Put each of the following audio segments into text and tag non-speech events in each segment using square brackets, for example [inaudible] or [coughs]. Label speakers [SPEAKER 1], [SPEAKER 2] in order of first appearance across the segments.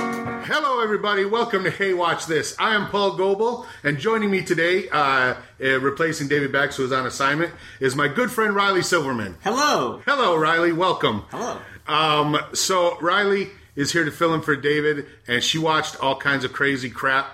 [SPEAKER 1] Hello, everybody. Welcome to Hey Watch This. I am Paul Goebel, and joining me today, uh, uh, replacing David Bax, who is on assignment, is my good friend Riley Silverman.
[SPEAKER 2] Hello.
[SPEAKER 1] Hello, Riley. Welcome.
[SPEAKER 2] Hello.
[SPEAKER 1] Um, so Riley is here to fill in for David, and she watched all kinds of crazy crap,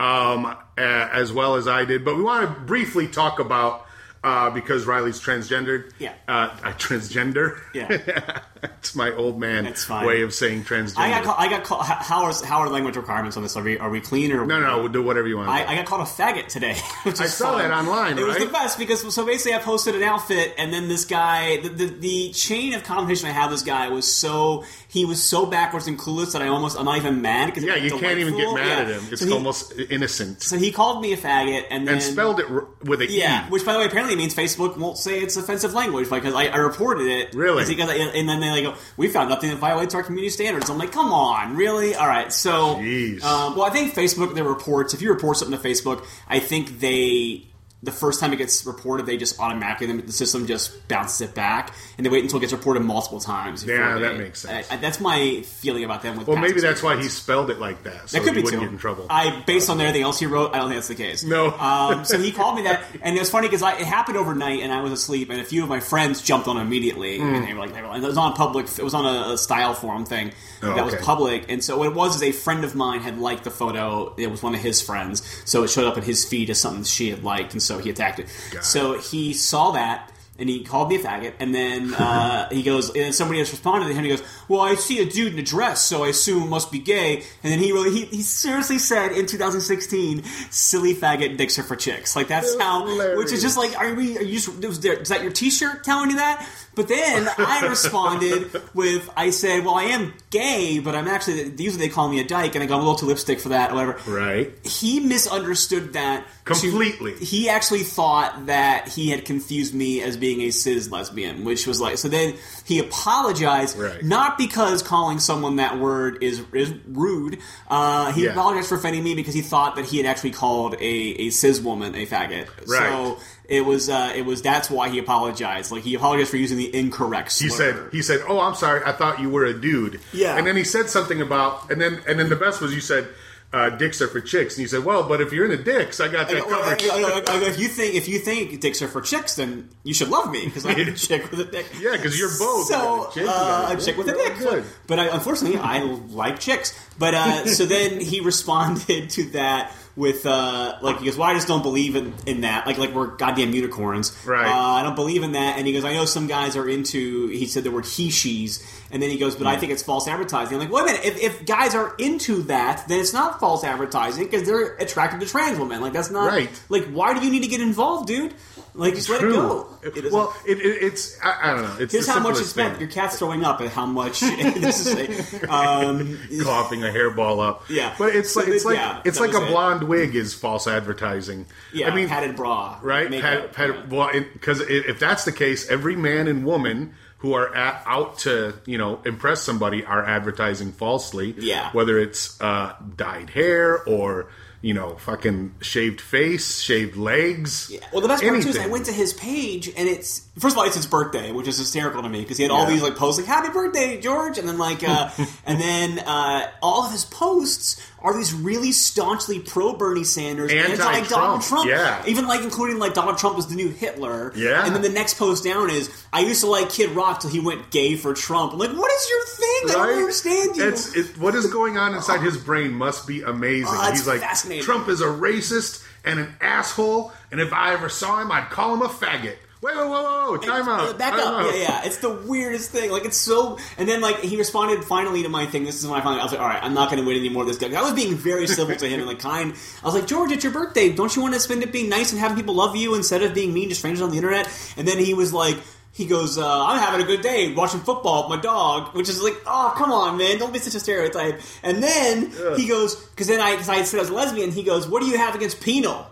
[SPEAKER 1] um, a- as well as I did. But we want to briefly talk about uh, because Riley's transgendered.
[SPEAKER 2] Yeah.
[SPEAKER 1] uh, I transgender. [laughs]
[SPEAKER 2] Yeah.
[SPEAKER 1] it's my old man
[SPEAKER 2] It's fine.
[SPEAKER 1] way of saying transgender.
[SPEAKER 2] I got called, I got called, h- how are, how are language requirements on this? Are we, are we clean or?
[SPEAKER 1] no, no, we'll do whatever you want.
[SPEAKER 2] I, I got called a faggot today. [laughs] Which is
[SPEAKER 1] I saw
[SPEAKER 2] fun.
[SPEAKER 1] that online,
[SPEAKER 2] It was
[SPEAKER 1] right?
[SPEAKER 2] the best because so basically I posted an outfit and then this guy the, the, the chain of conversation I had with this guy was so he was so backwards and clueless that I almost I'm not even mad because
[SPEAKER 1] yeah, you can't even get mad at him. It's
[SPEAKER 2] so he,
[SPEAKER 1] almost innocent.
[SPEAKER 2] so he called me a faggot and then
[SPEAKER 1] and spelled it r- with a E.
[SPEAKER 2] Yeah, which by the way apparently means Facebook won't say it's offensive language because I, I reported it.
[SPEAKER 1] Really?
[SPEAKER 2] It's Because I, and then they like go, we found nothing that violates our community standards. I'm like, come on, really? All right, so
[SPEAKER 1] Jeez.
[SPEAKER 2] Um, well, I think Facebook their reports. If you report something to Facebook, I think they the first time it gets reported, they just automatically the system just bounces it back, and they wait until it gets reported multiple times. before
[SPEAKER 1] Yeah, that
[SPEAKER 2] they-
[SPEAKER 1] makes sense.
[SPEAKER 2] I, I- that's my feeling about them. With
[SPEAKER 1] Well,
[SPEAKER 2] past
[SPEAKER 1] maybe that's why
[SPEAKER 2] experience.
[SPEAKER 1] he spelled it like that, so
[SPEAKER 2] That could
[SPEAKER 1] he
[SPEAKER 2] be
[SPEAKER 1] wouldn't
[SPEAKER 2] too.
[SPEAKER 1] get in trouble.
[SPEAKER 2] I based on everything else he wrote, I don't think that's the case.
[SPEAKER 1] No.
[SPEAKER 2] Um, so he called me that, and it was funny because it happened overnight, and I was asleep, and a few of my friends jumped on immediately,
[SPEAKER 1] Hmm.
[SPEAKER 2] and they were like, they were like- it was on public, it was on a, a style forum thing
[SPEAKER 1] Oh,
[SPEAKER 2] that was
[SPEAKER 1] okay.
[SPEAKER 2] public, and so what it was is a friend of mine had liked the photo. It was one of his friends, so it showed up in his feed as something she had liked, and so he attacked it.
[SPEAKER 1] Got
[SPEAKER 2] so he saw that. And he called me a faggot, and then uh, he goes, and somebody else responded to him. And he goes, "Well, I see a dude in a dress, so I assume it must be gay." And then he really, he, he seriously said in 2016, "Silly faggot dicks are for chicks." Like that's how, which is just like, are we? Are you? just- Was there, is that your T-shirt telling you that? But then I responded with, I said, "Well, I am gay, but I'm actually usually they call me a dyke, and I go, I'm a little too lipstick for that, or whatever."
[SPEAKER 1] Uh, right?
[SPEAKER 2] he misunderstood that to-
[SPEAKER 1] Completely.
[SPEAKER 2] he actually thought that he had confused me as being a cis lesbian, which was like. So then he apologized,
[SPEAKER 1] Right.
[SPEAKER 2] not because calling someone that word is is rude. Uh, he
[SPEAKER 1] Yeah.
[SPEAKER 2] apologized for offending me because he thought that he had actually called a, a cis woman a faggot.
[SPEAKER 1] Right.
[SPEAKER 2] So it was uh, it was that's why he apologized. Like he apologized for using the incorrect. Slur.
[SPEAKER 1] He said, "He said, oh, I'm sorry, I thought you were a dude."
[SPEAKER 2] Yeah.
[SPEAKER 1] And then he said something about, and then and then the best was you said, uh, "Dicks are for chicks," and he said, "Well, but if you're into dicks, I got that
[SPEAKER 2] Well, I-
[SPEAKER 1] covered."
[SPEAKER 2] I- I- I- if you think if you think dicks are for chicks, then you should love me because
[SPEAKER 1] [laughs]
[SPEAKER 2] I'm a chick with a dick.
[SPEAKER 1] Yeah, 'cause you're both.
[SPEAKER 2] So
[SPEAKER 1] You're a chick, you
[SPEAKER 2] uh,
[SPEAKER 1] got a
[SPEAKER 2] a
[SPEAKER 1] dick.
[SPEAKER 2] chick with a
[SPEAKER 1] You're
[SPEAKER 2] dick.
[SPEAKER 1] good.
[SPEAKER 2] But I, unfortunately, I like chicks.
[SPEAKER 1] [laughs]
[SPEAKER 2] But uh, so then he responded to that with uh, like he goes, "Well, I just don't believe in, in that. Like like we're goddamn unicorns.
[SPEAKER 1] Right.
[SPEAKER 2] Uh, I don't believe in that." And he goes, "I know some guys are into." He said the word he she's, and then he goes, "But I think it's false advertising." I'm like, wait a minute. If, if guys are into that, then it's not false advertising because they're attracted to trans women. Like that's not
[SPEAKER 1] Right.
[SPEAKER 2] Like why do you need to get involved, dude? Like just let it go. It doesn't-
[SPEAKER 1] well, it, it, it's I, I don't know. It's
[SPEAKER 2] Here's
[SPEAKER 1] the
[SPEAKER 2] how much you
[SPEAKER 1] simplest
[SPEAKER 2] spent.
[SPEAKER 1] thing.
[SPEAKER 2] Your cat's throwing up, and how much. [laughs] this is a, um,
[SPEAKER 1] [laughs] coughing a hairball up.
[SPEAKER 2] Yeah.
[SPEAKER 1] But it's
[SPEAKER 2] So
[SPEAKER 1] like it's
[SPEAKER 2] they-
[SPEAKER 1] like
[SPEAKER 2] yeah,
[SPEAKER 1] it's
[SPEAKER 2] that
[SPEAKER 1] like a
[SPEAKER 2] was it.
[SPEAKER 1] blonde wig is false advertising.
[SPEAKER 2] yeah,
[SPEAKER 1] I mean,
[SPEAKER 2] padded bra,
[SPEAKER 1] right?
[SPEAKER 2] makeup,
[SPEAKER 1] Pat, pat, well, because if that's the case, every man and woman who are at, out to you know impress somebody are advertising falsely.
[SPEAKER 2] Yeah.
[SPEAKER 1] whether it's uh, dyed hair or you know fucking shaved face, shaved legs.
[SPEAKER 2] Yeah. Well, the best part too is I
[SPEAKER 1] anything.
[SPEAKER 2] went to his page, and it's first of all it's his birthday, which is hysterical to me because he had all
[SPEAKER 1] Yeah.
[SPEAKER 2] these like posts like "Happy Birthday, George," and then
[SPEAKER 1] [laughs]
[SPEAKER 2] like, uh, and then uh, all of his posts are these really staunchly pro Bernie Sanders,
[SPEAKER 1] Anti-Trump.
[SPEAKER 2] anti Donald Trump,
[SPEAKER 1] Yeah.
[SPEAKER 2] even like including like Donald Trump was the new Hitler,
[SPEAKER 1] Yeah.
[SPEAKER 2] And then the next post down is I used to like Kid Rock till he went gay for Trump. I'm like, what is your thing? I
[SPEAKER 1] Right?
[SPEAKER 2] don't understand you.
[SPEAKER 1] It's, it, what is going on inside his brain must be amazing.
[SPEAKER 2] Oh, that's
[SPEAKER 1] He's like,
[SPEAKER 2] fascinating.
[SPEAKER 1] Trump is a racist and an asshole, and if I ever saw him, I'd call him a faggot. Wait, whoa, whoa, whoa, time
[SPEAKER 2] Uh,
[SPEAKER 1] out.
[SPEAKER 2] Back
[SPEAKER 1] time
[SPEAKER 2] up.
[SPEAKER 1] out.
[SPEAKER 2] Yeah, yeah. It's the weirdest thing. Like, it's so. And then, like, he responded finally to my thing. This is when I finally. I was like, all right, I'm not going to wait anymore. This guy. I was being very civil to him and, like, kind. I was like, George, it's your birthday. Don't you want to spend it being nice and having people love you instead of being mean to strangers on the internet? And then he was like, he goes, uh, I'm having a good day watching football with my dog, which is like, oh, come on, man, don't be such a stereotype. And then he goes, because then I, cause I said I was a lesbian, he goes, what do you have against penal?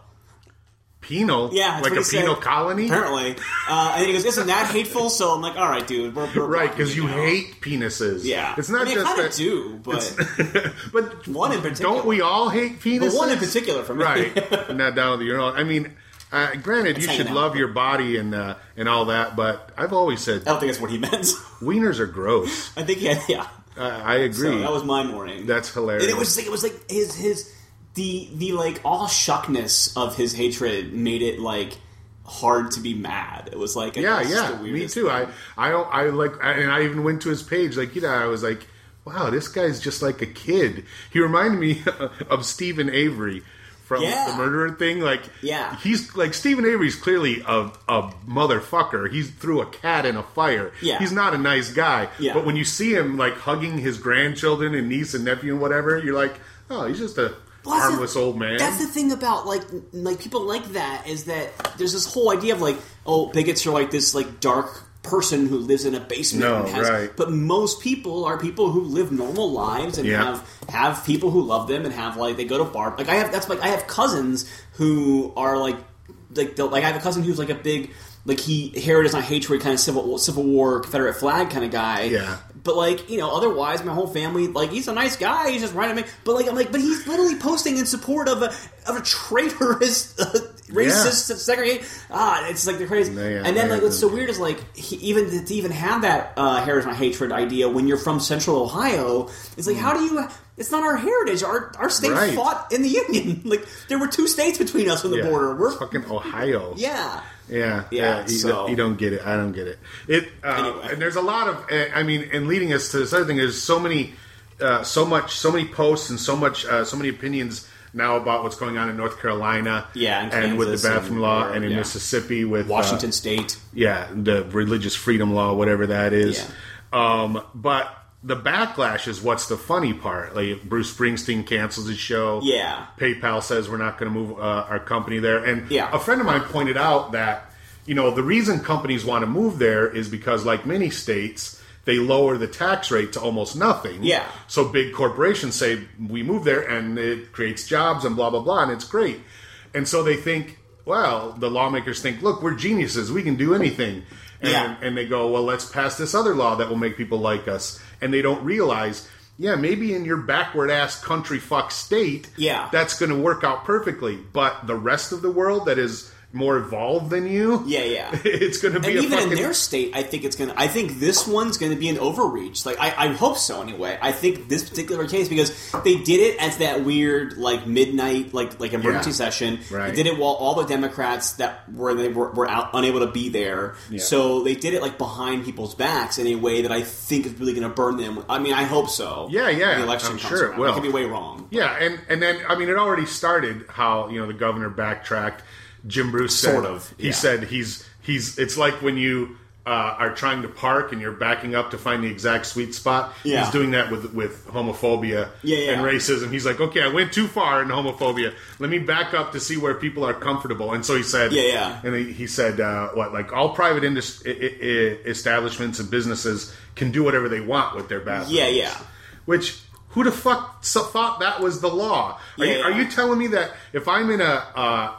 [SPEAKER 1] Penal?
[SPEAKER 2] Yeah, that's
[SPEAKER 1] Like
[SPEAKER 2] what
[SPEAKER 1] a
[SPEAKER 2] he said.
[SPEAKER 1] penal colony?
[SPEAKER 2] Apparently. Uh, and he goes, Isn't that hateful? So I'm like, All right, dude. We're, we're
[SPEAKER 1] Right,
[SPEAKER 2] blocking
[SPEAKER 1] because you
[SPEAKER 2] now."
[SPEAKER 1] hate penises.
[SPEAKER 2] Yeah.
[SPEAKER 1] It's not
[SPEAKER 2] I mean, I
[SPEAKER 1] just
[SPEAKER 2] kinda
[SPEAKER 1] that.
[SPEAKER 2] do, but,
[SPEAKER 1] [laughs] But
[SPEAKER 2] One in particular.
[SPEAKER 1] Don't we all hate penises?
[SPEAKER 2] but one in particular for me. [laughs]
[SPEAKER 1] right. Not down with your own. I mean, uh, granted, you
[SPEAKER 2] hanging
[SPEAKER 1] should
[SPEAKER 2] out.
[SPEAKER 1] love your body and uh, and all that, but I've always said
[SPEAKER 2] Oh. I don't think that's what he meant. [laughs]
[SPEAKER 1] wieners are gross.
[SPEAKER 2] I think, yeah, yeah.
[SPEAKER 1] Uh, I agree.
[SPEAKER 2] So that was my morning.
[SPEAKER 1] That's hilarious.
[SPEAKER 2] And it was like it was like his his the the like all shuckness of his hatred made it like hard to be mad. It was like
[SPEAKER 1] yeah,
[SPEAKER 2] it's just
[SPEAKER 1] yeah,
[SPEAKER 2] the
[SPEAKER 1] me
[SPEAKER 2] weirdest
[SPEAKER 1] too.
[SPEAKER 2] thing.
[SPEAKER 1] I, I, don't- I like, I, and I even went to his page. Like, you know, I was like, wow, this guy's just like a kid. He reminded me [laughs] of Stephen Avery from
[SPEAKER 2] Yeah.
[SPEAKER 1] the murderer thing. Like,
[SPEAKER 2] Yeah.
[SPEAKER 1] he's like Stephen Avery's clearly a, a motherfucker. He's threw a cat in a fire.
[SPEAKER 2] Yeah.
[SPEAKER 1] he's not a nice guy.
[SPEAKER 2] Yeah.
[SPEAKER 1] but when you see him like hugging his grandchildren and niece and nephew and whatever, you're like, oh, he's just a
[SPEAKER 2] Well, that's the-
[SPEAKER 1] harmless old man.
[SPEAKER 2] That's the thing about like n- like people like that is that there's this whole idea of like oh bigots are like this like dark person who lives in a basement.
[SPEAKER 1] No,
[SPEAKER 2] and has,
[SPEAKER 1] right.
[SPEAKER 2] But most people are people who live normal lives and
[SPEAKER 1] Yeah.
[SPEAKER 2] have have people who love them and have like they go to bar. Like I have that's like I have cousins who are like like they'll- like I have a cousin who's like a big like he Herod is not hatred kind of civil civil war Confederate flag kind of guy.
[SPEAKER 1] Yeah.
[SPEAKER 2] But like you know, otherwise, my whole family like he's a nice guy. He's just running me. But like I'm like, but he's literally posting in support of a of a traitorous, [laughs] uh, racist, segregate. Ah, it's like they're crazy.
[SPEAKER 1] They-
[SPEAKER 2] and then
[SPEAKER 1] they-
[SPEAKER 2] like what's so weird is like he, even to even have that uh, heritage my hatred idea when you're from Central Ohio. It's like how do you? It's not our heritage. Our our state
[SPEAKER 1] Hmm. Right.
[SPEAKER 2] fought in the Union. [laughs] like there were two states between us on the
[SPEAKER 1] Yeah.
[SPEAKER 2] border. We're
[SPEAKER 1] fucking Ohio.
[SPEAKER 2] [laughs] yeah.
[SPEAKER 1] Yeah,
[SPEAKER 2] Yeah,
[SPEAKER 1] yeah. you,
[SPEAKER 2] so-
[SPEAKER 1] don't, you don't get it. I don't get it. It uh,
[SPEAKER 2] Anyway.
[SPEAKER 1] and there's a lot of. uh, I mean, and leading us to this other thing is so many, uh, so much, so many posts and so much, uh, so many opinions now about what's going on in North Carolina.
[SPEAKER 2] Yeah,
[SPEAKER 1] and,
[SPEAKER 2] and
[SPEAKER 1] with the
[SPEAKER 2] Kansas and-
[SPEAKER 1] bathroom law, and in
[SPEAKER 2] yeah.
[SPEAKER 1] Mississippi with uh,
[SPEAKER 2] Washington State.
[SPEAKER 1] yeah, the religious freedom law, whatever that is.
[SPEAKER 2] Yeah.
[SPEAKER 1] Um, but the backlash is what's the funny part. Like Bruce Springsteen cancels his show.
[SPEAKER 2] Yeah.
[SPEAKER 1] PayPal says we're not going to move uh, our company there. And
[SPEAKER 2] Yeah.
[SPEAKER 1] a friend of mine pointed out that you know the reason companies want to move there is because, like many states, they lower the tax rate to almost nothing.
[SPEAKER 2] Yeah.
[SPEAKER 1] So big corporations say we move there, and it creates jobs and blah blah blah, and it's great. And so they think, well, the lawmakers think, look, we're geniuses, we can do anything. And,
[SPEAKER 2] Yeah.
[SPEAKER 1] and they go, well, let's pass this other law that will make people like us. And they don't realize, yeah, maybe in your backward ass country fuck state,
[SPEAKER 2] Yeah.
[SPEAKER 1] that's going to work out perfectly. But the rest of the world that is more evolved than you,
[SPEAKER 2] Yeah, yeah.
[SPEAKER 1] [laughs] it's going to be
[SPEAKER 2] and
[SPEAKER 1] a
[SPEAKER 2] even
[SPEAKER 1] fucking
[SPEAKER 2] in their state, I think it's gonna. I think this one's gonna be an overreach. Like I, I hope so. Anyway, I think this particular case because they did it as that weird like midnight like like emergency
[SPEAKER 1] Yeah.
[SPEAKER 2] session.
[SPEAKER 1] Right.
[SPEAKER 2] They did it while all the Democrats that were they were, were out, unable to be there.
[SPEAKER 1] Yeah.
[SPEAKER 2] So they did it like behind people's backs in a way that I think is really gonna burn them. I mean, I hope so.
[SPEAKER 1] Yeah, yeah,
[SPEAKER 2] When The election
[SPEAKER 1] I'm
[SPEAKER 2] comes
[SPEAKER 1] sure it
[SPEAKER 2] around.
[SPEAKER 1] will.
[SPEAKER 2] I could be way wrong.
[SPEAKER 1] Yeah, and and then I mean, it already started how you know the governor backtracked. Jim Bruce said,
[SPEAKER 2] Sort of,
[SPEAKER 1] He
[SPEAKER 2] yeah.
[SPEAKER 1] said he's he's. It's like when you uh, are trying to park and you're backing up to find the exact sweet spot.
[SPEAKER 2] Yeah.
[SPEAKER 1] He's doing that with with homophobia
[SPEAKER 2] Yeah, yeah.
[SPEAKER 1] and racism. He's like, okay, I went too far in homophobia. Let me back up to see where people are comfortable. And so he said,
[SPEAKER 2] Yeah, yeah.
[SPEAKER 1] and he, he said, uh, what like all private indus- i- i- i- establishments and businesses can do whatever they want with their bathrooms.
[SPEAKER 2] Yeah, yeah.
[SPEAKER 1] Which who the fuck so- thought that was the law? Are, you,
[SPEAKER 2] Yeah.
[SPEAKER 1] are you telling me that if I'm in a uh,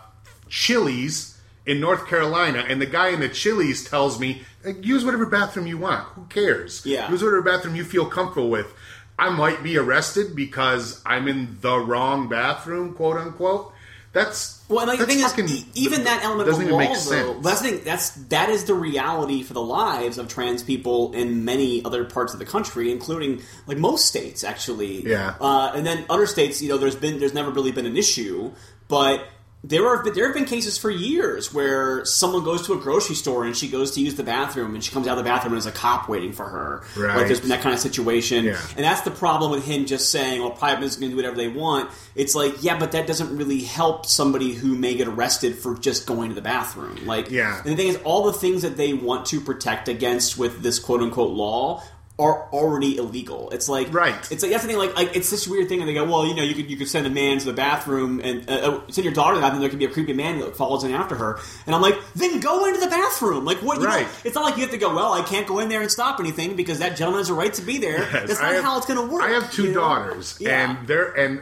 [SPEAKER 1] Chili's in North Carolina and the guy in the Chili's tells me like, use whatever bathroom you want, who cares?
[SPEAKER 2] Yeah.
[SPEAKER 1] use whatever bathroom you feel comfortable with. I might be arrested because I'm in the wrong bathroom, quote unquote. That's
[SPEAKER 2] Well, and like
[SPEAKER 1] that's
[SPEAKER 2] the thing
[SPEAKER 1] fucking-
[SPEAKER 2] is, e- even that element
[SPEAKER 1] doesn't
[SPEAKER 2] of the
[SPEAKER 1] even
[SPEAKER 2] law,
[SPEAKER 1] make
[SPEAKER 2] though,
[SPEAKER 1] sense.
[SPEAKER 2] that's the thing, that's that is the reality for the lives of trans people in many other parts of the country, including like most states, actually.
[SPEAKER 1] Yeah.
[SPEAKER 2] Uh, and then other states, you know, there's been there's never really been an issue, but there have been, there have been cases for years where someone goes to a grocery store and she goes to use the bathroom and she comes out of the bathroom and there's a cop waiting for her.
[SPEAKER 1] Right.
[SPEAKER 2] Like there's been that kind of situation,
[SPEAKER 1] Yeah.
[SPEAKER 2] and that's the problem with him just saying, "Well, private business can do whatever they want." It's like, yeah, but that doesn't really help somebody who may get arrested for just going to the bathroom. Like,
[SPEAKER 1] Yeah.
[SPEAKER 2] And the thing is, all the things that they want to protect against with this quote unquote law are already illegal. It's like,
[SPEAKER 1] Right.
[SPEAKER 2] It's like that's the thing. Like, like it's this weird thing, and they go, "Well, you know, you could you could send a man to the bathroom and uh, uh, send your daughter to the bathroom. There could be a creepy man that follows in after her." And I'm like, "Then go into the bathroom. Like, what? You know,
[SPEAKER 1] Right.
[SPEAKER 2] it's not like you have to go. Well, I can't go in there and stop anything because that gentleman has a right to be there.
[SPEAKER 1] Yes,
[SPEAKER 2] That's
[SPEAKER 1] I
[SPEAKER 2] not
[SPEAKER 1] have-
[SPEAKER 2] how it's going to work.
[SPEAKER 1] I have two
[SPEAKER 2] you know?
[SPEAKER 1] daughters,
[SPEAKER 2] Yeah.
[SPEAKER 1] and they're and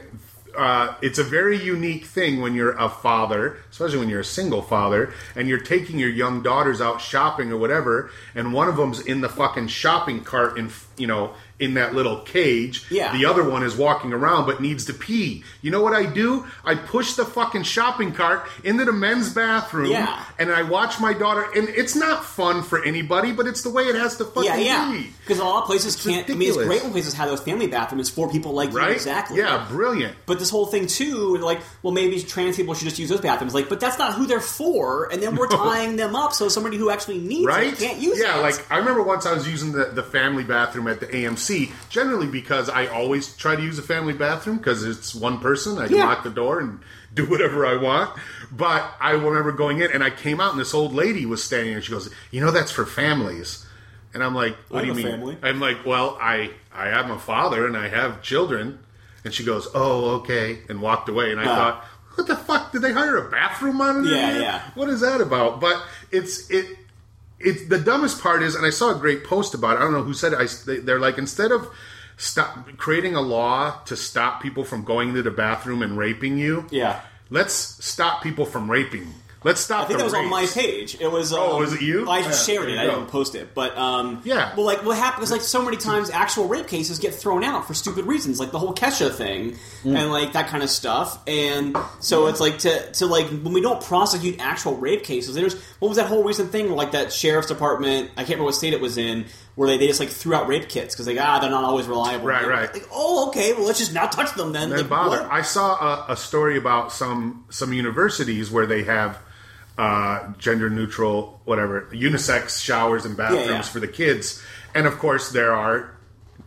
[SPEAKER 1] uh, it's a very unique thing when you're a father, especially when you're a single father, and you're taking your young daughters out shopping or whatever, and one of them's in the fucking shopping cart in you know in that little cage.
[SPEAKER 2] Yeah.
[SPEAKER 1] The other one is walking around but needs to pee. You know what I do? I push the fucking shopping cart into the men's bathroom
[SPEAKER 2] Yeah.
[SPEAKER 1] and I watch my daughter and it's not fun for anybody, but it's the way it has to fucking
[SPEAKER 2] Yeah, yeah.
[SPEAKER 1] be.
[SPEAKER 2] Because a lot of places can't. I mean,
[SPEAKER 1] ridiculous.
[SPEAKER 2] it's great when places have those family bathrooms for people like you,
[SPEAKER 1] Right?
[SPEAKER 2] exactly.
[SPEAKER 1] Yeah, brilliant.
[SPEAKER 2] But this whole thing too, like, well, maybe trans people should just use those bathrooms. Like, but that's not who they're for,
[SPEAKER 1] [laughs]
[SPEAKER 2] and then we're tying them up. So somebody who actually needs
[SPEAKER 1] right?
[SPEAKER 2] it can't use
[SPEAKER 1] yeah,
[SPEAKER 2] it.
[SPEAKER 1] like I remember once I was using the, the family bathroom at the AMC, generally because I always try to use a family bathroom because it's one person. I can
[SPEAKER 2] Yeah.
[SPEAKER 1] lock the door and [laughs] do whatever I want. But I remember going in and I came out and this old lady was standing there. She goes, "You know that's for families." And I'm like, "What
[SPEAKER 2] I'm
[SPEAKER 1] do you
[SPEAKER 2] a
[SPEAKER 1] mean?"
[SPEAKER 2] family.
[SPEAKER 1] I'm like, "Well, I I am a father and I have children." And she goes, "Oh, okay," and walked away. And I
[SPEAKER 2] Wow.
[SPEAKER 1] thought. What the fuck? Did they hire a bathroom monitor?
[SPEAKER 2] Uh. Yeah,
[SPEAKER 1] here?
[SPEAKER 2] yeah.
[SPEAKER 1] What is that about? But it's it it's the dumbest part is, and I saw a great post about it. I don't know who said it. I, they- they're like instead of stop creating a law to stop people from going into the bathroom and raping you.
[SPEAKER 2] Yeah.
[SPEAKER 1] let's stop people from raping. Let's stop.
[SPEAKER 2] I
[SPEAKER 1] the
[SPEAKER 2] think that was on
[SPEAKER 1] rapes.
[SPEAKER 2] my page. It was. Um,
[SPEAKER 1] Oh, was it you?
[SPEAKER 2] I
[SPEAKER 1] Yeah,
[SPEAKER 2] shared
[SPEAKER 1] there
[SPEAKER 2] it.
[SPEAKER 1] you
[SPEAKER 2] I
[SPEAKER 1] go.
[SPEAKER 2] didn't post it, but um,
[SPEAKER 1] Yeah.
[SPEAKER 2] Well, like what happens? Like so many times, actual rape cases get thrown out for stupid reasons, like the whole Kesha thing
[SPEAKER 1] Mm.
[SPEAKER 2] and like that kind of stuff. And so it's like to to like when we don't prosecute actual rape cases. There's what was that whole recent thing where like that sheriff's department? I can't remember what state it was in. Where they, they just like threw out rape kits because like ah they're not always reliable
[SPEAKER 1] Right, right.
[SPEAKER 2] like oh okay well let's just not touch them then
[SPEAKER 1] Then
[SPEAKER 2] Like,
[SPEAKER 1] bother.
[SPEAKER 2] what?
[SPEAKER 1] I saw a, a story about some some universities where they have uh, gender neutral, whatever, unisex showers and bathrooms
[SPEAKER 2] yeah.
[SPEAKER 1] for the kids, and of course there are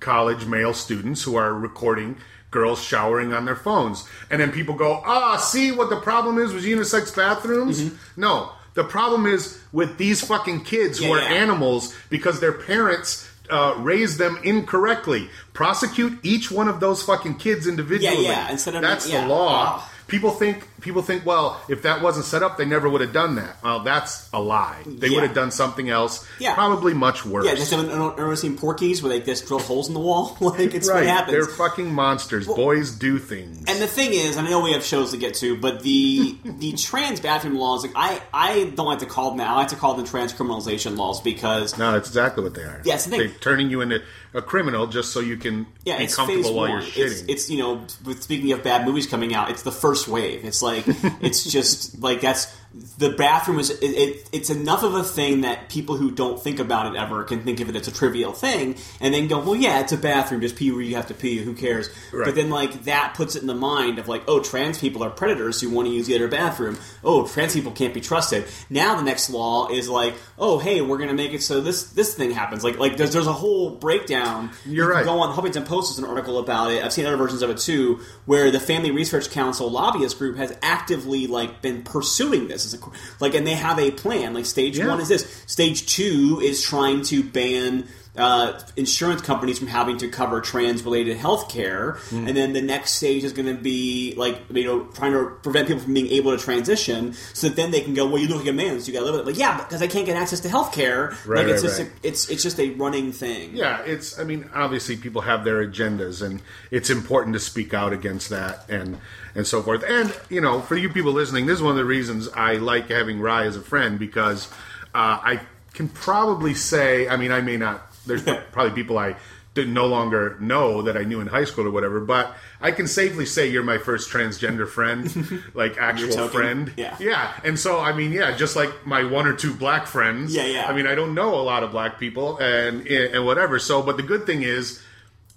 [SPEAKER 1] college male students who are recording girls showering on their phones, and then people go, ah, see what the problem is with unisex bathrooms? No. The problem is with these fucking kids who
[SPEAKER 2] Mm-hmm. Yeah,
[SPEAKER 1] are
[SPEAKER 2] yeah.
[SPEAKER 1] animals because their parents uh, raised them incorrectly. Prosecute each one of those fucking kids individually.
[SPEAKER 2] Yeah, yeah, instead of-
[SPEAKER 1] that's
[SPEAKER 2] yeah.
[SPEAKER 1] the law.
[SPEAKER 2] Ah.
[SPEAKER 1] People think people think well, if that wasn't set up, they never would have done that. Well, that's a lie. They
[SPEAKER 2] Yeah.
[SPEAKER 1] would have done something else.
[SPEAKER 2] Yeah.
[SPEAKER 1] probably much worse.
[SPEAKER 2] Yeah, just haven't ever seen Porky's where they just drill holes in the wall. [laughs] like it's
[SPEAKER 1] right.
[SPEAKER 2] what happens.
[SPEAKER 1] They're fucking monsters. Boys do things.
[SPEAKER 2] and the thing is, and I know we have shows to get to, but the the trans bathroom laws, like I, I don't like to call them that. I like to call them trans criminalization laws because
[SPEAKER 1] no, that's exactly what they are.
[SPEAKER 2] Yes, the thing-
[SPEAKER 1] they're turning you into a criminal just so you can
[SPEAKER 2] yeah,
[SPEAKER 1] be
[SPEAKER 2] it's phase
[SPEAKER 1] comfortable while
[SPEAKER 2] one.
[SPEAKER 1] you're shitting.
[SPEAKER 2] It's, it's you know, with speaking of bad movies coming out, it's the first wave. It's
[SPEAKER 1] [laughs]
[SPEAKER 2] like it's just like that's the bathroom is it, it, it's enough of a thing that people who don't think about it ever can think of it as a trivial thing and then go, well, yeah, it's a bathroom. Just pee where you have to pee. Who cares? But
[SPEAKER 1] Right.
[SPEAKER 2] then like that puts it in the mind of like, oh, trans people are predators who want to use the other bathroom. Oh, trans people can't be trusted. Now the next law is like, oh, hey, we're gonna make it so this this thing happens. Like like there's there's a whole breakdown.
[SPEAKER 1] You're
[SPEAKER 2] You can
[SPEAKER 1] right.
[SPEAKER 2] Go on Huffington Post is an article about it. I've seen other versions of it too, where the Family Research Council lobbyist group has actively like been pursuing this. It's a, like, and they have a plan. Like, stage
[SPEAKER 1] Yeah.
[SPEAKER 2] one is this. Stage two is trying to ban. Uh, insurance companies from having to cover trans-related health care,
[SPEAKER 1] Hmm.
[SPEAKER 2] and then the next stage is going to be like you know trying to prevent people from being able to transition, so that then they can go, well, you look like a man, so you got to live with it. Like, yeah, because I can't get access to health care.
[SPEAKER 1] Right,
[SPEAKER 2] like, it's
[SPEAKER 1] right,
[SPEAKER 2] just
[SPEAKER 1] right.
[SPEAKER 2] A, it's it's just a running thing.
[SPEAKER 1] Yeah, it's. I mean, obviously, people have their agendas, and it's important to speak out against that, and and so forth. And you know, for you people listening, this is one of the reasons I like having Rye as a friend because uh, I can probably say. I mean, I may not. There's probably people I did no longer know that I knew in high school or whatever, but I can safely say you're my first transgender
[SPEAKER 2] [laughs]
[SPEAKER 1] friend, like actual
[SPEAKER 2] token.
[SPEAKER 1] friend.
[SPEAKER 2] Yeah.
[SPEAKER 1] yeah. And so, I mean, yeah, just like my one or two black friends.
[SPEAKER 2] Yeah, yeah.
[SPEAKER 1] I mean, I don't know a lot of black people and and whatever. So, but the good thing is,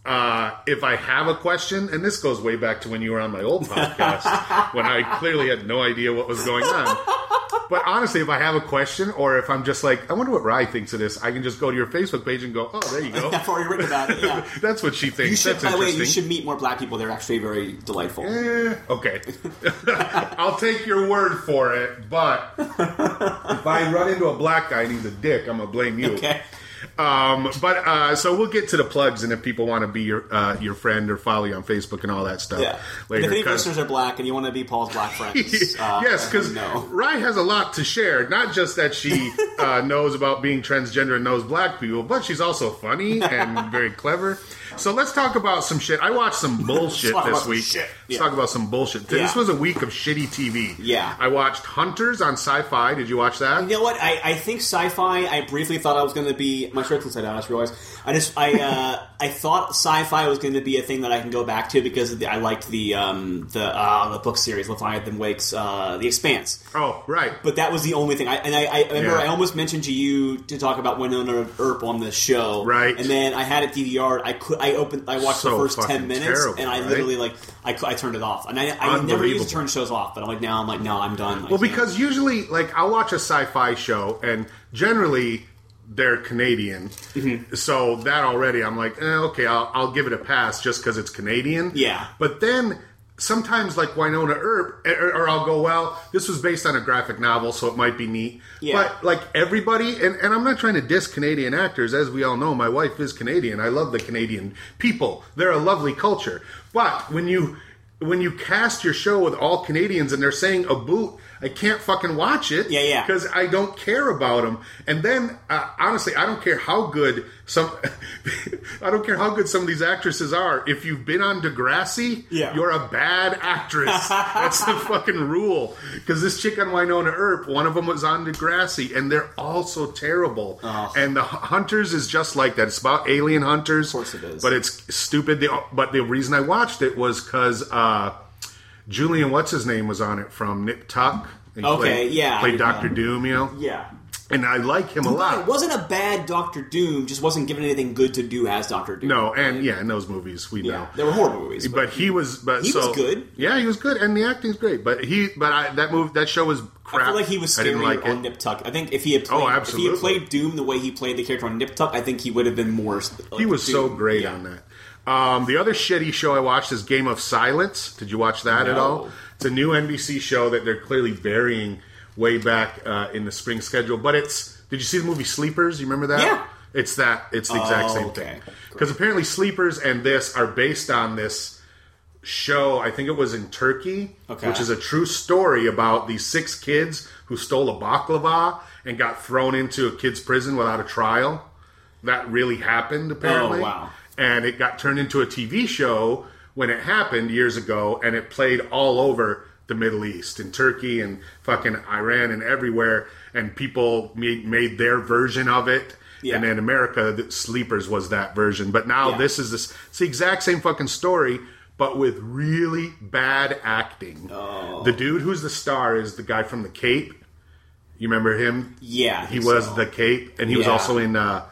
[SPEAKER 1] uh, if I have a question, and this goes way back to when you were on my old
[SPEAKER 2] [laughs]
[SPEAKER 1] podcast, when I clearly had no idea what was going on. But honestly, if I have a question, or if I'm just like, I wonder what Rye thinks of this, I can just go to your Facebook page and go, oh, there
[SPEAKER 2] [laughs]
[SPEAKER 1] you go.
[SPEAKER 2] I've already written about it.
[SPEAKER 1] [laughs]
[SPEAKER 2] Yeah.
[SPEAKER 1] That's what she thinks.
[SPEAKER 2] You should,
[SPEAKER 1] That's
[SPEAKER 2] by the way,
[SPEAKER 1] interesting.
[SPEAKER 2] you should meet more black people. They're actually very delightful.
[SPEAKER 1] Eh, [laughs] okay. I'll take your word for it, but if I run into a black guy and he's a dick, I'm going to blame you.
[SPEAKER 2] Okay.
[SPEAKER 1] Um, but uh, so we'll get to the plugs, and if people want to be your uh, your friend or follow you on Facebook and all that stuff
[SPEAKER 2] Yeah.
[SPEAKER 1] Oh, later.
[SPEAKER 2] if any
[SPEAKER 1] 'cause-
[SPEAKER 2] listeners are black and you want to be Paul's black
[SPEAKER 1] [laughs]
[SPEAKER 2] friends, [laughs] uh,
[SPEAKER 1] yes, because
[SPEAKER 2] no.
[SPEAKER 1] Rye has a lot to share. Not just that
[SPEAKER 2] [laughs]
[SPEAKER 1] she uh, knows about being transgender and knows black people, but she's also funny and very clever. So let's talk about some shit. I watched
[SPEAKER 2] [laughs]
[SPEAKER 1] some bullshit
[SPEAKER 2] Let's talk about
[SPEAKER 1] this
[SPEAKER 2] some
[SPEAKER 1] week.
[SPEAKER 2] shit.
[SPEAKER 1] Let's
[SPEAKER 2] Yeah.
[SPEAKER 1] talk about some bullshit.
[SPEAKER 2] Yeah.
[SPEAKER 1] This was a week of shitty TV.
[SPEAKER 2] Yeah.
[SPEAKER 1] I watched Hunters on Sci-Fi. Did you watch that?
[SPEAKER 2] You know what? I, I think sci-fi. I briefly thought I was going to be my shirt's inside out. I just realized. I just I uh, I thought sci-fi was going to be a thing that I can go back to because of the, I liked the um, the uh, the book series Leviathan Wakes uh, The Expanse.
[SPEAKER 1] Oh, right.
[SPEAKER 2] But that was the only thing. I, and I, I remember
[SPEAKER 1] Yeah.
[SPEAKER 2] I almost mentioned to you to talk about Winona Earp on the show,
[SPEAKER 1] Right.
[SPEAKER 2] And then I had it DVR'd. I could I opened I watched the
[SPEAKER 1] So
[SPEAKER 2] first
[SPEAKER 1] fucking
[SPEAKER 2] ten minutes
[SPEAKER 1] terrible,
[SPEAKER 2] and I
[SPEAKER 1] right?
[SPEAKER 2] literally like I, cou- I turned it off. And I, I never used
[SPEAKER 1] Unbelievable.
[SPEAKER 2] to turn shows off, but I'm like now I'm like no I'm done. I
[SPEAKER 1] Well,
[SPEAKER 2] can't.
[SPEAKER 1] because usually, like, I'll watch a sci fi show, and generally they're Canadian. So that already, I'm like, eh, okay, I'll, I'll give it a pass just because it's Canadian.
[SPEAKER 2] Yeah.
[SPEAKER 1] But then sometimes, like Winona Earp, er, or, or I'll go, well, this was based on a graphic novel, so it might be neat.
[SPEAKER 2] Yeah.
[SPEAKER 1] But, like, everybody, and, and I'm not trying to diss Canadian actors. As we all know, my wife is Canadian. I love the Canadian people, they're a lovely culture. But when you when you cast your show with all Canadians and they're saying a boot, I can't fucking watch it.
[SPEAKER 2] Yeah, yeah.
[SPEAKER 1] Because I don't care about them. And then, uh, honestly, I don't care how good some, [laughs] I don't care how good some of these actresses are. If you've been on Degrassi,
[SPEAKER 2] Yeah.
[SPEAKER 1] you're a bad
[SPEAKER 2] [laughs]
[SPEAKER 1] actress. That's the fucking rule. Because this chick on Winona Earp, one of them was on Degrassi, and they're all so terrible. And the Hu- Hunters is just like that. It's about alien hunters. Of
[SPEAKER 2] course it is.
[SPEAKER 1] But it's stupid. The, but the reason I watched it was because uh, Julian, what's his name, was on it from Nip Tuck. He
[SPEAKER 2] Okay,
[SPEAKER 1] played,
[SPEAKER 2] yeah,
[SPEAKER 1] Played
[SPEAKER 2] yeah.
[SPEAKER 1] Doctor Doom, you know,
[SPEAKER 2] Um, yeah.
[SPEAKER 1] and I like him a
[SPEAKER 2] It
[SPEAKER 1] lot.
[SPEAKER 2] wasn't a bad Doctor Doom, just wasn't given anything good to do as Doctor Doom.
[SPEAKER 1] No, and yeah, in those movies we know.
[SPEAKER 2] There were horror movies.
[SPEAKER 1] But he was, but
[SPEAKER 2] He was
[SPEAKER 1] so,
[SPEAKER 2] good.
[SPEAKER 1] Yeah, he was good, and the acting's great. But he, but I, that move, that show was crap.
[SPEAKER 2] I feel like he was
[SPEAKER 1] I
[SPEAKER 2] scarier
[SPEAKER 1] didn't like
[SPEAKER 2] on
[SPEAKER 1] it.
[SPEAKER 2] Nip Tuck. I think if he had played,
[SPEAKER 1] Oh,
[SPEAKER 2] if he had
[SPEAKER 1] absolutely.
[SPEAKER 2] played Doom the way he played the character on Nip Tuck, I think he would have been more. like,
[SPEAKER 1] he was so
[SPEAKER 2] Doom.
[SPEAKER 1] great
[SPEAKER 2] Yeah.
[SPEAKER 1] on that. Um, the other shitty show I watched is Game of Silence. Did you watch that at
[SPEAKER 2] No.
[SPEAKER 1] all? It's a new NBC show that they're clearly burying way back uh, in the spring schedule. But it's did you see the movie Sleepers? You remember that?
[SPEAKER 2] Yeah.
[SPEAKER 1] It's that. It's the exact
[SPEAKER 2] Oh,
[SPEAKER 1] same
[SPEAKER 2] okay.
[SPEAKER 1] thing. Because apparently Sleepers and this are based on this show. I think it was in Turkey,
[SPEAKER 2] Okay.
[SPEAKER 1] which is a true story about these six kids who stole a baklava and got thrown into a kid's prison without a trial. That really happened, apparently.
[SPEAKER 2] Oh, wow.
[SPEAKER 1] And it got turned into a TV show when it happened years ago, and it played all over the Middle East, in Turkey and fucking Iran and everywhere. And people made, made their version of it.
[SPEAKER 2] Yeah.
[SPEAKER 1] And then America, the Sleepers was that version. But now
[SPEAKER 2] Yeah.
[SPEAKER 1] this is this. It's the exact same fucking story, but with really bad acting.
[SPEAKER 2] Oh.
[SPEAKER 1] The dude who's the star is the guy from The Cape. You remember him?
[SPEAKER 2] Yeah, I
[SPEAKER 1] He
[SPEAKER 2] think
[SPEAKER 1] was
[SPEAKER 2] so.
[SPEAKER 1] The Cape, and he was
[SPEAKER 2] Yeah.
[SPEAKER 1] also in uh,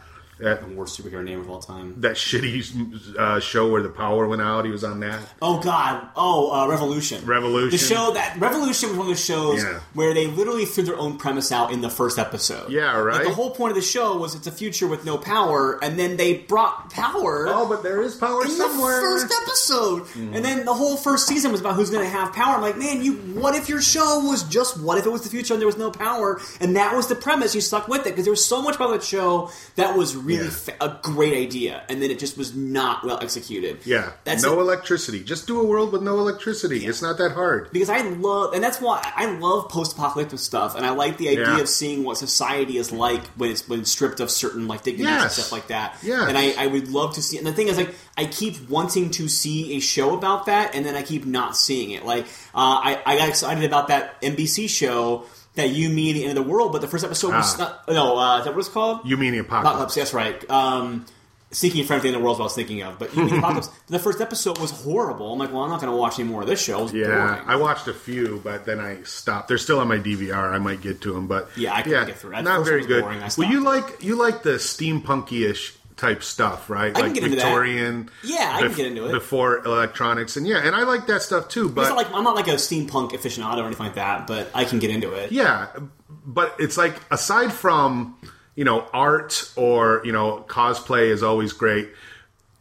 [SPEAKER 1] that
[SPEAKER 2] worst superhero name of all time.
[SPEAKER 1] that shitty uh, show where the power went out. He was on that.
[SPEAKER 2] Oh God! Oh, uh, Revolution.
[SPEAKER 1] Revolution.
[SPEAKER 2] The show that Revolution was one of those shows
[SPEAKER 1] Yeah.
[SPEAKER 2] where they literally threw their own premise out in the first episode.
[SPEAKER 1] Yeah,
[SPEAKER 2] Like
[SPEAKER 1] right?
[SPEAKER 2] the whole point of the show was it's a future with no power, and then they brought power.
[SPEAKER 1] Oh, but there is power
[SPEAKER 2] in
[SPEAKER 1] somewhere.
[SPEAKER 2] the first episode,
[SPEAKER 1] Mm.
[SPEAKER 2] and then the whole first season was about who's going to have power. I'm like, man, you. What if your show was just what if it was the future and there was no power, and that was the premise? You stuck with it because there was so much about that show that was really
[SPEAKER 1] Yeah.
[SPEAKER 2] fa- a great idea, and then it just was not well executed.
[SPEAKER 1] yeah,
[SPEAKER 2] that's
[SPEAKER 1] no
[SPEAKER 2] it.
[SPEAKER 1] electricity. Just do a world with no electricity. It's not that hard.
[SPEAKER 2] because I love, and that's why I love post-apocalyptic stuff, and I like the idea
[SPEAKER 1] Yeah.
[SPEAKER 2] of seeing what society is like when it's when stripped of certain like dignities and
[SPEAKER 1] Yes.
[SPEAKER 2] stuff like that.
[SPEAKER 1] Yes.
[SPEAKER 2] and I, I would love to see. And the thing is, like, I keep wanting to see a show about that, and then I keep not seeing it. Like, uh, I, I got excited about that NBC show that you mean the end of the world, but the first episode was
[SPEAKER 1] Ah.
[SPEAKER 2] not, no, uh, is that what it's called?
[SPEAKER 1] You mean the apocalypse?
[SPEAKER 2] Apocalypse, that's right. Um, Seeking for Everything in the World is what I was thinking of, but you
[SPEAKER 1] [laughs]
[SPEAKER 2] mean Apocalypse. The first episode was horrible. I'm like, well, I'm not going to watch any more of this show. It was
[SPEAKER 1] Yeah,
[SPEAKER 2] boring.
[SPEAKER 1] I watched a few, but then I stopped. They're still on my DVR. I might get to them, but
[SPEAKER 2] Yeah, I couldn't get through that.
[SPEAKER 1] Not
[SPEAKER 2] First
[SPEAKER 1] very
[SPEAKER 2] one was
[SPEAKER 1] good.
[SPEAKER 2] boring. I
[SPEAKER 1] well,
[SPEAKER 2] stopped
[SPEAKER 1] you
[SPEAKER 2] it.
[SPEAKER 1] like you like the steampunky-ish type stuff, right?
[SPEAKER 2] can
[SPEAKER 1] like
[SPEAKER 2] get into that.
[SPEAKER 1] Victorian.
[SPEAKER 2] Yeah, I can get into it.
[SPEAKER 1] before electronics, and yeah, and I like that stuff too. But
[SPEAKER 2] It's not like I'm not like a steampunk aficionado or anything like that, but I can get into it.
[SPEAKER 1] Yeah, but it's like aside from you know art or you know cosplay is always great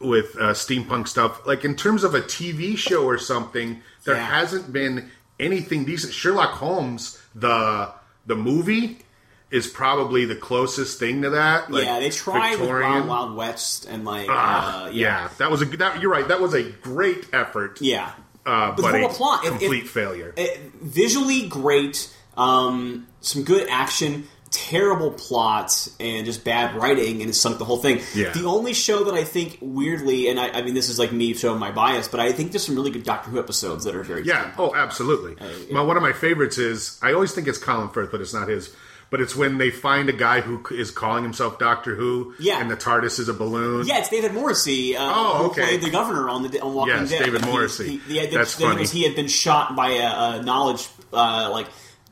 [SPEAKER 1] with uh, steampunk stuff. Like in terms of a TV show or something, there
[SPEAKER 2] Yeah.
[SPEAKER 1] hasn't been anything decent. Sherlock Holmes the the movie is probably the closest thing to that. Like
[SPEAKER 2] yeah, they tried
[SPEAKER 1] Victorian.
[SPEAKER 2] with Wild Wild West and like
[SPEAKER 1] Ah,
[SPEAKER 2] uh, yeah,
[SPEAKER 1] yeah. that was a good- that, you're right. That was a great effort,
[SPEAKER 2] yeah.
[SPEAKER 1] uh,
[SPEAKER 2] the
[SPEAKER 1] but
[SPEAKER 2] whole
[SPEAKER 1] a
[SPEAKER 2] plot, if- if-
[SPEAKER 1] complete failure.
[SPEAKER 2] It- visually great, um, some good action, terrible plots, and just bad writing, and it sunk the whole thing.
[SPEAKER 1] Yeah.
[SPEAKER 2] The only show that I think weirdly, and I, I mean this is like me showing my bias, but I think there's some really good Doctor Who episodes that are very Uh,
[SPEAKER 1] Yeah. Oh, absolutely. My, one of my favorites is I always think it's Colin Firth, but it's not his. but it's when they find a guy who c- is calling himself Doctor Who,
[SPEAKER 2] Yeah.
[SPEAKER 1] and the TARDIS is a balloon.
[SPEAKER 2] Yeah, it's David Morrissey. Uh,
[SPEAKER 1] Oh,
[SPEAKER 2] who
[SPEAKER 1] okay.
[SPEAKER 2] played the governor on the on Walking
[SPEAKER 1] Yes,
[SPEAKER 2] Dead.
[SPEAKER 1] David
[SPEAKER 2] And he-
[SPEAKER 1] Morrissey.
[SPEAKER 2] He, yeah,
[SPEAKER 1] That's
[SPEAKER 2] the, the-
[SPEAKER 1] funny.
[SPEAKER 2] He had been shot by a, a knowledge uh, like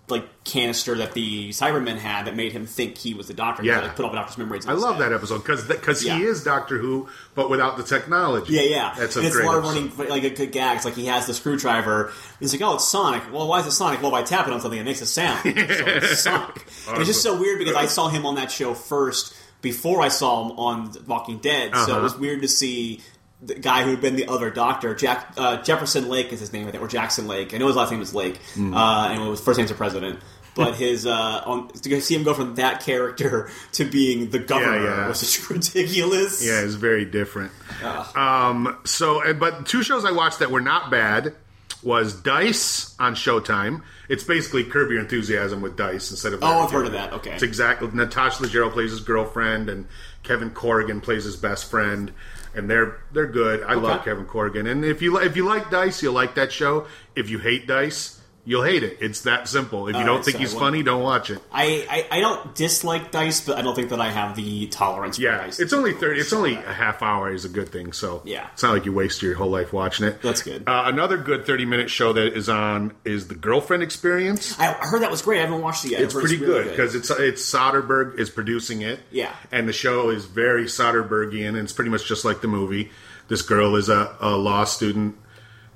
[SPEAKER 2] like canister that the Cybermen had that made him think he was the doctor. He
[SPEAKER 1] Yeah.
[SPEAKER 2] like, put all the doctor's memories.
[SPEAKER 1] I love that episode because because
[SPEAKER 2] Yeah.
[SPEAKER 1] he is Doctor Who, but without the technology.
[SPEAKER 2] Yeah, yeah.
[SPEAKER 1] That's a
[SPEAKER 2] and it's
[SPEAKER 1] great.
[SPEAKER 2] a lot of
[SPEAKER 1] episode.
[SPEAKER 2] running like a good gag. It's like he has the screwdriver. He's like, "Oh, it's Sonic." Well, why is it Sonic? Well, if I tap it on something, it makes a sound. So
[SPEAKER 1] [laughs]
[SPEAKER 2] it's Sonic. And it's just so weird because I saw him on that show first before I saw him on Walking Dead. So it
[SPEAKER 1] Uh-huh.
[SPEAKER 2] was weird to see the guy who had been the other Doctor, Jack uh, Jefferson Lake is his name, I think, or Jackson Lake. I know his last name is Lake,
[SPEAKER 1] Hmm.
[SPEAKER 2] uh, and his first name's a president. But
[SPEAKER 1] [laughs]
[SPEAKER 2] his uh, on, to see him go from that character [laughs] to being the governor
[SPEAKER 1] yeah.
[SPEAKER 2] was just [laughs] ridiculous.
[SPEAKER 1] Yeah, it's very different.
[SPEAKER 2] Ah.
[SPEAKER 1] Um, so, and- but two shows I watched that were not bad was Dice on Showtime. It's basically Curb Your Enthusiasm with Dice instead of.
[SPEAKER 2] Oh, I've heard of that. Okay.
[SPEAKER 1] It's exactly Natasha Leggero plays his girlfriend, and Kevin Corrigan plays his best friend, and they're they're good. I love Kevin Corrigan, and if you li- if you like Dice, you'll like that show. If you hate Dice, you'll hate it. It's that simple. If you don't
[SPEAKER 2] right,
[SPEAKER 1] think
[SPEAKER 2] so I
[SPEAKER 1] he's
[SPEAKER 2] won't-
[SPEAKER 1] funny, don't watch it.
[SPEAKER 2] I, I, I don't dislike dice, but I don't think that I have the tolerance. for
[SPEAKER 1] Yeah,
[SPEAKER 2] dice.
[SPEAKER 1] it's only thirty. It's only a half hour is a good thing. So
[SPEAKER 2] Yeah.
[SPEAKER 1] it's not like you waste your whole life watching it.
[SPEAKER 2] That's good.
[SPEAKER 1] Uh, another good thirty-minute show that is on is the Girlfriend Experience.
[SPEAKER 2] I I heard that was great. I haven't watched it yet.
[SPEAKER 1] It's
[SPEAKER 2] I've heard
[SPEAKER 1] pretty
[SPEAKER 2] really
[SPEAKER 1] good because it's it's Soderbergh is producing it.
[SPEAKER 2] Yeah.
[SPEAKER 1] and the show is very Soderberghian, and it's pretty much just like the movie. This girl is a, a law student,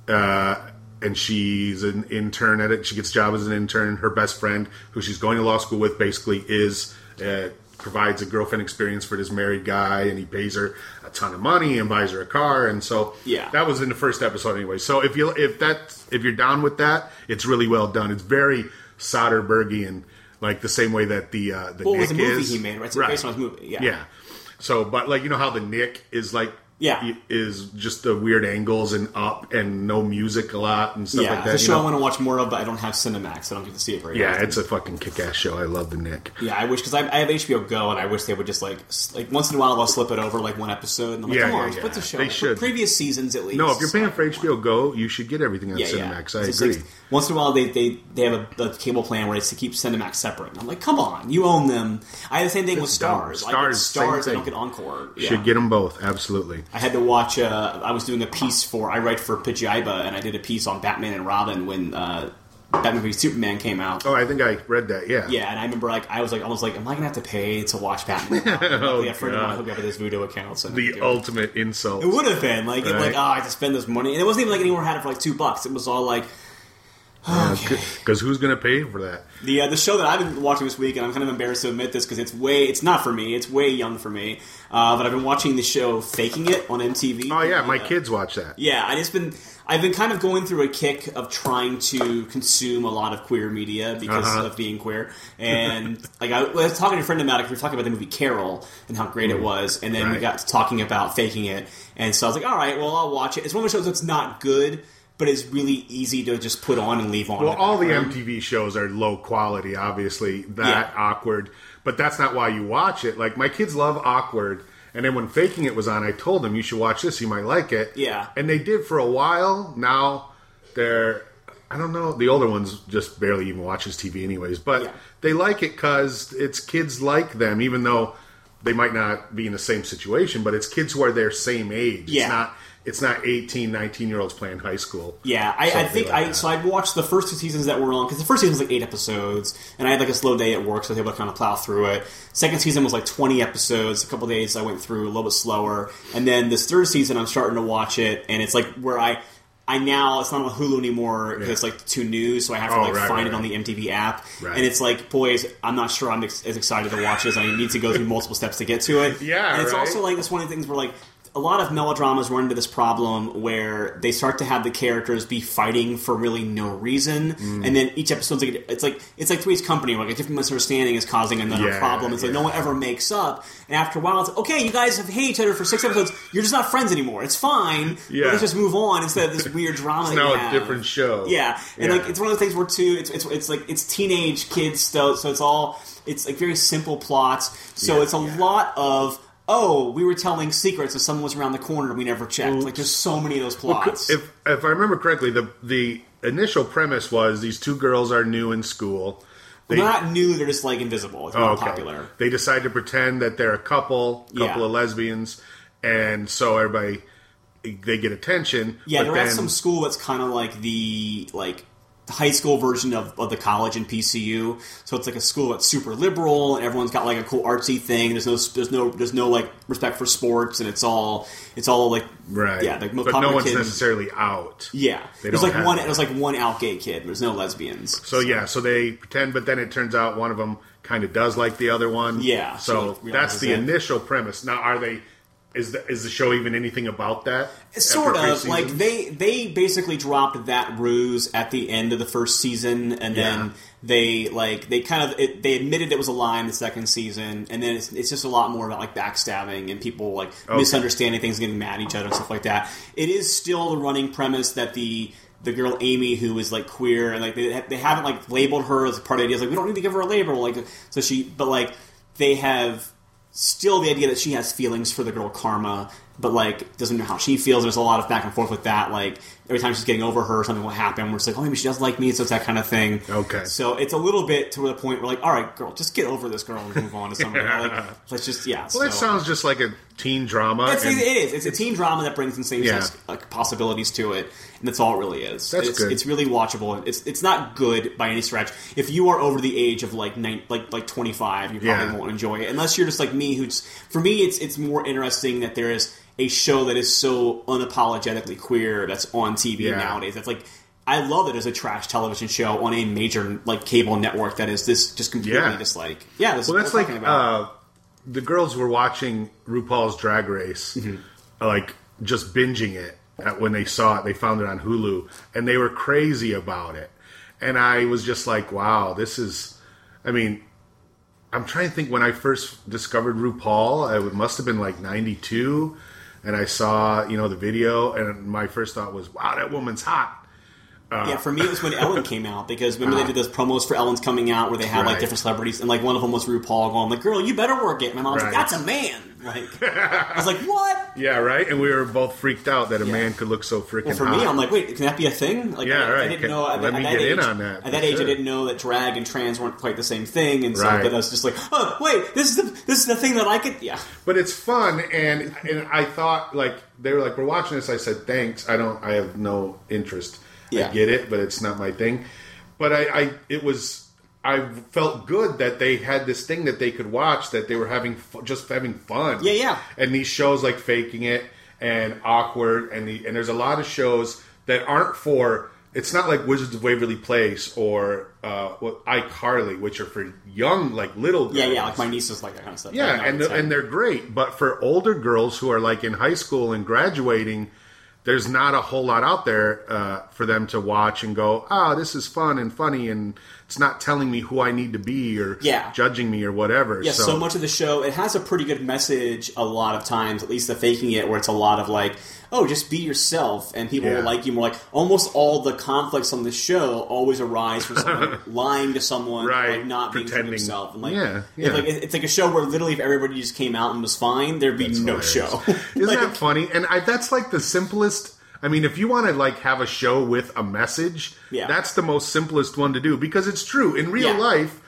[SPEAKER 1] uh, and she's an intern at it. She gets a job as an intern. Her best friend, who she's going to law school with, basically is uh, provides a girlfriend experience for this married guy, and he pays her a ton of money and buys her a car. And so,
[SPEAKER 2] Yeah.
[SPEAKER 1] that was in the first episode anyway. So if you if that if you're down with that, it's really well done. It's very Soderberghian. Like the same way that the uh, the
[SPEAKER 2] Well,
[SPEAKER 1] Nick
[SPEAKER 2] it was a movie
[SPEAKER 1] is
[SPEAKER 2] he made, right? It's based on his movie. Yeah.
[SPEAKER 1] yeah. So, but like you know how the Nick is like
[SPEAKER 2] Yeah.
[SPEAKER 1] i- is just the weird angles and up and no music a lot and stuff
[SPEAKER 2] Yeah,
[SPEAKER 1] like that.
[SPEAKER 2] it's a
[SPEAKER 1] you
[SPEAKER 2] show I
[SPEAKER 1] know?
[SPEAKER 2] want to watch more of, but I don't have Cinemax. I don't get to see it very
[SPEAKER 1] yeah,
[SPEAKER 2] often.
[SPEAKER 1] it's a fucking kick-ass show. I love the Nick.
[SPEAKER 2] yeah. I wish because I, I have HBO Go, and I wish they would just like s- like once in a while they'll slip it over like one episode. And I'm like,
[SPEAKER 1] Yeah,
[SPEAKER 2] come
[SPEAKER 1] yeah,
[SPEAKER 2] on,
[SPEAKER 1] yeah.
[SPEAKER 2] what's the show?
[SPEAKER 1] They
[SPEAKER 2] Like,
[SPEAKER 1] should.
[SPEAKER 2] previous seasons at least.
[SPEAKER 1] No, if you're paying for HBO Go, you should get everything on Cinemax. I
[SPEAKER 2] It's just
[SPEAKER 1] agree.
[SPEAKER 2] like, once in a while, they, they, they have a, a cable plan where it's to keep Cinemax separate. And I'm like, come on, you own them. I had the same thing with
[SPEAKER 1] dumb.
[SPEAKER 2] Stars. I get
[SPEAKER 1] Stars, same
[SPEAKER 2] Stars, I don't
[SPEAKER 1] thing.
[SPEAKER 2] get Encore. Yeah.
[SPEAKER 1] Should get them both. Absolutely.
[SPEAKER 2] I had to watch. Uh, I was doing a piece for. I write for Pajiba, and I did a piece on Batman and Robin when uh, Batman v Superman came out.
[SPEAKER 1] Oh, I think I read that. Yeah.
[SPEAKER 2] Yeah, and I remember like I was like almost like, am I gonna have to pay to
[SPEAKER 1] [laughs]
[SPEAKER 2] watch Batman? And Robin? Luckily, a friend of mine hooked me up with his Voodoo account. So I didn't do
[SPEAKER 1] Oh, The
[SPEAKER 2] it.
[SPEAKER 1] ultimate insult.
[SPEAKER 2] It would have been like it, like
[SPEAKER 1] Right.
[SPEAKER 2] oh, I have to spend this money, and it wasn't even like anyone had it for like two bucks. It was all like
[SPEAKER 1] Because Uh, who's going to pay for that?
[SPEAKER 2] The uh, the show that I've been watching this week, and I'm kind of embarrassed to admit this because it's way it's not for me. It's way young for me. Uh, but I've been watching the show Faking It on MTV.
[SPEAKER 1] Oh yeah, my kids watch that.
[SPEAKER 2] Uh, Yeah, I just been I've been kind of going through a kick of trying to consume a lot of queer media because
[SPEAKER 1] Uh-huh.
[SPEAKER 2] of being queer,
[SPEAKER 1] [laughs]
[SPEAKER 2] and like I was talking to a friend about it. 'cause We were talking about the movie Carol and how great it was, and then we
[SPEAKER 1] Mm. Right.
[SPEAKER 2] got to talking about faking it, and so I was like, all right, well I'll watch it. It's one of the shows that's not good, but it's really easy to just put on and leave on.
[SPEAKER 1] Well,
[SPEAKER 2] in
[SPEAKER 1] all the
[SPEAKER 2] background.
[SPEAKER 1] MTV shows are low quality, obviously. That
[SPEAKER 2] Yeah.
[SPEAKER 1] awkward, but that's not why you watch it. Like my kids love awkward, and then when Faking It was on, I told them you should watch this. You might like it.
[SPEAKER 2] Yeah.
[SPEAKER 1] and they did for a while. Now they're, I don't know, the older ones just barely even watches TV, anyways. But
[SPEAKER 2] Yeah.
[SPEAKER 1] they like it because it's kids like them, even though they might not be in the same situation. But it's kids who are their same age.
[SPEAKER 2] Yeah.
[SPEAKER 1] It's not. It's not 18, 19 year olds playing high school.
[SPEAKER 2] Yeah, I, I
[SPEAKER 1] Something
[SPEAKER 2] think
[SPEAKER 1] like
[SPEAKER 2] I
[SPEAKER 1] that.
[SPEAKER 2] so I watched the first two seasons that were on because the first season was like eight episodes, and I had like a slow day at work, so I was able to kind of plow through it. Second season was like twenty episodes. A couple days I went through a little bit slower, and then this third season I'm starting to watch it, and it's like where I. I now it's not on Hulu anymore because it's like too new, so I have to
[SPEAKER 1] Oh,
[SPEAKER 2] like
[SPEAKER 1] right, right,
[SPEAKER 2] find it on the MTV app,
[SPEAKER 1] Right.
[SPEAKER 2] and it's like, boys, I'm not sure I'm ex- as excited to watch this. I need to go through multiple steps to get to it.
[SPEAKER 1] Yeah,
[SPEAKER 2] and it's
[SPEAKER 1] right.
[SPEAKER 2] also like it's one of the things where like a lot of melodramas run into this problem where they start to have the characters be fighting for really no reason,
[SPEAKER 1] Mm.
[SPEAKER 2] and then each episode's like it's like it's like Three's Company, where like a different misunderstanding is causing another
[SPEAKER 1] Yeah,
[SPEAKER 2] problem, and so no
[SPEAKER 1] yeah.
[SPEAKER 2] one ever makes up. And after a while, it's like, okay, you guys have hated each other for six episodes, you're just not friends anymore. It's fine. but
[SPEAKER 1] Yeah.
[SPEAKER 2] let's just move on instead of this weird drama. that
[SPEAKER 1] now
[SPEAKER 2] you
[SPEAKER 1] a
[SPEAKER 2] have.
[SPEAKER 1] different show.
[SPEAKER 2] Yeah, and
[SPEAKER 1] Yeah.
[SPEAKER 2] like it's one of the things where too, it's it's, it's like it's teenage kids still, so it's all it's like very simple plots. So
[SPEAKER 1] Yeah,
[SPEAKER 2] it's a
[SPEAKER 1] yeah.
[SPEAKER 2] lot of oh, we were telling secrets if someone was around the corner and we never checked. Like there's so many of those plots.
[SPEAKER 1] If if I remember correctly, the the initial premise was these two girls are new in school. Um,
[SPEAKER 2] They're not new. They're just like invisible. It's
[SPEAKER 1] Oh,
[SPEAKER 2] not Oh, popular.
[SPEAKER 1] They decide to pretend that they're a couple, couple
[SPEAKER 2] Yeah.
[SPEAKER 1] of lesbians, and so everybody they get attention.
[SPEAKER 2] Yeah,
[SPEAKER 1] but
[SPEAKER 2] they're at
[SPEAKER 1] then-
[SPEAKER 2] some school that's kind of like the like high school version of, of the college in PCU. So it's like a school that's super liberal, and everyone's got like a cool artsy thing. There's no there's no there's no like respect for sports, and it's all it's all like
[SPEAKER 1] right.
[SPEAKER 2] yeah, like most
[SPEAKER 1] but no
[SPEAKER 2] popular
[SPEAKER 1] one's
[SPEAKER 2] kid-
[SPEAKER 1] necessarily out.
[SPEAKER 2] yeah.
[SPEAKER 1] They
[SPEAKER 2] There's
[SPEAKER 1] don't
[SPEAKER 2] like
[SPEAKER 1] have
[SPEAKER 2] one
[SPEAKER 1] that.
[SPEAKER 2] there's like one out gay kid. There's no lesbians.
[SPEAKER 1] So yeah, so they pretend, but then it turns out one of them kind of does like the other one.
[SPEAKER 2] Yeah,
[SPEAKER 1] So
[SPEAKER 2] she realizes
[SPEAKER 1] that's the
[SPEAKER 2] it.
[SPEAKER 1] initial premise. Now, are they? Is the is the show even anything about that?
[SPEAKER 2] sort
[SPEAKER 1] After
[SPEAKER 2] of
[SPEAKER 1] preseason?
[SPEAKER 2] like they they basically dropped that ruse at the end of the first season and
[SPEAKER 1] Yeah.
[SPEAKER 2] then they like they kind of it, they admitted it was a lie in the second season and then it's, it's just a lot more about like backstabbing and people like misunderstanding things getting mad at each other and stuff like that it is still the running premise that the the girl Amy who is like queer and like they, they haven't like labeled her as part of the idea It's like we don't need to give her a label like so she but like they have still the idea that she has feelings for the girl Karma, but like doesn't know how she feels. There's a lot of back and forth with that. Like every time she's getting over her, something will happen. We're just like, oh, maybe she does like me, so it's that kind of thing.
[SPEAKER 1] Okay.
[SPEAKER 2] So it's a little bit to the point where like, all right, girl, just get over this girl and move on to
[SPEAKER 1] [laughs]
[SPEAKER 2] something. like, let's just yeah.
[SPEAKER 1] Well, that
[SPEAKER 2] so-
[SPEAKER 1] sounds just like a teen drama.
[SPEAKER 2] It's, it
[SPEAKER 1] and-
[SPEAKER 2] is. It's a teen drama that brings in same
[SPEAKER 1] Yeah.
[SPEAKER 2] sex like, possibilities to it, and that's all it really is.
[SPEAKER 1] That's
[SPEAKER 2] it's,
[SPEAKER 1] good.
[SPEAKER 2] it's really watchable. It's it's not good by any stretch. If you are over the age of like nine, like like twenty five, you probably
[SPEAKER 1] Yeah.
[SPEAKER 2] won't enjoy it. Unless you're just like me, who's for me, it's it's more interesting that there is a show that is so unapologetically queer that's on TV
[SPEAKER 1] Yeah.
[SPEAKER 2] nowadays. That's like. I love that there's a trash television show on a major like cable network that is this just completely
[SPEAKER 1] Yeah.
[SPEAKER 2] just like yeah. This
[SPEAKER 1] Well,
[SPEAKER 2] is
[SPEAKER 1] that's
[SPEAKER 2] what we're
[SPEAKER 1] like
[SPEAKER 2] talking about.
[SPEAKER 1] uh, the girls were watching RuPaul's Drag Race,
[SPEAKER 2] Mm-hmm.
[SPEAKER 1] like just binging it at, when they saw it. They found it on Hulu, and they were crazy about it. And I was just like, "Wow, this is." I mean, I'm trying to think when I first discovered RuPaul. It must have been like '92, and I saw you know the video, and my first thought was, "Wow, that woman's hot." Oh.
[SPEAKER 2] Yeah, for me it was when Ellen came out because remember they did those promos for Ellen's coming out where they had like
[SPEAKER 1] Right.
[SPEAKER 2] different celebrities and like one of them was RuPaul going like, "Girl, you better work it." And my mom's
[SPEAKER 1] Right.
[SPEAKER 2] like, "That's a man."
[SPEAKER 1] [laughs]
[SPEAKER 2] Like, I was like, "What?"
[SPEAKER 1] Yeah, right. And we were both freaked out that a man could look so freaking
[SPEAKER 2] Well, for
[SPEAKER 1] hot.
[SPEAKER 2] me, I'm like, "Wait, can that be a thing?" Like,
[SPEAKER 1] Yeah,
[SPEAKER 2] I,
[SPEAKER 1] right.
[SPEAKER 2] I didn't know. At,
[SPEAKER 1] Let
[SPEAKER 2] at
[SPEAKER 1] me
[SPEAKER 2] that
[SPEAKER 1] get
[SPEAKER 2] age,
[SPEAKER 1] in on that,
[SPEAKER 2] At that
[SPEAKER 1] for
[SPEAKER 2] age,
[SPEAKER 1] sure.
[SPEAKER 2] I didn't know that drag and trans weren't quite the same thing, and so
[SPEAKER 1] Right.
[SPEAKER 2] but I was just like, "Oh, wait, this is the this is the thing that I could." Yeah,
[SPEAKER 1] but it's fun and and I thought like they were like we're watching this I said thanks I don't I have no interest I
[SPEAKER 2] Yeah.
[SPEAKER 1] get it but it's not my thing but I, I it was I felt good that they had this thing that they could watch that they were having fu- just having fun
[SPEAKER 2] Yeah, yeah.
[SPEAKER 1] and these shows like faking it and awkward and the and there's a lot of shows that aren't for it's not like Wizards of Waverly Place or uh, what iCarly, which are for young, like little girls.
[SPEAKER 2] yeah, yeah. Like my niece was like that kind of stuff.
[SPEAKER 1] Yeah,
[SPEAKER 2] Like, nine
[SPEAKER 1] and the,
[SPEAKER 2] ten.
[SPEAKER 1] and they're great, but for older girls who are like in high school and graduating, there's not a whole lot out there uh, for them to watch and go, "Ah, this is fun and funny," and it's not telling me who I need to be or
[SPEAKER 2] Yeah.
[SPEAKER 1] judging me or whatever.
[SPEAKER 2] Yeah, so, much of the show it has a pretty good message a lot of times, at least the faking it, where it's a lot of like, oh, just be yourself, and people
[SPEAKER 1] Yeah.
[SPEAKER 2] will like you more. Like almost all the conflicts on the show always arise from someone
[SPEAKER 1] [laughs]
[SPEAKER 2] lying to someone,
[SPEAKER 1] Right,
[SPEAKER 2] like not being true to
[SPEAKER 1] pretending.
[SPEAKER 2] himself, and like,
[SPEAKER 1] Yeah,
[SPEAKER 2] it's
[SPEAKER 1] yeah.
[SPEAKER 2] like- it's like a show where literally if everybody just came out and was fine, there'd be no
[SPEAKER 1] hilarious.
[SPEAKER 2] show. [laughs]
[SPEAKER 1] [laughs] Isn't
[SPEAKER 2] Like,
[SPEAKER 1] that funny? And I, that's like the simplest. I mean, if you want to like have a show with a message,
[SPEAKER 2] Yeah.
[SPEAKER 1] that's the most simplest one to do because it's true in real
[SPEAKER 2] Yeah.
[SPEAKER 1] life.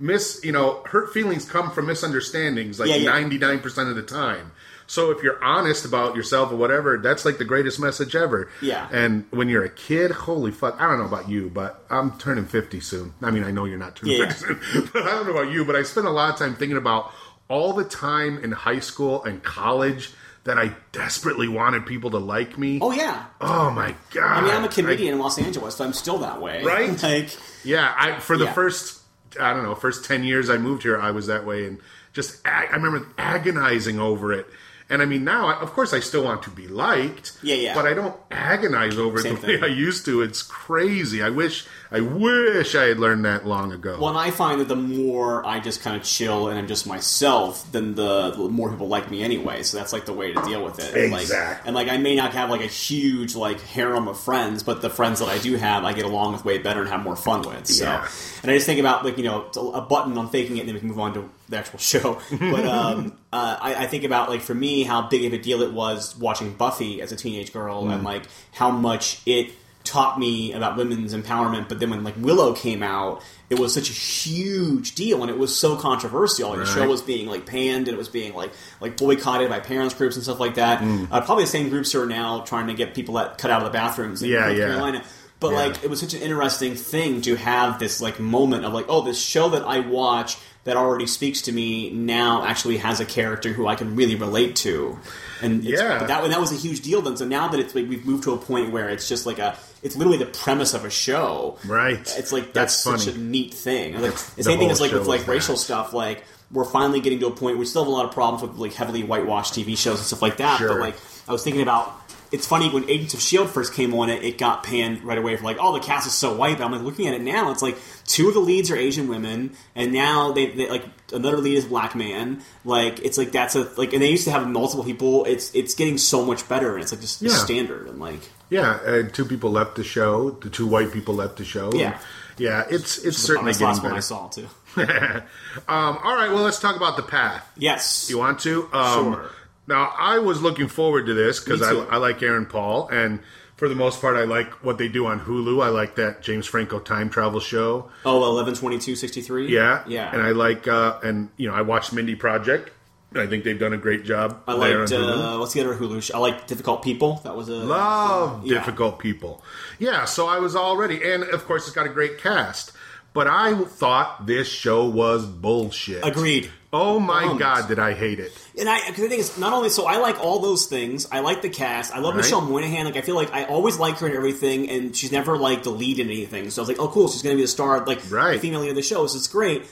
[SPEAKER 1] Miss, you know, hurt feelings come from misunderstandings
[SPEAKER 2] Yeah,
[SPEAKER 1] like
[SPEAKER 2] yeah.
[SPEAKER 1] ninety nine percent of the time. So if you're honest about yourself or whatever, that's like the greatest message ever.
[SPEAKER 2] Yeah.
[SPEAKER 1] And when you're a kid, holy fuck, I don't know about you, but I'm turning fifty soon. I mean, I know you're not turning
[SPEAKER 2] Yeah.
[SPEAKER 1] 50 soon [laughs] but I don't know about you, but I spent a lot of time thinking about all the time in high school and college that I desperately wanted people to like me.
[SPEAKER 2] oh yeah,
[SPEAKER 1] Oh, my god!
[SPEAKER 2] I mean I'm a comedian in Los Angeles, so I'm still that way,
[SPEAKER 1] Right?
[SPEAKER 2] [laughs] Like,
[SPEAKER 1] yeah, I for the
[SPEAKER 2] Yeah.
[SPEAKER 1] first I don't know first ten years I moved here, I was that way, and just ag- I remember agonizing over it. And I mean, now I, of course I still want to be liked,
[SPEAKER 2] Yeah, yeah.
[SPEAKER 1] but I don't agonize over
[SPEAKER 2] Same
[SPEAKER 1] it the way
[SPEAKER 2] thing.
[SPEAKER 1] I used to. It's crazy. I wish I wish I had learned that long ago.
[SPEAKER 2] Well, and I find that the more I just kind of chill and I'm just myself, then the, the more people like me anyway. So that's like the way to deal with it. And, like-
[SPEAKER 1] Exactly.
[SPEAKER 2] and like I may not have like a huge like harem of friends, but the friends that I do have, I get along with way better and have more fun with. So,
[SPEAKER 1] Yeah.
[SPEAKER 2] and I just think about like you know a button on faking it, and then we can move on to the actual [laughs] show. But um, uh, I, I think about like for
[SPEAKER 1] Mm.
[SPEAKER 2] me how big of a deal it was watching Buffy as a teenage girl, and like how much it taught me about women's empowerment. But then when like Willow came out, it was such a huge deal, and it was so controversial. Like, The show
[SPEAKER 1] Right.
[SPEAKER 2] was being like panned, and it was being like like boycotted by parents groups and stuff like that.
[SPEAKER 1] Mm.
[SPEAKER 2] Uh, probably the same groups who are now trying to get people that cut out of the bathrooms. In
[SPEAKER 1] Yeah,
[SPEAKER 2] North
[SPEAKER 1] yeah.
[SPEAKER 2] Carolina. But
[SPEAKER 1] Yeah.
[SPEAKER 2] like, it was such an interesting thing to have this like moment of like, oh, this show that I watch that already speaks to me now actually has a character who I can really relate to, and it's-
[SPEAKER 1] Yeah.
[SPEAKER 2] but that that was a huge deal then. So now that it's like we've moved to a point where it's just like a, it's literally the premise of a show,
[SPEAKER 1] Right.
[SPEAKER 2] It's like that's,
[SPEAKER 1] That's
[SPEAKER 2] such a
[SPEAKER 1] funny.
[SPEAKER 2] neat thing. Like, the
[SPEAKER 1] The
[SPEAKER 2] same thing
[SPEAKER 1] whole
[SPEAKER 2] as like
[SPEAKER 1] show
[SPEAKER 2] with like
[SPEAKER 1] is
[SPEAKER 2] racial
[SPEAKER 1] that.
[SPEAKER 2] stuff, like. We're finally getting to a point. We still have a lot of problems with like heavily whitewashed TV shows and stuff like that. But
[SPEAKER 1] Sure.
[SPEAKER 2] like, I was thinking about. It's funny when Agents of Shield E first came on, it, it got panned right away for like, oh, the cast is so white. But I'm like looking at it now, it's like two of the leads are Asian women, and now they, they like another lead is a black man. Like it's like that's a like, and they used to have multiple people. It's it's getting so much better, and it's like just the
[SPEAKER 1] Yeah.
[SPEAKER 2] standard and like
[SPEAKER 1] Yeah, and two people left the show. The two white people left the show.
[SPEAKER 2] Yeah.
[SPEAKER 1] And, yeah. It's it's
[SPEAKER 2] the
[SPEAKER 1] certainly
[SPEAKER 2] last
[SPEAKER 1] getting
[SPEAKER 2] one I
[SPEAKER 1] better.
[SPEAKER 2] saw too.
[SPEAKER 1] [laughs] Um, all right, well, let's talk about the path.
[SPEAKER 2] Yes,
[SPEAKER 1] You want to? Um,
[SPEAKER 2] Sure.
[SPEAKER 1] Now, I was looking forward to this because
[SPEAKER 2] Me
[SPEAKER 1] I,
[SPEAKER 2] too.
[SPEAKER 1] I like Aaron Paul, and for the most part, I like what they do on Hulu. I like that James Franco time travel show.
[SPEAKER 2] oh, 11, 22, 63?
[SPEAKER 1] Yeah,
[SPEAKER 2] yeah.
[SPEAKER 1] And I like, uh, and you know, I watched Mindy Project. I think they've done a great job.
[SPEAKER 2] I
[SPEAKER 1] there
[SPEAKER 2] liked
[SPEAKER 1] on Hulu.
[SPEAKER 2] uh, what's the other Hulu show? I like Difficult People. That was a
[SPEAKER 1] love
[SPEAKER 2] Yeah.
[SPEAKER 1] difficult people. Yeah, so I was already, and of course, it's got a great cast. But I thought this show was bullshit.
[SPEAKER 2] Agreed.
[SPEAKER 1] Oh my
[SPEAKER 2] Bumped.
[SPEAKER 1] god, did I hate it?
[SPEAKER 2] And I, because the thing is, not only so I like all those things. I like the cast. I love
[SPEAKER 1] Right.
[SPEAKER 2] Michelle Moynihan. Like I feel like I always like her in everything, and she's never like the lead in anything. So I was like, oh, cool, she's going to be the star, like the
[SPEAKER 1] Right.
[SPEAKER 2] female lead of the show. So it's great.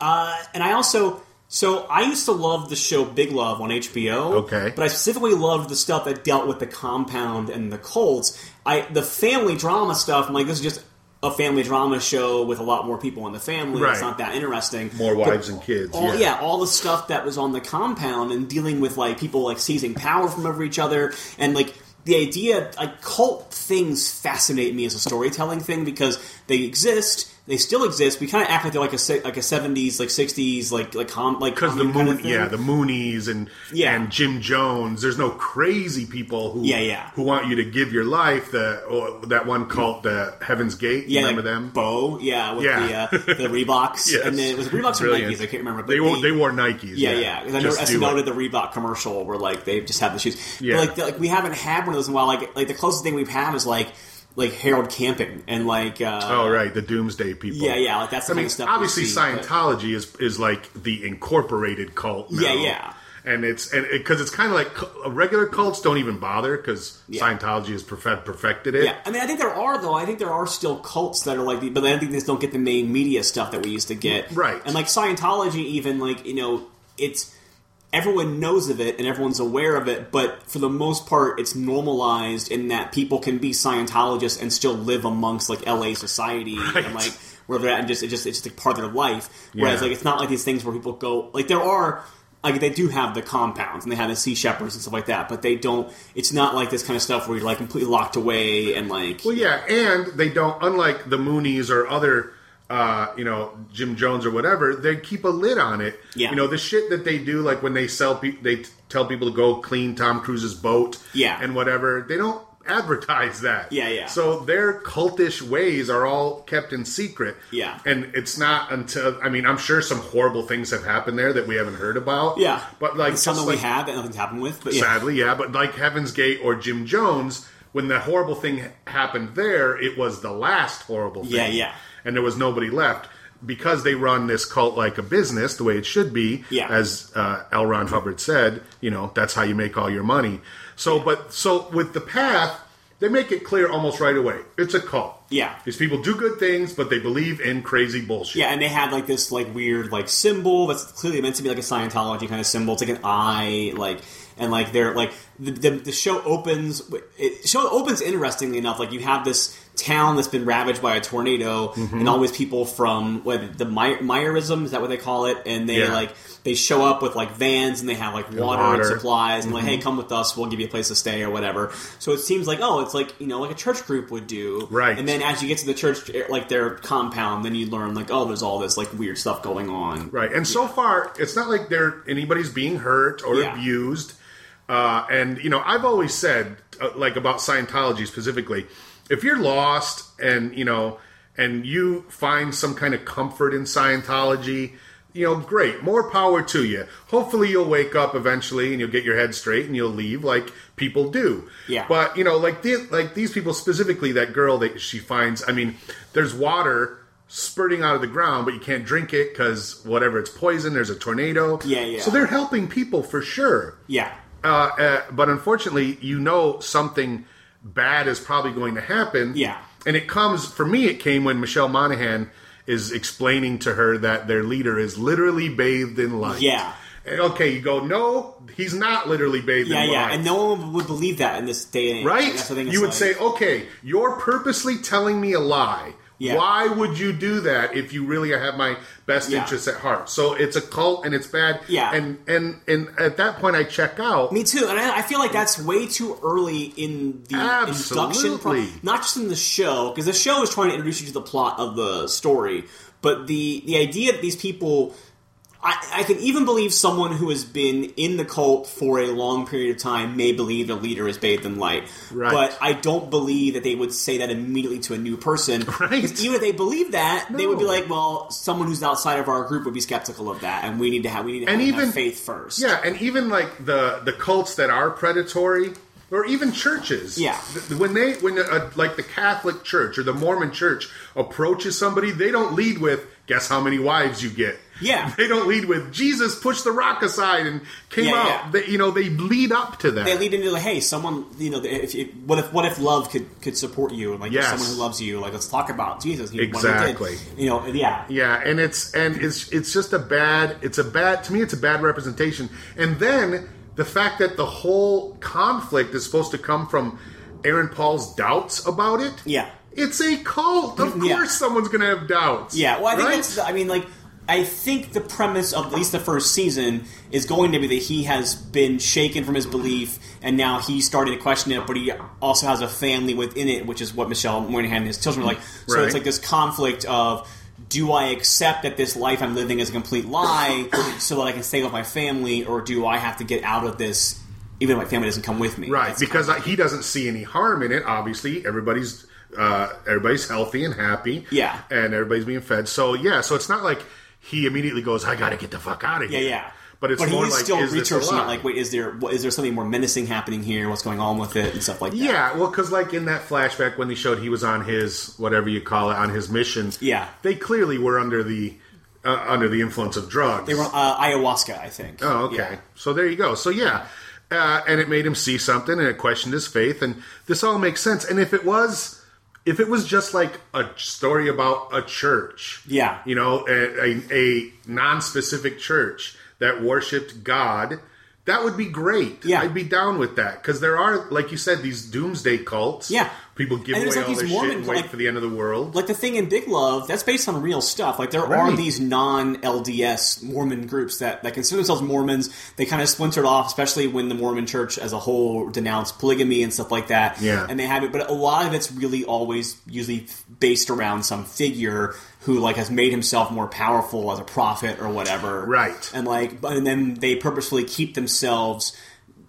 [SPEAKER 2] Uh, and I also, so I used to love the show Big Love on HBO.
[SPEAKER 1] Okay.
[SPEAKER 2] but I specifically loved the stuff that dealt with the compound and the cults. I the family drama stuff. I'm like, this is just. A family drama show with a lot more people in the family. It's
[SPEAKER 1] Right.
[SPEAKER 2] not that interesting.
[SPEAKER 1] More
[SPEAKER 2] But
[SPEAKER 1] wives and kids.
[SPEAKER 2] all,
[SPEAKER 1] yeah.
[SPEAKER 2] yeah. all the stuff that was on the compound and dealing with like people like seizing power from over each other and like the idea like cult things fascinate me as a storytelling thing because they exist they still exist we kind of act like they're like a se- like a 70s like 60s like like com like
[SPEAKER 1] Because the
[SPEAKER 2] commune kind
[SPEAKER 1] moon,
[SPEAKER 2] of thing.
[SPEAKER 1] yeah, the Moonies and
[SPEAKER 2] Yeah.
[SPEAKER 1] and Jim Jones. There's no crazy people who
[SPEAKER 2] Yeah, yeah.
[SPEAKER 1] who want you to give your life. The or that one cult, the Heaven's Gate.
[SPEAKER 2] yeah,
[SPEAKER 1] remember
[SPEAKER 2] like
[SPEAKER 1] them?
[SPEAKER 2] Bo, yeah, with
[SPEAKER 1] Yeah.
[SPEAKER 2] the uh, the
[SPEAKER 1] [laughs]
[SPEAKER 2] Reeboks,
[SPEAKER 1] Yes.
[SPEAKER 2] and then it was Reeboks or
[SPEAKER 1] Brilliant.
[SPEAKER 2] Nikes, I can't remember. but
[SPEAKER 1] They wore they wore Nikes.
[SPEAKER 2] Yeah, yeah. Because I
[SPEAKER 1] Just do
[SPEAKER 2] know SNL
[SPEAKER 1] it.
[SPEAKER 2] did the Reebok commercial where like they just have the shoes.
[SPEAKER 1] Yeah.
[SPEAKER 2] But, like, the, like we haven't had one of those in a while. Like like the closest thing we've had is like like Harold Camping and like uh,
[SPEAKER 1] Oh right, the Doomsday people.
[SPEAKER 2] yeah yeah like that's
[SPEAKER 1] I
[SPEAKER 2] the kind
[SPEAKER 1] mean,
[SPEAKER 2] of stuff. we
[SPEAKER 1] obviously,
[SPEAKER 2] see, but-
[SPEAKER 1] Scientology is is like the incorporated cult. Now.
[SPEAKER 2] Yeah, yeah.
[SPEAKER 1] And it's and because it's kind of like cu- regular cults don't even bother because
[SPEAKER 2] Yeah.
[SPEAKER 1] Scientology has perfect, perfected it.
[SPEAKER 2] Yeah, I mean, I think there are though. I think there are still cults that are like, the, but I think they just don't get the main media stuff that we used to get.
[SPEAKER 1] Right.
[SPEAKER 2] and like Scientology, even like you know, it's everyone knows of it and everyone's aware of it, but for the most part, it's normalized in that people can be Scientologists and still live amongst like LA society and
[SPEAKER 1] Right.
[SPEAKER 2] like where they're at, and just it just it's just a part of their life. Whereas
[SPEAKER 1] Yeah.
[SPEAKER 2] like it's not like these things where people go like there are. Like they do have the compounds and they have the sea shepherds and stuff like that, but they don't. It's not like this kind of stuff where you're like completely locked away and like
[SPEAKER 1] Well, yeah, and they don't. Unlike the Moonies or other, uh, you know, Jim Jones or whatever, they keep a lid on it.
[SPEAKER 2] Yeah.
[SPEAKER 1] You know, the shit that they do, like when they sell, pe- they t- tell people to go clean Tom Cruise's boat.
[SPEAKER 2] Yeah.
[SPEAKER 1] And whatever, they don't advertise that.
[SPEAKER 2] Yeah, yeah.
[SPEAKER 1] So their cultish ways are all kept in secret.
[SPEAKER 2] Yeah.
[SPEAKER 1] And it's not until I mean, I'm sure some horrible things have happened there that we haven't heard about.
[SPEAKER 2] yeah.
[SPEAKER 1] But like
[SPEAKER 2] It's something
[SPEAKER 1] just, like,
[SPEAKER 2] we have that nothing's happened with, but yeah.
[SPEAKER 1] sadly, yeah. But like Heaven's Gate or Jim Jones, when the horrible thing happened there, it was the last horrible thing.
[SPEAKER 2] Yeah, yeah.
[SPEAKER 1] And there was nobody left because they run this cult like a business, the way it should be.
[SPEAKER 2] Yeah.
[SPEAKER 1] As uh, L. Ron Hubbard said, you know, that's how you make all your money. So, but so with the path. They make it clear almost right away. It's a cult.
[SPEAKER 2] Yeah.
[SPEAKER 1] These people do good things, but they believe in crazy bullshit.
[SPEAKER 2] Yeah, and they had like this like weird like symbol that's clearly meant to be like a Scientology kind of symbol. It's like an eye, like and like they're like the, the, the show opens. It show opens interestingly enough. Like you have this town that's been ravaged by a tornado,
[SPEAKER 1] Mm-hmm.
[SPEAKER 2] and all these people from what the My- Myerism is that what they call it, and they
[SPEAKER 1] Yeah.
[SPEAKER 2] like they show up with like vans and they have like water, and
[SPEAKER 1] water. Mm-hmm.
[SPEAKER 2] supplies and like hey come with us we'll give you a place to stay or whatever. So it seems like oh it's like you know like a church group would do
[SPEAKER 1] Right.
[SPEAKER 2] and then as you get to the church, like their compound, then you learn like, oh, there's all this like weird stuff going on.
[SPEAKER 1] Right, and so far, it's not like there anybody's being hurt or
[SPEAKER 2] Yeah.
[SPEAKER 1] abused. Uh, and you know, I've always said, uh, like about Scientology specifically, if you're lost and you know and you find some kind of comfort in Scientology, you know, great, more power to you. Hopefully, you'll wake up eventually and you'll get your head straight and you'll leave like people do.
[SPEAKER 2] Yeah.
[SPEAKER 1] But you know, like the, like these people specifically, that girl that she finds. I mean, there's water spurting out of the ground, but you can't drink it because whatever, it's poison. There's a tornado.
[SPEAKER 2] Yeah, yeah.
[SPEAKER 1] So they're helping people for sure.
[SPEAKER 2] Yeah.
[SPEAKER 1] Uh, uh, but unfortunately, you know something bad is probably going to happen.
[SPEAKER 2] Yeah.
[SPEAKER 1] And it comes for me. It came when Michelle Monaghan is explaining to her that their leader is literally bathed in light.
[SPEAKER 2] Yeah.
[SPEAKER 1] And, okay, you go. No, he's not literally bathed
[SPEAKER 2] Yeah,
[SPEAKER 1] in
[SPEAKER 2] yeah,
[SPEAKER 1] light.
[SPEAKER 2] and no one would believe that in this day and age.
[SPEAKER 1] Right?
[SPEAKER 2] That's the thing. it's
[SPEAKER 1] You would
[SPEAKER 2] like-
[SPEAKER 1] say, okay, you're purposely telling me a lie.
[SPEAKER 2] Yeah.
[SPEAKER 1] Why would you do that if you really have my best
[SPEAKER 2] Yeah.
[SPEAKER 1] interests at heart? So it's a cult and it's bad.
[SPEAKER 2] Yeah.
[SPEAKER 1] And and and at that point, I check out.
[SPEAKER 2] Me too, and I, I feel like that's way too early in the induction. Pro-
[SPEAKER 1] Absolutely.
[SPEAKER 2] not just in the show, because the show is trying to introduce you to the plot of the story, but the the idea that these people. I, I can even believe someone who has been in the cult for a long period of time may believe their leader is bathed in light.
[SPEAKER 1] Right.
[SPEAKER 2] But I don't believe that they would say that immediately to a new person.
[SPEAKER 1] [laughs] Right.
[SPEAKER 2] 'Cause Even if they believe that, they would be
[SPEAKER 1] No.
[SPEAKER 2] like, well, someone who's outside of our group would be skeptical of that, and we need to have we need to
[SPEAKER 1] And
[SPEAKER 2] have,
[SPEAKER 1] even-
[SPEAKER 2] faith first.
[SPEAKER 1] Yeah, and even like the the cults that are predatory, or even churches.
[SPEAKER 2] Yeah.
[SPEAKER 1] Th- when they when uh like the Catholic Church or the Mormon Church approaches somebody, they don't lead with "Guess how many wives you get."
[SPEAKER 2] Yeah.
[SPEAKER 1] [laughs] They don't lead with "Jesus pushed the rock aside and came
[SPEAKER 2] Yeah,
[SPEAKER 1] out."
[SPEAKER 2] yeah.
[SPEAKER 1] They, you know, they lead up to that.
[SPEAKER 2] they lead into like, hey, someone, you know, if, if what if what if love could could support you, and like there's
[SPEAKER 1] Yes.
[SPEAKER 2] someone who loves you, like let's talk about Jesus, you know, what
[SPEAKER 1] Exactly.
[SPEAKER 2] he did. you know, yeah,
[SPEAKER 1] Yeah, and it's and it's it's just a bad it's a bad to me it's a bad representation. And then the fact that the whole conflict is supposed to come from Aaron Paul's doubts about it.
[SPEAKER 2] Yeah.
[SPEAKER 1] It's a cult. Of
[SPEAKER 2] Yeah.
[SPEAKER 1] course someone's going to have doubts.
[SPEAKER 2] yeah. Well, I think
[SPEAKER 1] right?
[SPEAKER 2] that's, the- I mean, like, I think the premise of at least the first season is going to be that he has been shaken from his belief, and now he's starting to question it, but he also has a family within it, which is what Michelle Moynihan and his children are like. So
[SPEAKER 1] Right.
[SPEAKER 2] it's like this conflict of. Do I accept that this life I'm living is a complete lie [coughs] so that I can stay with my family, or do I have to get out of this even if my family doesn't come with me?
[SPEAKER 1] right
[SPEAKER 2] That's-
[SPEAKER 1] because I, he doesn't see any harm in it obviously everybody's uh, everybody's healthy and happy
[SPEAKER 2] Yeah.
[SPEAKER 1] and everybody's being fed so yeah so it's not like he immediately goes i gotta get the fuck out of
[SPEAKER 2] Yeah,
[SPEAKER 1] here
[SPEAKER 2] yeah.
[SPEAKER 1] but it's
[SPEAKER 2] but
[SPEAKER 1] more
[SPEAKER 2] he's
[SPEAKER 1] like
[SPEAKER 2] still
[SPEAKER 1] is this a
[SPEAKER 2] researching it.
[SPEAKER 1] lie?
[SPEAKER 2] Like, wait, is there what, is there something more menacing happening here? What's going on with it and stuff like that?
[SPEAKER 1] Yeah, well, because like in that flashback when they showed he was on his whatever you call it on his mission.
[SPEAKER 2] Yeah.
[SPEAKER 1] they clearly were under the uh, under the influence of drugs.
[SPEAKER 2] They were uh, ayahuasca, I think.
[SPEAKER 1] Oh, okay.
[SPEAKER 2] Yeah.
[SPEAKER 1] So there you go. So yeah, uh, and it made him see something, and it questioned his faith, and this all makes sense. And if it was, if it was just like a story about a church,
[SPEAKER 2] Yeah.
[SPEAKER 1] you know, a, a, a non-specific church that worshipped God, that would be great.
[SPEAKER 2] Yeah.
[SPEAKER 1] I'd be down with that because there are, like you said, these doomsday cults.
[SPEAKER 2] Yeah.
[SPEAKER 1] people give away
[SPEAKER 2] And there's, like,
[SPEAKER 1] all
[SPEAKER 2] these
[SPEAKER 1] their
[SPEAKER 2] Mormon,
[SPEAKER 1] shit and wait
[SPEAKER 2] like-
[SPEAKER 1] for the end of the world.
[SPEAKER 2] Like the thing in Big Love, that's based on real stuff. Like there are
[SPEAKER 1] Right.
[SPEAKER 2] these non-LDS Mormon groups that, that consider themselves Mormons. They kind of splintered off, especially when the Mormon Church as a whole denounced polygamy and stuff like that.
[SPEAKER 1] Yeah.
[SPEAKER 2] and they have it, but a lot of it's really always usually based around some figure who like has made himself more powerful as a prophet or whatever.
[SPEAKER 1] Right.
[SPEAKER 2] and like, but- and then they purposefully keep themselves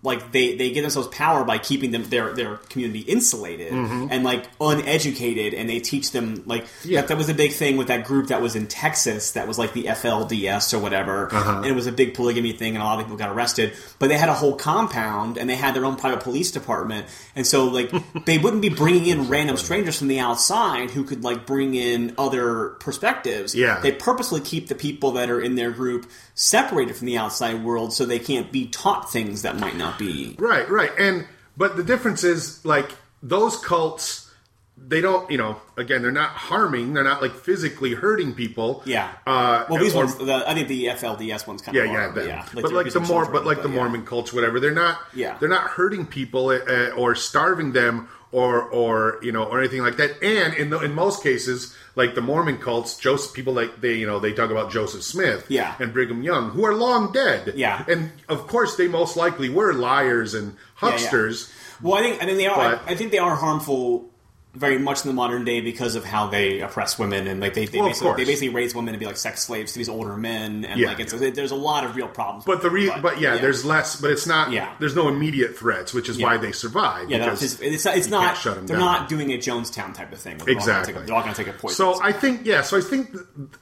[SPEAKER 2] like they they give themselves power by keeping them their their community insulated and like uneducated and they teach them like
[SPEAKER 1] Yeah.
[SPEAKER 2] that, that was a big thing with that group that was in Texas that was like the FLDS or whatever and it was a big polygamy thing and a lot of people got arrested but they had a whole compound and they had their own private police department and so like they wouldn't be bringing in random strangers from the outside who could like bring in other perspectives
[SPEAKER 1] Yeah.
[SPEAKER 2] they purposely keep the people that are in their group separated from the outside world so they can't be taught things that might not be
[SPEAKER 1] Right, right. And but the difference is like those cults they don't, you know, again, they're not harming, they're not like physically hurting people.
[SPEAKER 2] yeah
[SPEAKER 1] Uh
[SPEAKER 2] well these
[SPEAKER 1] or-
[SPEAKER 2] ones the, i think the flds ones kind
[SPEAKER 1] yeah,
[SPEAKER 2] of
[SPEAKER 1] yeah,
[SPEAKER 2] are,
[SPEAKER 1] that-
[SPEAKER 2] yeah
[SPEAKER 1] but
[SPEAKER 2] they're
[SPEAKER 1] like the
[SPEAKER 2] abusing
[SPEAKER 1] more,
[SPEAKER 2] children,
[SPEAKER 1] but like the
[SPEAKER 2] yeah.
[SPEAKER 1] Mormon cults, whatever, they're not,
[SPEAKER 2] Yeah.
[SPEAKER 1] they're not hurting people uh, or starving them or or you know or anything like that. And in the, in most cases, like the Mormon cults, Joseph people like they you know they talk about Joseph Smith,
[SPEAKER 2] Yeah.
[SPEAKER 1] and Brigham Young, who are long dead,
[SPEAKER 2] Yeah.
[SPEAKER 1] and of course they most likely were liars and
[SPEAKER 2] yeah.
[SPEAKER 1] hucksters.
[SPEAKER 2] Well, I think I think they are.
[SPEAKER 1] But-
[SPEAKER 2] I, I think they are harmful very much in the modern day because of how they oppress women and like they they,
[SPEAKER 1] Well, of
[SPEAKER 2] basically,
[SPEAKER 1] course.
[SPEAKER 2] they basically raise women to be like sex slaves to these older men and
[SPEAKER 1] Yeah.
[SPEAKER 2] like it's there's a lot of real problems.
[SPEAKER 1] But the re- but, yeah, there's less, but it's not.
[SPEAKER 2] Yeah.
[SPEAKER 1] there's no immediate threats, which is why they survive.
[SPEAKER 2] yeah, they're not
[SPEAKER 1] because-
[SPEAKER 2] phys- it's not, it's
[SPEAKER 1] can't
[SPEAKER 2] not
[SPEAKER 1] shut 'em
[SPEAKER 2] they're
[SPEAKER 1] down.
[SPEAKER 2] not doing a Jonestown type of thing. where
[SPEAKER 1] Exactly.
[SPEAKER 2] they're all going to take a poison.
[SPEAKER 1] So I think, yeah. So I think,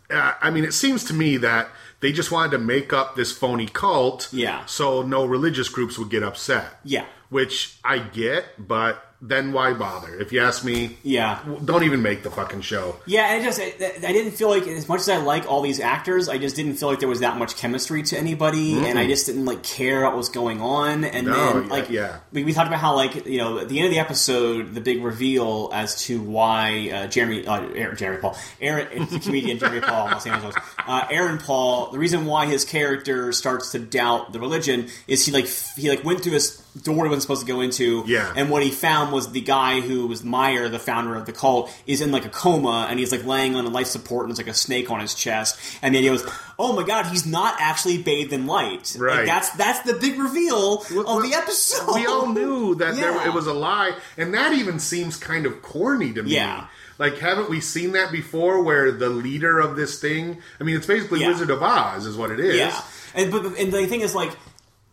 [SPEAKER 1] uh, I mean, it seems to me that they just wanted to make up this phony cult,
[SPEAKER 2] Yeah.
[SPEAKER 1] So no religious groups would get upset,
[SPEAKER 2] Yeah.
[SPEAKER 1] Which I get, but then why bother? If you ask me,
[SPEAKER 2] yeah,
[SPEAKER 1] w- don't even make the fucking show.
[SPEAKER 2] Yeah, and it just I, I didn't feel like as much as I like all these actors, I just didn't feel like there was that much chemistry to anybody, and I just didn't like care what was going on. And
[SPEAKER 1] Mm. No,
[SPEAKER 2] then
[SPEAKER 1] yeah,
[SPEAKER 2] like
[SPEAKER 1] yeah.
[SPEAKER 2] we, we talked about how like you know at the end of the episode, the big reveal as to why uh, Jeremy uh, Aaron, Jeremy Paul Aaron [laughs] it's the comedian Jeremy Paul in Los Angeles uh, Aaron Paul the reason why his character starts to doubt the religion is he like f- he like went through this door he wasn't supposed to go into
[SPEAKER 1] Yeah.
[SPEAKER 2] and what he found was the guy who was Meyer, the founder of the cult, is in like a coma and he's like laying on a life support and there's like a snake on his chest. And then he goes, "Oh my god, he's not actually bathed in light." Like,
[SPEAKER 1] Right.
[SPEAKER 2] that's that's the big reveal of
[SPEAKER 1] Well,
[SPEAKER 2] the episode.
[SPEAKER 1] We
[SPEAKER 2] [laughs]
[SPEAKER 1] all knew that
[SPEAKER 2] Yeah.
[SPEAKER 1] there, it was a lie, and that even seems kind of corny to me.
[SPEAKER 2] Yeah.
[SPEAKER 1] Like, haven't we seen that before? Where the leader of this thing, I mean, it's basically
[SPEAKER 2] Yeah.
[SPEAKER 1] Wizard of Oz, is what it is.
[SPEAKER 2] Yeah, and but but- and the thing is, like,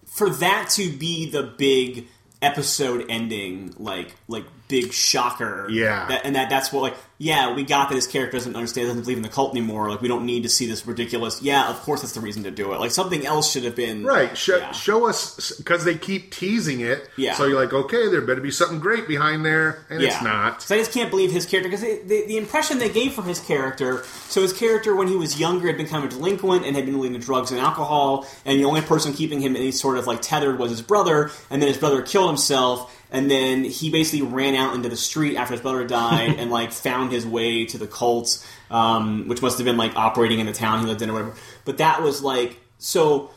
[SPEAKER 2] for that to be the big episode ending, like like big shocker.
[SPEAKER 1] Yeah.
[SPEAKER 2] that, and that that's what like yeah we got that this character doesn't understand doesn't believe in the cult anymore. Like we don't need to see this ridiculous. Yeah, of course that's the reason to do it. Like something else should have been
[SPEAKER 1] Right. Show,
[SPEAKER 2] Yeah.
[SPEAKER 1] show us because they keep teasing it.
[SPEAKER 2] Yeah.
[SPEAKER 1] So you're like, okay, there better be something great behind there, and it's not.
[SPEAKER 2] So I just can't believe his character because the, the impression they gave for his character. So his character, when he was younger, had been kind of a delinquent and had been really into drugs and alcohol. And the only person keeping him any sort of like tethered was his brother. And then his brother killed himself. And then he basically ran out into the street after his
[SPEAKER 1] [laughs]
[SPEAKER 2] brother died and like found his way to the cults, um, which must have been like operating in the town he lived in or whatever. But that was like so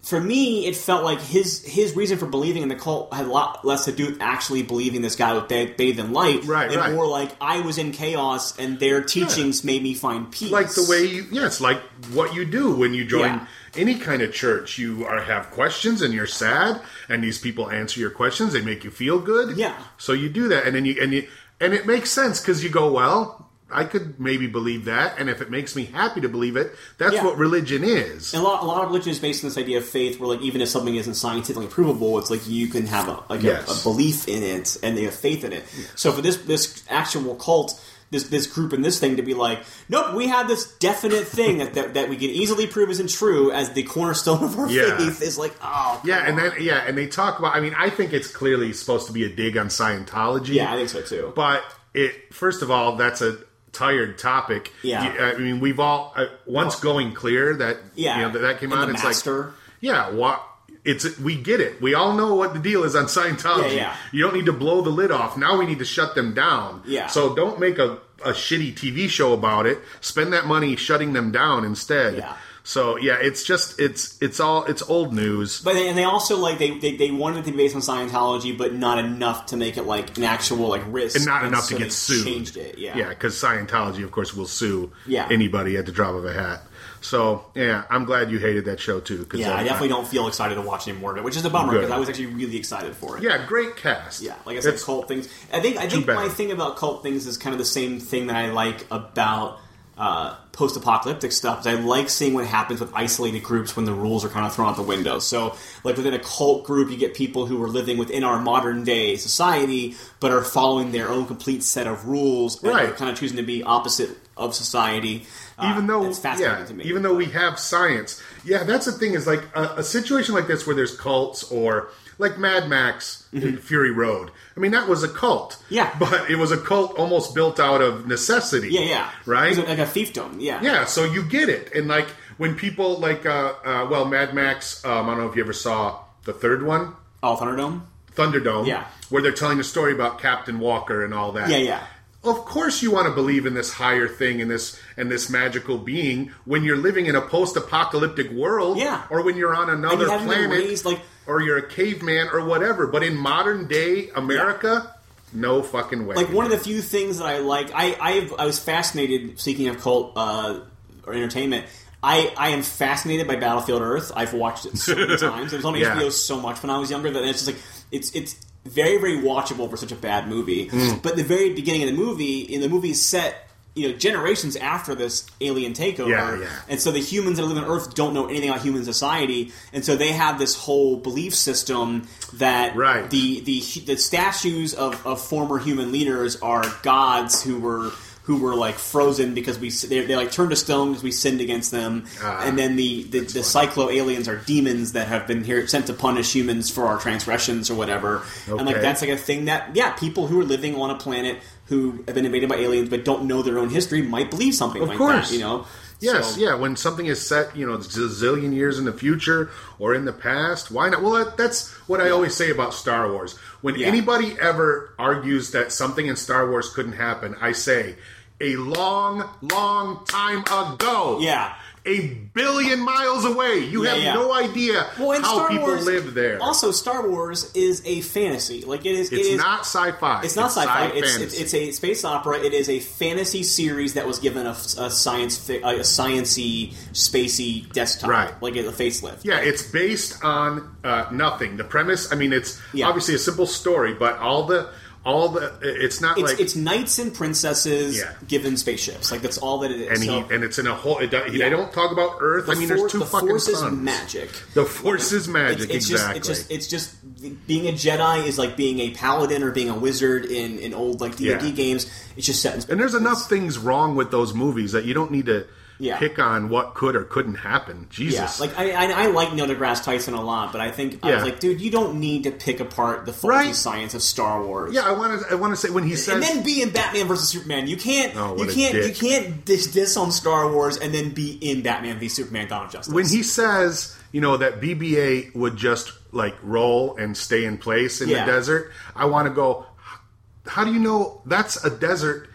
[SPEAKER 2] for me, it felt like his his reason for believing in the cult had a lot less to do with actually believing this guy with ba- bathed in light,
[SPEAKER 1] Right,
[SPEAKER 2] and
[SPEAKER 1] right.
[SPEAKER 2] more like I was in chaos and their teachings made me find peace.
[SPEAKER 1] Like the way you, yeah, it's like what you do when you join
[SPEAKER 2] Yeah.
[SPEAKER 1] any kind of church. You are have questions and you're sad, and these people answer your questions. They make you feel good.
[SPEAKER 2] Yeah.
[SPEAKER 1] So you do that, and then you and you and it makes sense because you go, well, I could maybe believe that, and if it makes me happy to believe it, that's
[SPEAKER 2] Yeah.
[SPEAKER 1] what religion is.
[SPEAKER 2] And a lot, a lot of religion is based on this idea of faith, where like even if something isn't scientifically provable, it's like you can have a like a-
[SPEAKER 1] Yes.
[SPEAKER 2] a, belief in it and they have faith in it. So for this this actual cult, this this group and this thing to be like, nope, we have this definite thing that, that that we can easily prove isn't true as the cornerstone of
[SPEAKER 1] [laughs]
[SPEAKER 2] our
[SPEAKER 1] Yeah.
[SPEAKER 2] faith is like, oh, come
[SPEAKER 1] yeah, and
[SPEAKER 2] on.
[SPEAKER 1] then yeah, and they talk about. I mean, I think it's clearly supposed to be a dig on Scientology.
[SPEAKER 2] yeah, I think so too.
[SPEAKER 1] But it first of all, that's a tired topic.
[SPEAKER 2] Yeah.
[SPEAKER 1] You- I mean, we've all uh, once going clear that
[SPEAKER 2] Yeah,
[SPEAKER 1] you know, that, that came
[SPEAKER 2] and
[SPEAKER 1] out.
[SPEAKER 2] the
[SPEAKER 1] It's like
[SPEAKER 2] master.
[SPEAKER 1] yeah, what it's we get it. We all know what the deal is on Scientology.
[SPEAKER 2] Yeah, yeah.
[SPEAKER 1] You don't need to blow the lid off. Now we need to shut them down.
[SPEAKER 2] Yeah.
[SPEAKER 1] So don't make a a shitty TV show about it. Spend that money shutting them down instead.
[SPEAKER 2] Yeah.
[SPEAKER 1] So yeah, it's just it's it's all it's old news.
[SPEAKER 2] But they, and they also like they, they they wanted it to be based on Scientology, but not enough to make it like an actual like risk,
[SPEAKER 1] and not enough
[SPEAKER 2] so
[SPEAKER 1] to
[SPEAKER 2] they
[SPEAKER 1] get sued.
[SPEAKER 2] Changed it, yeah,
[SPEAKER 1] yeah, because Scientology, of course, will sue
[SPEAKER 2] Yeah.
[SPEAKER 1] anybody at the drop of a hat. So yeah, I'm glad you hated that show too. Cause
[SPEAKER 2] Yeah,
[SPEAKER 1] uh,
[SPEAKER 2] I definitely don't feel excited to watch any more of it, which is a bummer
[SPEAKER 1] Good.
[SPEAKER 2] because I was actually really excited for it.
[SPEAKER 1] Yeah, great cast.
[SPEAKER 2] Yeah, like I said,
[SPEAKER 1] It's-
[SPEAKER 2] cult things. I think I think
[SPEAKER 1] bad.
[SPEAKER 2] my thing about cult things is kind of the same thing that I like about uh, post-apocalyptic stuff. Is I like seeing what happens with isolated groups when the rules are kind of thrown out the window. So, like within a cult group, you get people who are living within our modern day society, but are following their own complete set of rules, and
[SPEAKER 1] Right.
[SPEAKER 2] are kind of choosing to be opposite of society. Uh,
[SPEAKER 1] even though
[SPEAKER 2] it's fascinating
[SPEAKER 1] yeah,
[SPEAKER 2] to me.
[SPEAKER 1] even though we have science, yeah, that's the thing is like a, a situation like this where there's cults or like Mad Max in Fury Road. I mean, that was a cult.
[SPEAKER 2] Mm-hmm. Yeah.
[SPEAKER 1] but it was a cult almost built out of necessity.
[SPEAKER 2] yeah, yeah,
[SPEAKER 1] right.
[SPEAKER 2] It's like a fiefdom. Yeah,
[SPEAKER 1] Yeah, so you get it, and like when people like, uh, uh, well, Mad Max. Um, I don't know if you ever saw the third one,
[SPEAKER 2] all Oh, Thunderdome.
[SPEAKER 1] Thunderdome.
[SPEAKER 2] Yeah.
[SPEAKER 1] where they're telling the story about Captain Walker and all that.
[SPEAKER 2] Yeah, yeah.
[SPEAKER 1] Of course, you want to believe in this higher thing and this and this magical being when you're living in a post-apocalyptic world.
[SPEAKER 2] Yeah.
[SPEAKER 1] or when you're on
[SPEAKER 2] And
[SPEAKER 1] another
[SPEAKER 2] you haven't been
[SPEAKER 1] planet,
[SPEAKER 2] raised like
[SPEAKER 1] or you're a caveman or whatever. But in modern day America, no fucking way.
[SPEAKER 2] like one of the few things that I like. I I've, I was fascinated. Speaking of cult uh, or entertainment, I I am fascinated
[SPEAKER 1] [laughs]
[SPEAKER 2] by Battlefield Earth. I've watched it so many times. It was on
[SPEAKER 1] Yeah.
[SPEAKER 2] HBO so much when I was younger that it's just like it's it's very very watchable for such a bad movie.
[SPEAKER 1] Mm.
[SPEAKER 2] But the very beginning of the movie, in the movie is set you know generations after this alien takeover,
[SPEAKER 1] Yeah, yeah.
[SPEAKER 2] and so the humans that live on Earth don't know anything about human society, and so they have this whole belief system that
[SPEAKER 1] Right.
[SPEAKER 2] the the the statues of, of former human leaders are gods who were. Who were like frozen because we they, they like turned to stone because we sinned against them,
[SPEAKER 1] Ah.
[SPEAKER 2] and then the the, the cyclo aliens are demons that have been here sent to punish humans for our transgressions or whatever. And like
[SPEAKER 1] Okay.
[SPEAKER 2] that's like a thing that yeah, people who are living on a planet who have been invaded by aliens but don't know their own history might believe something
[SPEAKER 1] Of
[SPEAKER 2] like
[SPEAKER 1] course.
[SPEAKER 2] that. You know.
[SPEAKER 1] Yes,
[SPEAKER 2] So-
[SPEAKER 1] yeah. When something is set, you know, zillion years in the future or in the past, why not? Well, that, that's what I always say about Star Wars. When
[SPEAKER 2] Yeah.
[SPEAKER 1] anybody ever argues that something in Star Wars couldn't happen, I say, a long, long time ago.
[SPEAKER 2] Yeah.
[SPEAKER 1] A billion miles away. You
[SPEAKER 2] Yeah,
[SPEAKER 1] have
[SPEAKER 2] yeah.
[SPEAKER 1] no idea
[SPEAKER 2] Well, and
[SPEAKER 1] how
[SPEAKER 2] Star
[SPEAKER 1] people
[SPEAKER 2] Wars,
[SPEAKER 1] live there.
[SPEAKER 2] Also, Star Wars is a fantasy. Like it is. it
[SPEAKER 1] it's
[SPEAKER 2] is-
[SPEAKER 1] not sci-fi.
[SPEAKER 2] It's not sci-fi. It's, it's
[SPEAKER 1] fantasy.
[SPEAKER 2] it's a space opera. It is a fantasy series that was given a, a science fi- a sciency spacey desktop,
[SPEAKER 1] Right.
[SPEAKER 2] Like a facelift.
[SPEAKER 1] Yeah, it's based on uh, nothing. The premise, I mean, it's
[SPEAKER 2] Yeah.
[SPEAKER 1] obviously a simple story, but all the all the it's not
[SPEAKER 2] It's,
[SPEAKER 1] like
[SPEAKER 2] it's knights and princesses
[SPEAKER 1] Yeah.
[SPEAKER 2] given spaceships. Like that's all that it is.
[SPEAKER 1] and
[SPEAKER 2] So-
[SPEAKER 1] he and it's in a whole. It, he,
[SPEAKER 2] Yeah.
[SPEAKER 1] They don't talk about Earth. I mean,
[SPEAKER 2] for-
[SPEAKER 1] there's two
[SPEAKER 2] the
[SPEAKER 1] fucking
[SPEAKER 2] force is
[SPEAKER 1] suns.
[SPEAKER 2] magic.
[SPEAKER 1] The force is magic.
[SPEAKER 2] It's, it's
[SPEAKER 1] exactly.
[SPEAKER 2] just it's just it's just being a Jedi is like being a paladin or being a wizard in, in old like D and D
[SPEAKER 1] Yeah.
[SPEAKER 2] games. It's just set in space.
[SPEAKER 1] and there's enough things wrong with those movies that you don't need to
[SPEAKER 2] Yeah.
[SPEAKER 1] pick on what could or couldn't happen.
[SPEAKER 2] Yeah,
[SPEAKER 1] Jesus,
[SPEAKER 2] like I, I, I like Neil deGrasse Tyson a lot, but I think I was
[SPEAKER 1] Yeah.
[SPEAKER 2] like, dude, you don't need to pick apart the faulty
[SPEAKER 1] Right.
[SPEAKER 2] science of Star Wars.
[SPEAKER 1] yeah. I want to. I want to say when he says
[SPEAKER 2] and then be in Batman versus Superman. You can't,
[SPEAKER 1] Oh,
[SPEAKER 2] you
[SPEAKER 1] what a
[SPEAKER 2] can't, you
[SPEAKER 1] dick.
[SPEAKER 2] can't dish, diss on Star Wars and then be in Batman v Superman: Dawn of Justice.
[SPEAKER 1] when he says you know that BBA would just like roll and stay in place in
[SPEAKER 2] Yeah.
[SPEAKER 1] the desert, I want to go. "H- How do you know that's a desert?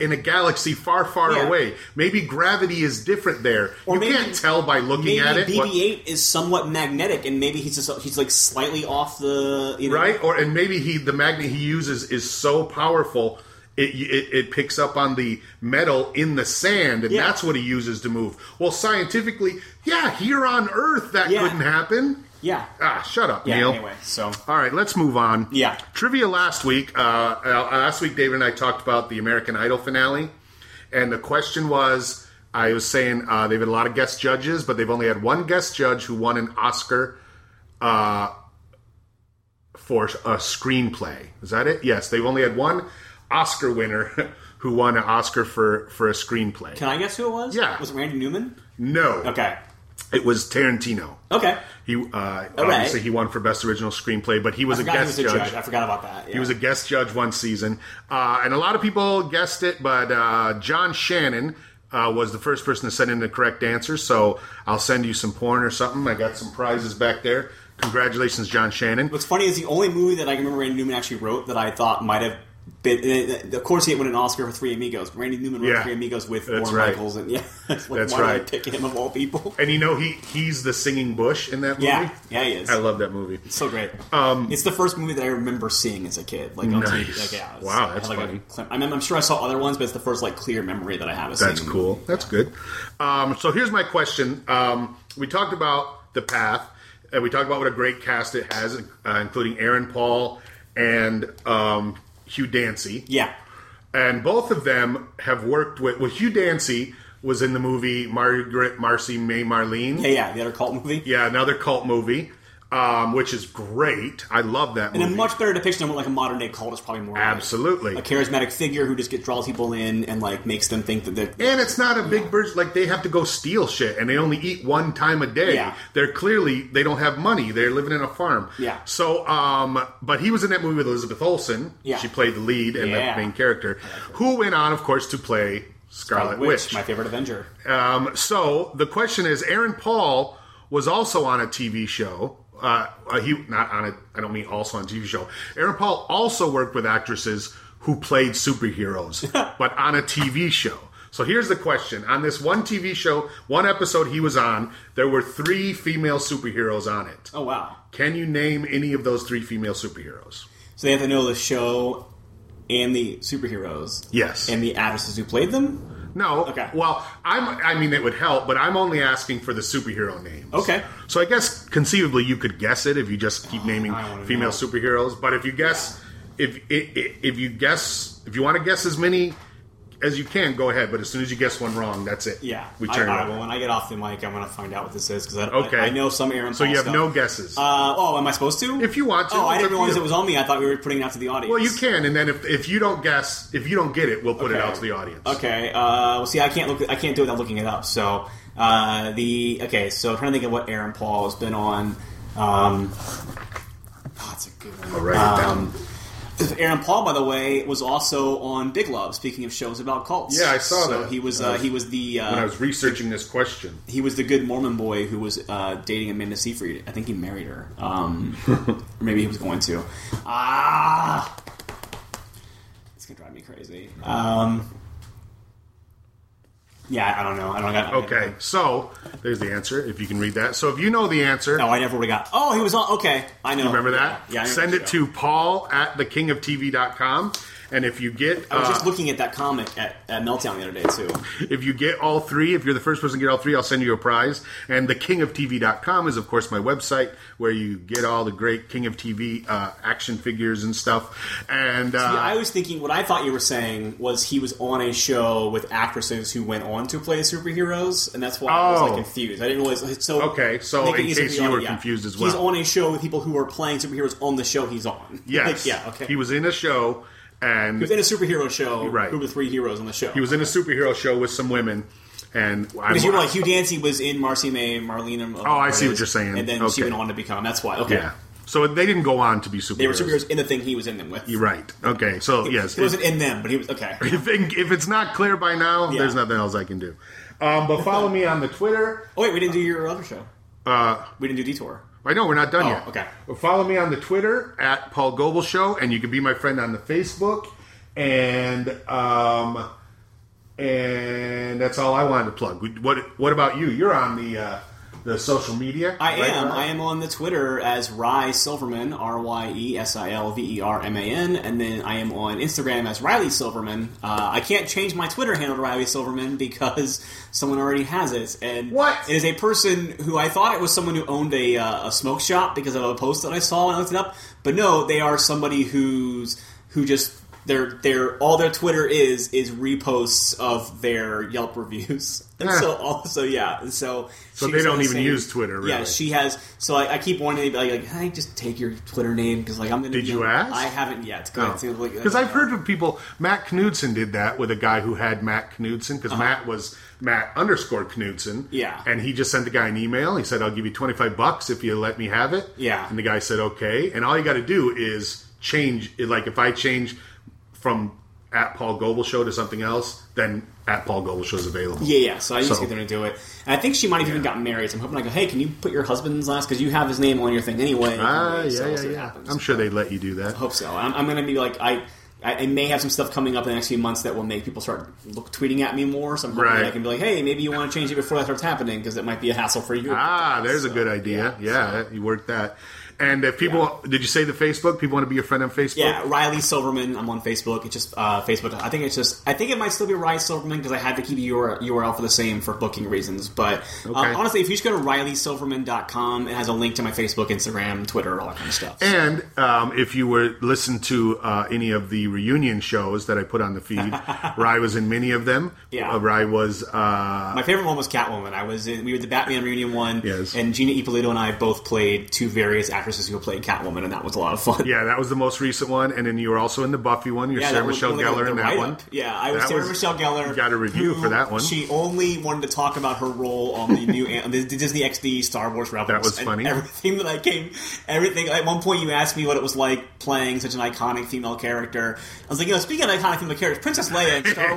[SPEAKER 1] In a galaxy far, far
[SPEAKER 2] Yeah.
[SPEAKER 1] away, maybe gravity is different there.
[SPEAKER 2] Or
[SPEAKER 1] you
[SPEAKER 2] maybe-
[SPEAKER 1] can't tell by looking
[SPEAKER 2] maybe
[SPEAKER 1] at it, what-
[SPEAKER 2] BB-8 is somewhat magnetic, and maybe he's just he's like slightly off the you know,
[SPEAKER 1] right? Or and maybe he the magnet he uses is so powerful it it, it picks up on the metal in the sand, and
[SPEAKER 2] Yeah.
[SPEAKER 1] that's what he uses to move. Well, scientifically, yeah, here on Earth that
[SPEAKER 2] Yeah.
[SPEAKER 1] couldn't happen.
[SPEAKER 2] Yeah.
[SPEAKER 1] Ah, shut up,
[SPEAKER 2] Yeah.
[SPEAKER 1] Neil.
[SPEAKER 2] Anyway, so
[SPEAKER 1] All right, let's move on.
[SPEAKER 2] Yeah.
[SPEAKER 1] Trivia last week. Uh, uh, last week, David and I talked about the American Idol finale. And the question was I was saying uh, they've had a lot of guest judges, but they've only had one guest judge who won an Oscar uh, for a screenplay. Is that it? Yes, they've only had one Oscar winner [laughs] who won an Oscar for, for a screenplay.
[SPEAKER 2] can I guess who it was?
[SPEAKER 1] Yeah.
[SPEAKER 2] was it Randy Newman?
[SPEAKER 1] no.
[SPEAKER 2] Okay,
[SPEAKER 1] It was Tarantino.
[SPEAKER 2] okay.
[SPEAKER 1] He uh, obviously he won for best original screenplay, but he was a
[SPEAKER 2] Forgot he
[SPEAKER 1] guest
[SPEAKER 2] was a judge.
[SPEAKER 1] judge.
[SPEAKER 2] I forgot about that.
[SPEAKER 1] He was a guest judge one season, uh, and a lot of people guessed it, but uh, John Shannon uh, was the first person to send in the correct answer. So I'll send you some porn or something. I got some prizes back there. Congratulations, John Shannon.
[SPEAKER 2] What's funny is the only movie that I can remember Randy Newman actually wrote that I thought might have been. eh, Of course, he won an Oscar for Three Amigos. but Randy Newman wrote
[SPEAKER 1] Yeah.
[SPEAKER 2] Three Amigos with
[SPEAKER 1] That's
[SPEAKER 2] Warren
[SPEAKER 1] right.
[SPEAKER 2] Michaels, and [laughs] yeah, it's like,
[SPEAKER 1] That's
[SPEAKER 2] why Did I
[SPEAKER 1] right.
[SPEAKER 2] pick him of all people?
[SPEAKER 1] And you know he he's the singing bush in that movie.
[SPEAKER 2] [laughs] Yeah, yeah, he is.
[SPEAKER 1] I love that movie.
[SPEAKER 2] so great. Um, it's the first movie that I remember seeing as a kid. Like, on TV.
[SPEAKER 1] Nice.
[SPEAKER 2] Like, yeah, it's-
[SPEAKER 1] Wow,
[SPEAKER 2] I
[SPEAKER 1] that's
[SPEAKER 2] had, like, a
[SPEAKER 1] funny.
[SPEAKER 2] cl- I mean, I'm sure I saw other ones, but it's the first like clear memory that I have. Of
[SPEAKER 1] That's
[SPEAKER 2] seeing the
[SPEAKER 1] cool.
[SPEAKER 2] movie.
[SPEAKER 1] That's good. Um, so here's my question. Um, we talked about the path, and we talked about what a great cast it has, uh, including Aaron Paul and um, Hugh Dancy.
[SPEAKER 2] Yeah.
[SPEAKER 1] And both of them have worked with. Well, Hugh Dancy was in the movie Margaret Marcy May Marlene.
[SPEAKER 2] Yeah, yeah, the other cult movie.
[SPEAKER 1] Yeah, another cult movie, um, which is great. I love that movie.
[SPEAKER 2] And a much better depiction of what like a modern day cult is probably more. like.
[SPEAKER 1] Absolutely.
[SPEAKER 2] a charismatic figure who just get draws people in and like makes them think that they're.
[SPEAKER 1] And it's not a big burst. Like they have to go steal shit, and they only eat one time a day.
[SPEAKER 2] Yeah.
[SPEAKER 1] They're clearly they don't have money. They're living in a farm.
[SPEAKER 2] Yeah.
[SPEAKER 1] So, um, but he was in that movie with Elizabeth Olsen.
[SPEAKER 2] Yeah.
[SPEAKER 1] She played the lead and
[SPEAKER 2] Yeah.
[SPEAKER 1] the main character, who went on, of course, to play Scarlet, Witch.
[SPEAKER 2] my favorite Avenger.
[SPEAKER 1] Um, so the question is, Aaron Paul was also on a TV show. Uh, uh, he not on a. I don't mean also on a TV show. Aaron Paul also worked with actresses who played
[SPEAKER 2] [laughs]
[SPEAKER 1] superheroes, but on a TV show. So here's the question: On this one TV show, one episode he was on, there were three female superheroes on it.
[SPEAKER 2] Oh wow!
[SPEAKER 1] Can you name any of those three female superheroes?
[SPEAKER 2] So they have to know the show and the superheroes
[SPEAKER 1] Yes.
[SPEAKER 2] and the actresses who played them.
[SPEAKER 1] No.
[SPEAKER 2] Okay.
[SPEAKER 1] Well, I'm. I mean, it would help, but I'm only asking for the superhero names.
[SPEAKER 2] Okay.
[SPEAKER 1] So I guess conceivably you could guess it if you just keep naming
[SPEAKER 2] Oh, I wanna
[SPEAKER 1] female
[SPEAKER 2] know.
[SPEAKER 1] superheroes. But if you guess, if if if- if you guess, if you want to guess as many as you can, go ahead. But as soon as you guess one wrong, that's it.
[SPEAKER 2] Yeah,
[SPEAKER 1] We
[SPEAKER 2] I-
[SPEAKER 1] turn
[SPEAKER 2] I,
[SPEAKER 1] it.
[SPEAKER 2] will.
[SPEAKER 1] off.
[SPEAKER 2] When I get off the mic, I'm going to find out what this is because I,
[SPEAKER 1] Okay.
[SPEAKER 2] I, I know some Aaron.
[SPEAKER 1] So you have no guesses.
[SPEAKER 2] Uh, oh, am I supposed to?
[SPEAKER 1] If you want to,
[SPEAKER 2] Oh, I
[SPEAKER 1] it's
[SPEAKER 2] didn't
[SPEAKER 1] up to
[SPEAKER 2] realize
[SPEAKER 1] you.
[SPEAKER 2] it was on me. I thought we were putting it out to the audience.
[SPEAKER 1] well, you can, and then if if you don't guess, if you don't get it, we'll put it
[SPEAKER 2] Okay.
[SPEAKER 1] out to the audience.
[SPEAKER 2] Okay. Uh, well, see, I can't look. I can't do it without looking it up. So uh, the okay. So I'm trying to think of what Aaron Paul has been on. Um, oh, that's a good one.
[SPEAKER 1] I'll write it
[SPEAKER 2] Um, Aaron Paul, by the way, was also on Big Love. Speaking of shows about cults,
[SPEAKER 1] Yeah, I saw
[SPEAKER 2] so
[SPEAKER 1] that.
[SPEAKER 2] He was
[SPEAKER 1] I
[SPEAKER 2] uh,
[SPEAKER 1] was-
[SPEAKER 2] he was the
[SPEAKER 1] When I
[SPEAKER 2] uh,
[SPEAKER 1] was researching this question,
[SPEAKER 2] he was the good Mormon boy who was uh, dating Amanda Seyfried. I think he married her.
[SPEAKER 1] [laughs]
[SPEAKER 2] Um, or maybe he was going to. Ah, it's gonna drive me crazy. Um, yeah, I don't know. I don't got.
[SPEAKER 1] okay. So there's the answer. If you can read that. So if you know the answer,
[SPEAKER 2] No, I never would have got. Oh, he was on. Okay, I know.
[SPEAKER 1] Remember that?
[SPEAKER 2] Yeah. I remember
[SPEAKER 1] Send
[SPEAKER 2] the
[SPEAKER 1] it to
[SPEAKER 2] show.
[SPEAKER 1] paul at thekingoftv.com. And if you get
[SPEAKER 2] I was
[SPEAKER 1] uh,
[SPEAKER 2] just looking at that comic at, at Meltdown the other day too.
[SPEAKER 1] if you get all three, if you're the first person to get all three, I'll send you a prize. And thekingoftv.com is of course my website where you get all the great King of TV uh, action figures and stuff. And uh,
[SPEAKER 2] I was thinking what I thought you were saying was he was on a show with actresses who went on to play superheroes, and that's why I was
[SPEAKER 1] Oh.
[SPEAKER 2] like confused. I didn't realize. So
[SPEAKER 1] Okay, so
[SPEAKER 2] I think
[SPEAKER 1] in
[SPEAKER 2] it needs to
[SPEAKER 1] case
[SPEAKER 2] be
[SPEAKER 1] you
[SPEAKER 2] on-
[SPEAKER 1] were confused as
[SPEAKER 2] he's
[SPEAKER 1] well.
[SPEAKER 2] on a show with people who are playing superheroes on the show he's on. [laughs]
[SPEAKER 1] yes,
[SPEAKER 2] Like, yeah, okay.
[SPEAKER 1] he was in a show and
[SPEAKER 2] He was in a superhero show.
[SPEAKER 1] Right.
[SPEAKER 2] Who were the three heroes on the show?
[SPEAKER 1] he
[SPEAKER 2] [laughs]
[SPEAKER 1] was in a superhero show with some women. And I,
[SPEAKER 2] Because you were like Hugh Dancy was in Marcy May, Marlena. Oh,
[SPEAKER 1] I see what you're saying.
[SPEAKER 2] And then
[SPEAKER 1] Okay.
[SPEAKER 2] she went on to become. That's why. Okay.
[SPEAKER 1] yeah. So they didn't go on to be superheroes.
[SPEAKER 2] They were superheroes in the thing he was in them with.
[SPEAKER 1] You're right. Okay. So yes,
[SPEAKER 2] He wasn't in them, but he
[SPEAKER 1] [laughs]
[SPEAKER 2] was okay.
[SPEAKER 1] if, if it's not clear by now,
[SPEAKER 2] Yeah.
[SPEAKER 1] there's nothing else I can do. Um, but
[SPEAKER 2] [laughs]
[SPEAKER 1] follow me on the Twitter.
[SPEAKER 2] Oh wait, we didn't do your other show. Uh, we didn't do Detour.
[SPEAKER 1] I know we're not done
[SPEAKER 2] Oh,
[SPEAKER 1] yet.
[SPEAKER 2] okay.
[SPEAKER 1] But follow me on the Twitter at Paul Goebel Show, and you can be my friend on the Facebook. And um, and that's all I wanted to plug. What What about you? You're on the uh, the social media.
[SPEAKER 2] I
[SPEAKER 1] right?
[SPEAKER 2] am. I am on the Twitter as Rye Silverman, R Y E S I L V E R M A N, and then I am on Instagram as Riley Silverman. Uh, I can't change my Twitter handle to Riley Silverman because someone already has it. And
[SPEAKER 1] What?
[SPEAKER 2] It is a person who I thought it was someone who owned a, uh, a smoke shop because of a post that I saw and I looked it up. But no, they are somebody who's who just. Their, their all their Twitter is is reposts of their Yelp reviews, [laughs] and
[SPEAKER 1] Yeah.
[SPEAKER 2] so also yeah, and so
[SPEAKER 1] So
[SPEAKER 2] she
[SPEAKER 1] they
[SPEAKER 2] was on
[SPEAKER 1] don't
[SPEAKER 2] the
[SPEAKER 1] even use Twitter, really.
[SPEAKER 2] Yeah, she has. So I, I keep wanting to be like, like, "Hey, just take your Twitter name because like I'm gonna.
[SPEAKER 1] Did
[SPEAKER 2] be
[SPEAKER 1] you
[SPEAKER 2] on-
[SPEAKER 1] ask?
[SPEAKER 2] I haven't yet.
[SPEAKER 1] No.
[SPEAKER 2] Because
[SPEAKER 1] Because I've heard of people. Matt Knudsen did that with a guy who had Matt Knudsen because Matt was Matt underscore Knudsen.
[SPEAKER 2] Uh-huh. Yeah.
[SPEAKER 1] and he just sent the guy an email. He said, "I'll give you twenty five bucks if you let me have it."
[SPEAKER 2] Yeah.
[SPEAKER 1] and the guy said, "Okay." And all you got to do is change. it. Like if I change from at Paul Goebel Show to something else, then at Paul Goebel Show is available.
[SPEAKER 2] Yeah, yeah. So I need
[SPEAKER 1] So-
[SPEAKER 2] to get them to do it. And I think she might have even gotten married. So I'm hoping I go, hey, can you put your husband's last because you have his name on your thing anyway.
[SPEAKER 1] Ah, yeah,
[SPEAKER 2] So we'll
[SPEAKER 1] yeah,
[SPEAKER 2] see what
[SPEAKER 1] yeah.
[SPEAKER 2] happens.
[SPEAKER 1] I'm sure they'd let you do that.
[SPEAKER 2] Hope so. I'm, I'm gonna be like I. I I may have some stuff coming up in the next few months that will make people start look, tweeting at me more. So I'm hoping
[SPEAKER 1] Right.
[SPEAKER 2] that I can be like, "Hey, maybe you want to change it before that starts happening because it might be a hassle for you."
[SPEAKER 1] Ah, there's a good idea. Yeah, you work that. And if people, did you say the Facebook? People want to be your friend on Facebook?
[SPEAKER 2] Yeah, Riley Silverman. I'm on Facebook. It's just uh, Facebook. I think it's just. I think it might still be Riley Silverman because I had to keep the URL URL for the same for booking reasons. But uh,
[SPEAKER 1] Okay.
[SPEAKER 2] honestly, if you just go to RileySilverman.com, it has a link to my Facebook, Instagram, Twitter, all that kind of stuff.
[SPEAKER 1] And um, if you were listen to uh, any of the reunion shows that I put on the
[SPEAKER 2] [laughs]
[SPEAKER 1] feed, Rye was in many of them.
[SPEAKER 2] Yeah.
[SPEAKER 1] Uh, Rye was. Uh,
[SPEAKER 2] my favorite one was Catwoman. I was in, we were the Batman reunion one,
[SPEAKER 1] Yes.
[SPEAKER 2] and Gina Ippolito and I both played two various actresses who played Catwoman, and that was a lot of fun.
[SPEAKER 1] yeah, that was the most recent one, and then you were also in the Buffy one. You're
[SPEAKER 2] Yeah,
[SPEAKER 1] Sarah
[SPEAKER 2] that was-
[SPEAKER 1] Michelle
[SPEAKER 2] well,
[SPEAKER 1] Gellar
[SPEAKER 2] the-
[SPEAKER 1] in
[SPEAKER 2] the
[SPEAKER 1] that one.
[SPEAKER 2] write-up. Yeah, I was
[SPEAKER 1] That
[SPEAKER 2] Sarah
[SPEAKER 1] was-
[SPEAKER 2] Michelle Gellar.
[SPEAKER 1] you got a review
[SPEAKER 2] who-
[SPEAKER 1] for that one.
[SPEAKER 2] She only wanted to talk about her role on the new an- the Disney XD Star Wars Rebels.
[SPEAKER 1] That was
[SPEAKER 2] and
[SPEAKER 1] funny.
[SPEAKER 2] Everything that I came, everything. At one point, you asked me what it was like playing such an iconic female character. I was like, you know, speaking of iconic female characters, Princess Leia
[SPEAKER 1] [laughs]
[SPEAKER 2] in Star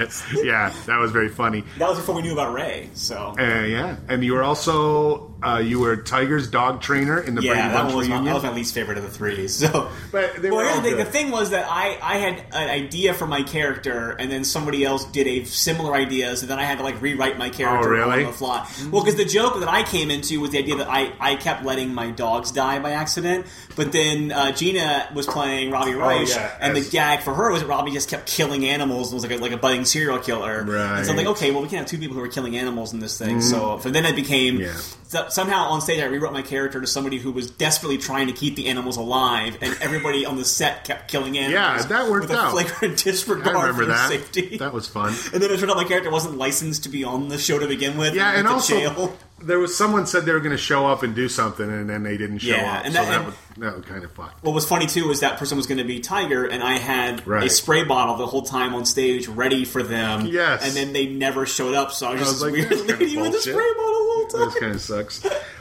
[SPEAKER 2] Wars.
[SPEAKER 1] yeah, that was very funny.
[SPEAKER 2] that was before we knew about Rey. So
[SPEAKER 1] Uh, yeah, and you were also Uh, you were Tiger's dog trainer in the
[SPEAKER 2] Yeah, that
[SPEAKER 1] Brady
[SPEAKER 2] one
[SPEAKER 1] Bunch
[SPEAKER 2] was my,
[SPEAKER 1] reunion.
[SPEAKER 2] that was my least favorite of the three. So,
[SPEAKER 1] But they
[SPEAKER 2] well,
[SPEAKER 1] were
[SPEAKER 2] here's
[SPEAKER 1] all
[SPEAKER 2] the thing.
[SPEAKER 1] good.
[SPEAKER 2] The thing was that I, I had an idea for my character, and then somebody else did a similar idea, so then I had to like rewrite my character
[SPEAKER 1] Oh, really?
[SPEAKER 2] on the fly. Well, because the joke that I came into was the idea that I, I kept letting my dogs die by accident, but then uh, Gina was playing Robbie Reich,
[SPEAKER 1] Oh, yeah,
[SPEAKER 2] and
[SPEAKER 1] as-
[SPEAKER 2] the gag for her was that Robbie just kept killing animals and was like a, like a budding serial killer. And so I'm like,
[SPEAKER 1] Right.
[SPEAKER 2] okay, well, we can't have two people who are killing animals in this thing. So, so then it became
[SPEAKER 1] Mm. Yeah.
[SPEAKER 2] so- somehow on stage, I rewrote my character to somebody who was desperately trying to keep the animals alive, and everybody on the set kept killing animals.
[SPEAKER 1] Yeah, that worked
[SPEAKER 2] with a
[SPEAKER 1] out.
[SPEAKER 2] Flagrant
[SPEAKER 1] I
[SPEAKER 2] disregard
[SPEAKER 1] remember
[SPEAKER 2] for
[SPEAKER 1] that.
[SPEAKER 2] safety. [laughs]
[SPEAKER 1] That was fun.
[SPEAKER 2] and then it turned out my character wasn't licensed to be on the show to begin with.
[SPEAKER 1] Yeah, and
[SPEAKER 2] went to
[SPEAKER 1] also
[SPEAKER 2] jail.
[SPEAKER 1] there was someone said they were going to show up and do something, and then they didn't show
[SPEAKER 2] Yeah,
[SPEAKER 1] up.
[SPEAKER 2] and
[SPEAKER 1] so
[SPEAKER 2] that-
[SPEAKER 1] that,
[SPEAKER 2] and-
[SPEAKER 1] was, that was kind of fucked.
[SPEAKER 2] what was funny too was that person was going to be Tiger, and I had a
[SPEAKER 1] Right.
[SPEAKER 2] spray bottle the whole time on stage ready for them.
[SPEAKER 1] Yes.
[SPEAKER 2] and then they never showed up, so I
[SPEAKER 1] I
[SPEAKER 2] was just
[SPEAKER 1] was like,
[SPEAKER 2] this
[SPEAKER 1] that's
[SPEAKER 2] weird
[SPEAKER 1] kinda
[SPEAKER 2] lady [laughs] with a
[SPEAKER 1] bullshit.
[SPEAKER 2] spray bottle the whole
[SPEAKER 1] This
[SPEAKER 2] time.
[SPEAKER 1] kind of sucks.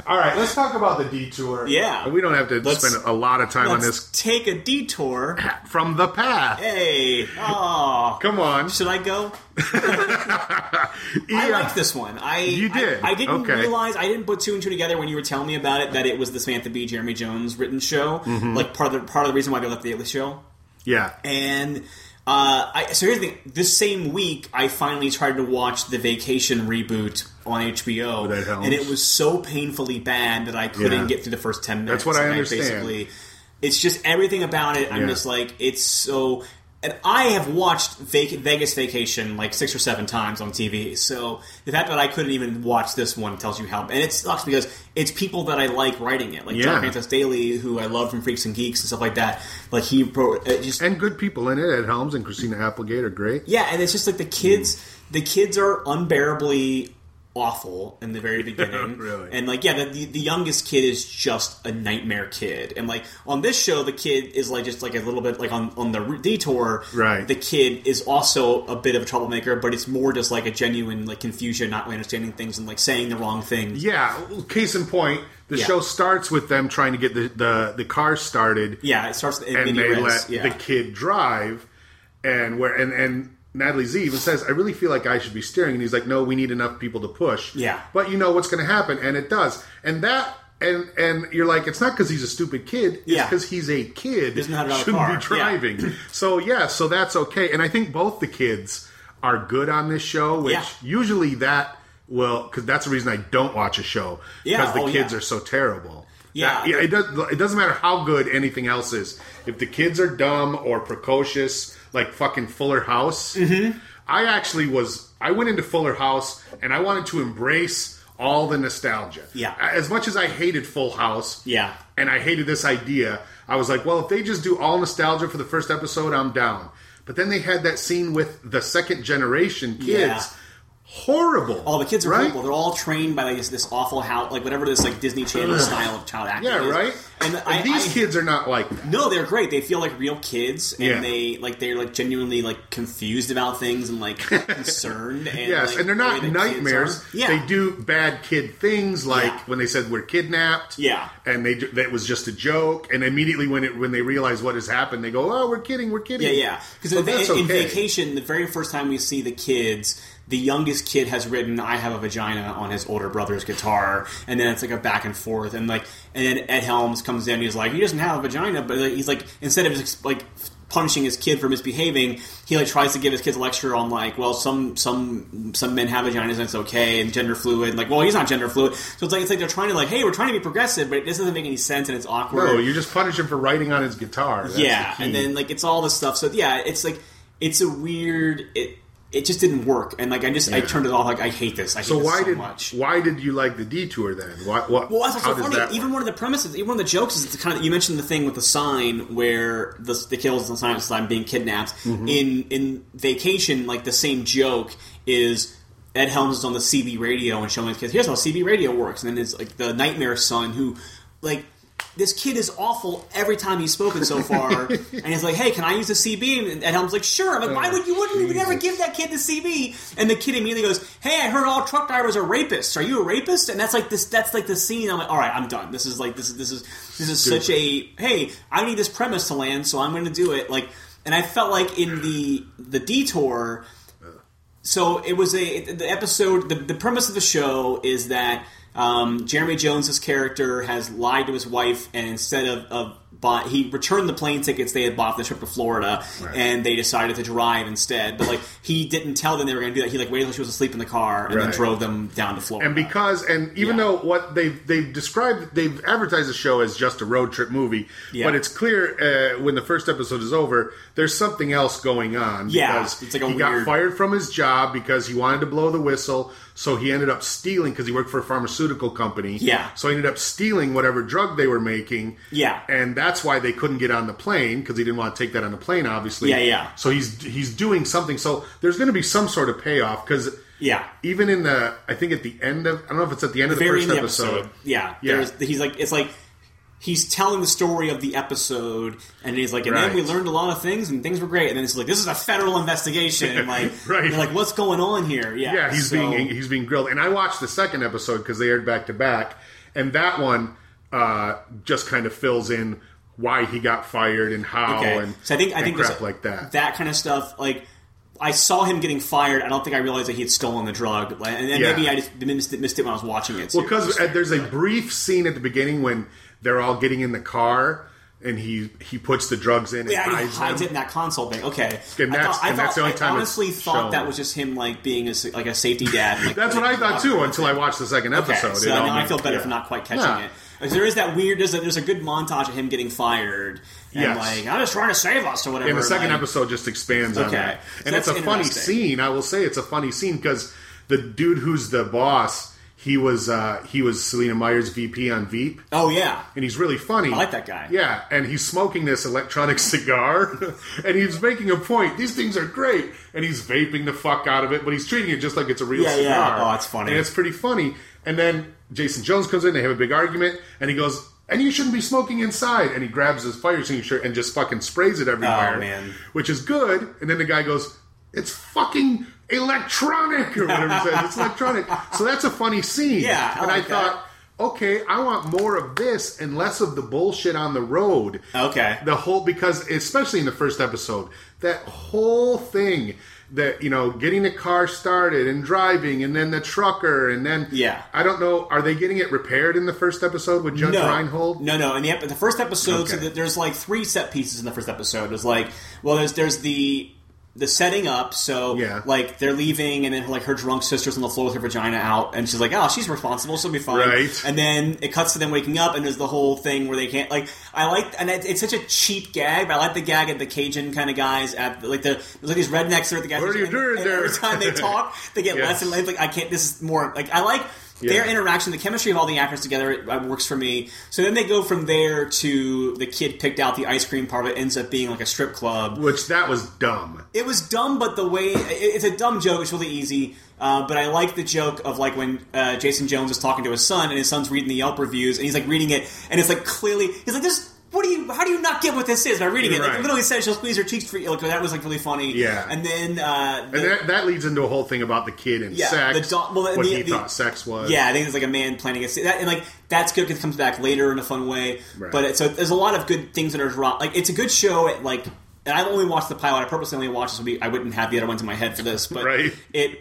[SPEAKER 1] All right, let's talk about the detour.
[SPEAKER 2] Yeah.
[SPEAKER 1] we don't have to
[SPEAKER 2] Let's-
[SPEAKER 1] spend a lot of time on
[SPEAKER 2] Let's
[SPEAKER 1] this
[SPEAKER 2] take a detour.
[SPEAKER 1] from the path.
[SPEAKER 2] Hey, oh,
[SPEAKER 1] Come on,
[SPEAKER 2] [laughs] should I go? I
[SPEAKER 1] Yeah.
[SPEAKER 2] like this one. I
[SPEAKER 1] You
[SPEAKER 2] I-
[SPEAKER 1] did.
[SPEAKER 2] I, didn't
[SPEAKER 1] Okay.
[SPEAKER 2] realize. I didn't put two and two together when you were telling me about it. That it was the Samantha B. Jeremy Jones written show.
[SPEAKER 1] Mm-hmm.
[SPEAKER 2] Like part of the part of the reason why they left the Daily Show.
[SPEAKER 1] Yeah,
[SPEAKER 2] And uh, I, so here's the thing. This same week, I finally tried to watch the Vacation reboot on HBO,
[SPEAKER 1] Oh, That helps.
[SPEAKER 2] and it was so painfully bad that I couldn't
[SPEAKER 1] Yeah.
[SPEAKER 2] get through the first ten minutes.
[SPEAKER 1] That's what I
[SPEAKER 2] And
[SPEAKER 1] understand.
[SPEAKER 2] basically, it's just everything about it. I'm
[SPEAKER 1] Yeah.
[SPEAKER 2] just like, it's so. And I have watched Vac- Vegas Vacation like six or seven times on TV, so the fact that I couldn't even watch this one tells you how. And it sucks because it's people that I like writing it, like
[SPEAKER 1] Yeah.
[SPEAKER 2] John Francis Daly, who I love from Freaks and Geeks and stuff like that. Like he wrote, it just
[SPEAKER 1] and good people in it. Ed Helms and Christina Applegate are great.
[SPEAKER 2] yeah, and it's just
[SPEAKER 1] Hmm.
[SPEAKER 2] like the kids. The kids are unbearably awful in the very beginning.
[SPEAKER 1] [laughs] Really?
[SPEAKER 2] And like, yeah, the, the the youngest kid is just a nightmare kid. And like on this show, the kid is like just like a little bit like on on the r- detour.
[SPEAKER 1] Right.
[SPEAKER 2] The kid is also a bit of a troublemaker, but it's more just like a genuine like confusion, not really understanding things, and like saying the wrong things.
[SPEAKER 1] Yeah, well, case in point, the
[SPEAKER 2] Yeah.
[SPEAKER 1] show starts with them trying to get the the, the car started,
[SPEAKER 2] Yeah, it starts in
[SPEAKER 1] and
[SPEAKER 2] mini
[SPEAKER 1] they
[SPEAKER 2] res,
[SPEAKER 1] let
[SPEAKER 2] yeah.
[SPEAKER 1] the kid drive, and where and and Natalie Z even says, "I really feel like I should be steering," and he's like, "No, we need enough people to push."
[SPEAKER 2] Yeah.
[SPEAKER 1] but you know what's going to happen, and it does, and that. And, and you're like it's not because he's a stupid kid, it's
[SPEAKER 2] Yeah.
[SPEAKER 1] because he's a kid.
[SPEAKER 2] doesn't know how to drive a
[SPEAKER 1] shouldn't
[SPEAKER 2] car. Yeah.
[SPEAKER 1] be driving.
[SPEAKER 2] [clears throat]
[SPEAKER 1] So yeah, so that's okay. And I think both the kids are good on this show, which
[SPEAKER 2] Yeah.
[SPEAKER 1] usually that will because that's the reason I don't watch a show
[SPEAKER 2] Yeah,
[SPEAKER 1] because the
[SPEAKER 2] oh,
[SPEAKER 1] kids
[SPEAKER 2] yeah.
[SPEAKER 1] are so terrible.
[SPEAKER 2] Yeah.
[SPEAKER 1] That- yeah. It does. It doesn't matter how good anything else is. If the kids are dumb or precocious, like fucking Fuller House.
[SPEAKER 2] Mm-hmm.
[SPEAKER 1] I actually was. I went into Fuller House and I wanted to embrace all the nostalgia.
[SPEAKER 2] Yeah.
[SPEAKER 1] As much as I hated Full House.
[SPEAKER 2] Yeah.
[SPEAKER 1] And I hated this idea. I was like, well, if they just do all nostalgia for the first episode, I'm down. But then they had that scene with the second generation kids.
[SPEAKER 2] Yeah.
[SPEAKER 1] Horrible.
[SPEAKER 2] All the kids are
[SPEAKER 1] right?
[SPEAKER 2] horrible. They're all trained by like this, this awful how like whatever this like Disney Channel style of child acting.
[SPEAKER 1] Yeah,
[SPEAKER 2] is.
[SPEAKER 1] right.
[SPEAKER 2] And, I,
[SPEAKER 1] these
[SPEAKER 2] I-
[SPEAKER 1] kids are not like that.
[SPEAKER 2] No, they're great. They feel like real kids, and
[SPEAKER 1] Yeah.
[SPEAKER 2] they like they're like genuinely like confused about things and
[SPEAKER 1] [laughs]
[SPEAKER 2] like concerned. And,
[SPEAKER 1] Yes,
[SPEAKER 2] like,
[SPEAKER 1] and they're
[SPEAKER 2] the
[SPEAKER 1] not
[SPEAKER 2] way that kids
[SPEAKER 1] nightmares.
[SPEAKER 2] are. Yeah,
[SPEAKER 1] They do bad kid things, like
[SPEAKER 2] Yeah.
[SPEAKER 1] when they said we're kidnapped.
[SPEAKER 2] Yeah.
[SPEAKER 1] and they that was just a joke. And immediately when it when they realize what has happened, they go, "Oh, we're kidding, we're kidding."
[SPEAKER 2] Yeah, yeah. Because
[SPEAKER 1] Well,
[SPEAKER 2] in,
[SPEAKER 1] that's
[SPEAKER 2] in- in
[SPEAKER 1] okay.
[SPEAKER 2] vacation, the very first time we see the kids, the youngest kid has written "I have a vagina" on his older brother's guitar, and then it's like a back and forth, and like, and then Ed Helms comes in, and he's like, "He doesn't have a vagina," but like, he's like, instead of just like punishing his kid for misbehaving, he like tries to give his kids a lecture on like, well, some some some men have vaginas and it's okay, and gender fluid. Like, well, he's not gender fluid, so it's like it's like they're trying to like, hey, we're trying to be progressive, but this doesn't make any sense and it's awkward
[SPEAKER 1] No, you Oh, just punish him for writing on his guitar. That's
[SPEAKER 2] yeah,
[SPEAKER 1] the key.
[SPEAKER 2] and then like it's all this stuff. So yeah, it's like it's a weird. It it just didn't work, and like I just I
[SPEAKER 1] Yeah.
[SPEAKER 2] turned it off. Like I hate this. I hate
[SPEAKER 1] so
[SPEAKER 2] this
[SPEAKER 1] why
[SPEAKER 2] so
[SPEAKER 1] did
[SPEAKER 2] much.
[SPEAKER 1] why did you like the detour then? Why, what,
[SPEAKER 2] Well, that's
[SPEAKER 1] how
[SPEAKER 2] what's so
[SPEAKER 1] does
[SPEAKER 2] funny.
[SPEAKER 1] that work?
[SPEAKER 2] Even one of the premises, even one of the jokes is the kind of you mentioned the thing with the sign where the the kills the sign I'm being kidnapped.
[SPEAKER 1] Mm-hmm.
[SPEAKER 2] In in vacation, like the same joke is Ed Helms is on the CB radio and showing his kids here's how CB radio works, and then it's like the nightmare son who like. This kid is awful every time he's spoken so
[SPEAKER 1] [laughs]
[SPEAKER 2] far, and he's like, "Hey, can I use the CB?" And Ed Helms like, "Sure." I'm like, "Why would you? Wouldn't you would never
[SPEAKER 1] Jesus.
[SPEAKER 2] give that kid the CB. And the kid immediately goes, "Hey, I heard all truck drivers are rapists. Are you a rapist?" And that's like this. That's like the scene. I'm like, "All right, I'm done. This is like this is this is this is such a hey. I need this premise to land, so I'm going to do it." Like, and I felt like in the the detour, so it was a it- the episode. The, the premise of the show is that um, Jeremy Jones's character has lied to his wife, and instead of, of bought, he returned the plane tickets they had bought for the trip to Florida,
[SPEAKER 1] Right.
[SPEAKER 2] and they decided to drive instead. But like he didn't tell them they were going to do that. He like waited until she was asleep in the car and then
[SPEAKER 1] Right.
[SPEAKER 2] drove them down to Florida.
[SPEAKER 1] and because and even
[SPEAKER 2] Yeah.
[SPEAKER 1] though what they've they've described they've advertised the show as just a road trip movie
[SPEAKER 2] Yeah.
[SPEAKER 1] but it's clear uh, when the first episode is over there's something else going on
[SPEAKER 2] Yeah,
[SPEAKER 1] because
[SPEAKER 2] it's like a
[SPEAKER 1] he got
[SPEAKER 2] weird-
[SPEAKER 1] fired from his job because he wanted to blow the whistle so he ended up stealing because he worked for a pharmaceutical company
[SPEAKER 2] Yeah.
[SPEAKER 1] so he ended up stealing whatever drug they were making
[SPEAKER 2] Yeah.
[SPEAKER 1] and that's why they couldn't get on the plane because he didn't want to take that on the plane obviously
[SPEAKER 2] Yeah, yeah.
[SPEAKER 1] so he's he's doing something so there's going to be some sort of payoff because
[SPEAKER 2] yeah.
[SPEAKER 1] even in the I think at the end of I don't know if it's at the end of the
[SPEAKER 2] very
[SPEAKER 1] first
[SPEAKER 2] end of the
[SPEAKER 1] episode.
[SPEAKER 2] episode. Yeah,
[SPEAKER 1] Yeah.
[SPEAKER 2] There's, he's like it's like he's telling the story of the episode, and he's like, and then
[SPEAKER 1] Right.
[SPEAKER 2] we learned a lot of things, and things were great, and then it's like this is a federal
[SPEAKER 1] [laughs]
[SPEAKER 2] investigation, and like
[SPEAKER 1] Right.
[SPEAKER 2] you're like what's going on here? Yeah,
[SPEAKER 1] Yeah, he's
[SPEAKER 2] so-
[SPEAKER 1] being he's being grilled. And I watched the second episode because they aired back to back, and that one uh, just kind of fills in why he got fired and how
[SPEAKER 2] Okay.
[SPEAKER 1] and
[SPEAKER 2] so I think I
[SPEAKER 1] and
[SPEAKER 2] think
[SPEAKER 1] crap
[SPEAKER 2] this-
[SPEAKER 1] like that.
[SPEAKER 2] that kind of stuff. Like I saw him getting fired. I don't think I realized that he had stolen the drug, Like, and then
[SPEAKER 1] Yeah.
[SPEAKER 2] maybe I just missed it, missed it when I was watching it.
[SPEAKER 1] Well,
[SPEAKER 2] too.
[SPEAKER 1] because there's a brief scene at the beginning when they're all getting in the car and he he puts the drugs in and
[SPEAKER 2] Yeah, and he
[SPEAKER 1] hides
[SPEAKER 2] hides
[SPEAKER 1] them.
[SPEAKER 2] it in that console thing. Okay,
[SPEAKER 1] And that's-
[SPEAKER 2] I
[SPEAKER 1] and that's the only
[SPEAKER 2] I
[SPEAKER 1] time it's
[SPEAKER 2] honestly thought
[SPEAKER 1] shown.
[SPEAKER 2] that was just him like being a, s- like a safety dad. Like,
[SPEAKER 1] That's what
[SPEAKER 2] [laughs]
[SPEAKER 1] I thought too until I watched the second
[SPEAKER 2] Okay,
[SPEAKER 1] episode.
[SPEAKER 2] so
[SPEAKER 1] It all
[SPEAKER 2] now I
[SPEAKER 1] made-
[SPEAKER 2] feel better
[SPEAKER 1] yeah.
[SPEAKER 2] for not quite catching
[SPEAKER 1] Yeah.
[SPEAKER 2] it. Like, there is that weird. There's a, there's a good montage of him getting fired and
[SPEAKER 1] Yes.
[SPEAKER 2] like I'm just trying to save us or whatever.
[SPEAKER 1] And the second
[SPEAKER 2] like,
[SPEAKER 1] episode just expands on
[SPEAKER 2] Okay.
[SPEAKER 1] that.
[SPEAKER 2] So
[SPEAKER 1] And it's
[SPEAKER 2] that's
[SPEAKER 1] a funny
[SPEAKER 2] interesting.
[SPEAKER 1] scene. I will say it's a funny scene because the dude who's the boss, he was uh, he was Selena Meyer's VP on Veep,
[SPEAKER 2] Oh yeah,
[SPEAKER 1] and he's really funny. I
[SPEAKER 2] like that guy.
[SPEAKER 1] Yeah, and he's smoking this electronic [laughs] cigar, and he's making a point. These things are great, and he's vaping the fuck out of it, but he's treating it just like it's a real
[SPEAKER 2] Yeah,
[SPEAKER 1] cigar.
[SPEAKER 2] yeah. Oh, it's funny.
[SPEAKER 1] And it's pretty funny. And then Jason Jones comes in. They have a big argument, and he goes. And you shouldn't be smoking inside. And he grabs his fire extinguisher and just fucking sprays it everywhere.
[SPEAKER 2] Oh, man.
[SPEAKER 1] Which is good. And then the guy goes, "It's fucking electronic," or whatever he says. It's electronic. So that's a funny scene.
[SPEAKER 2] Yeah, I
[SPEAKER 1] and
[SPEAKER 2] like
[SPEAKER 1] I
[SPEAKER 2] that.
[SPEAKER 1] thought, okay, I want more of this and less of the bullshit on the road.
[SPEAKER 2] Okay.
[SPEAKER 1] The whole because especially in the first episode, that whole thing that you know, getting the car started and driving and then the trucker and then
[SPEAKER 2] Yeah.
[SPEAKER 1] I don't know, are they getting it repaired in the first episode with Judge
[SPEAKER 2] no,
[SPEAKER 1] Reinhold?
[SPEAKER 2] no, no. In the, ep- the first episode, so
[SPEAKER 1] Okay.
[SPEAKER 2] that there's like three set pieces in the first episode. There's like well, there's there's the the setting up. So
[SPEAKER 1] Yeah.
[SPEAKER 2] like they're leaving, and then like her drunk sister's on the floor with her vagina out, and she's like, oh, she's responsible, she'll be fine.
[SPEAKER 1] Right.
[SPEAKER 2] And then it cuts to them waking up, and there's the whole thing where they can't like. I like, and it, it's such a cheap gag, but I like the gag at the Cajun kind of guys at like the there's like these rednecks that are at the guys.
[SPEAKER 1] What are you doing
[SPEAKER 2] and
[SPEAKER 1] there?
[SPEAKER 2] Every time they talk, they get
[SPEAKER 1] Yeah. [laughs]
[SPEAKER 2] less and less. Like I can't. This is more like I like. Their
[SPEAKER 1] Yeah.
[SPEAKER 2] interaction, the chemistry of all the actors together, it, it works for me. So then they go from there to the kid picked out the ice cream part of it ends up being like a strip club.
[SPEAKER 1] Which that was dumb.
[SPEAKER 2] It was dumb, but the way it- it's a dumb joke, it's really easy. Uh, but I like the joke of like when uh, Jason Jones is talking to his son, and his son's reading the Yelp reviews, and he's like reading it, and it's like clearly he's like this. What do you? How do you not get what this is by reading it? Like,
[SPEAKER 1] Right.
[SPEAKER 2] it literally says she'll squeeze her cheeks for you. Like that was like really funny.
[SPEAKER 1] Yeah.
[SPEAKER 2] And then uh, the-
[SPEAKER 1] And that, that leads into a whole thing about the kid and
[SPEAKER 2] Yeah,
[SPEAKER 1] sex.
[SPEAKER 2] the do- well,
[SPEAKER 1] what
[SPEAKER 2] the-
[SPEAKER 1] he
[SPEAKER 2] the-
[SPEAKER 1] thought sex was.
[SPEAKER 2] Yeah, I think it's like a man planning a that, and like that's good because it comes back later in a fun way.
[SPEAKER 1] Right.
[SPEAKER 2] But it, so there's a lot of good things that are dropped. Like it's a good show. At, like and I've only watched the pilot. I purposely only watched this. Movie. I wouldn't have the other ones in my head for this,
[SPEAKER 1] [laughs]
[SPEAKER 2] but
[SPEAKER 1] Right.
[SPEAKER 2] it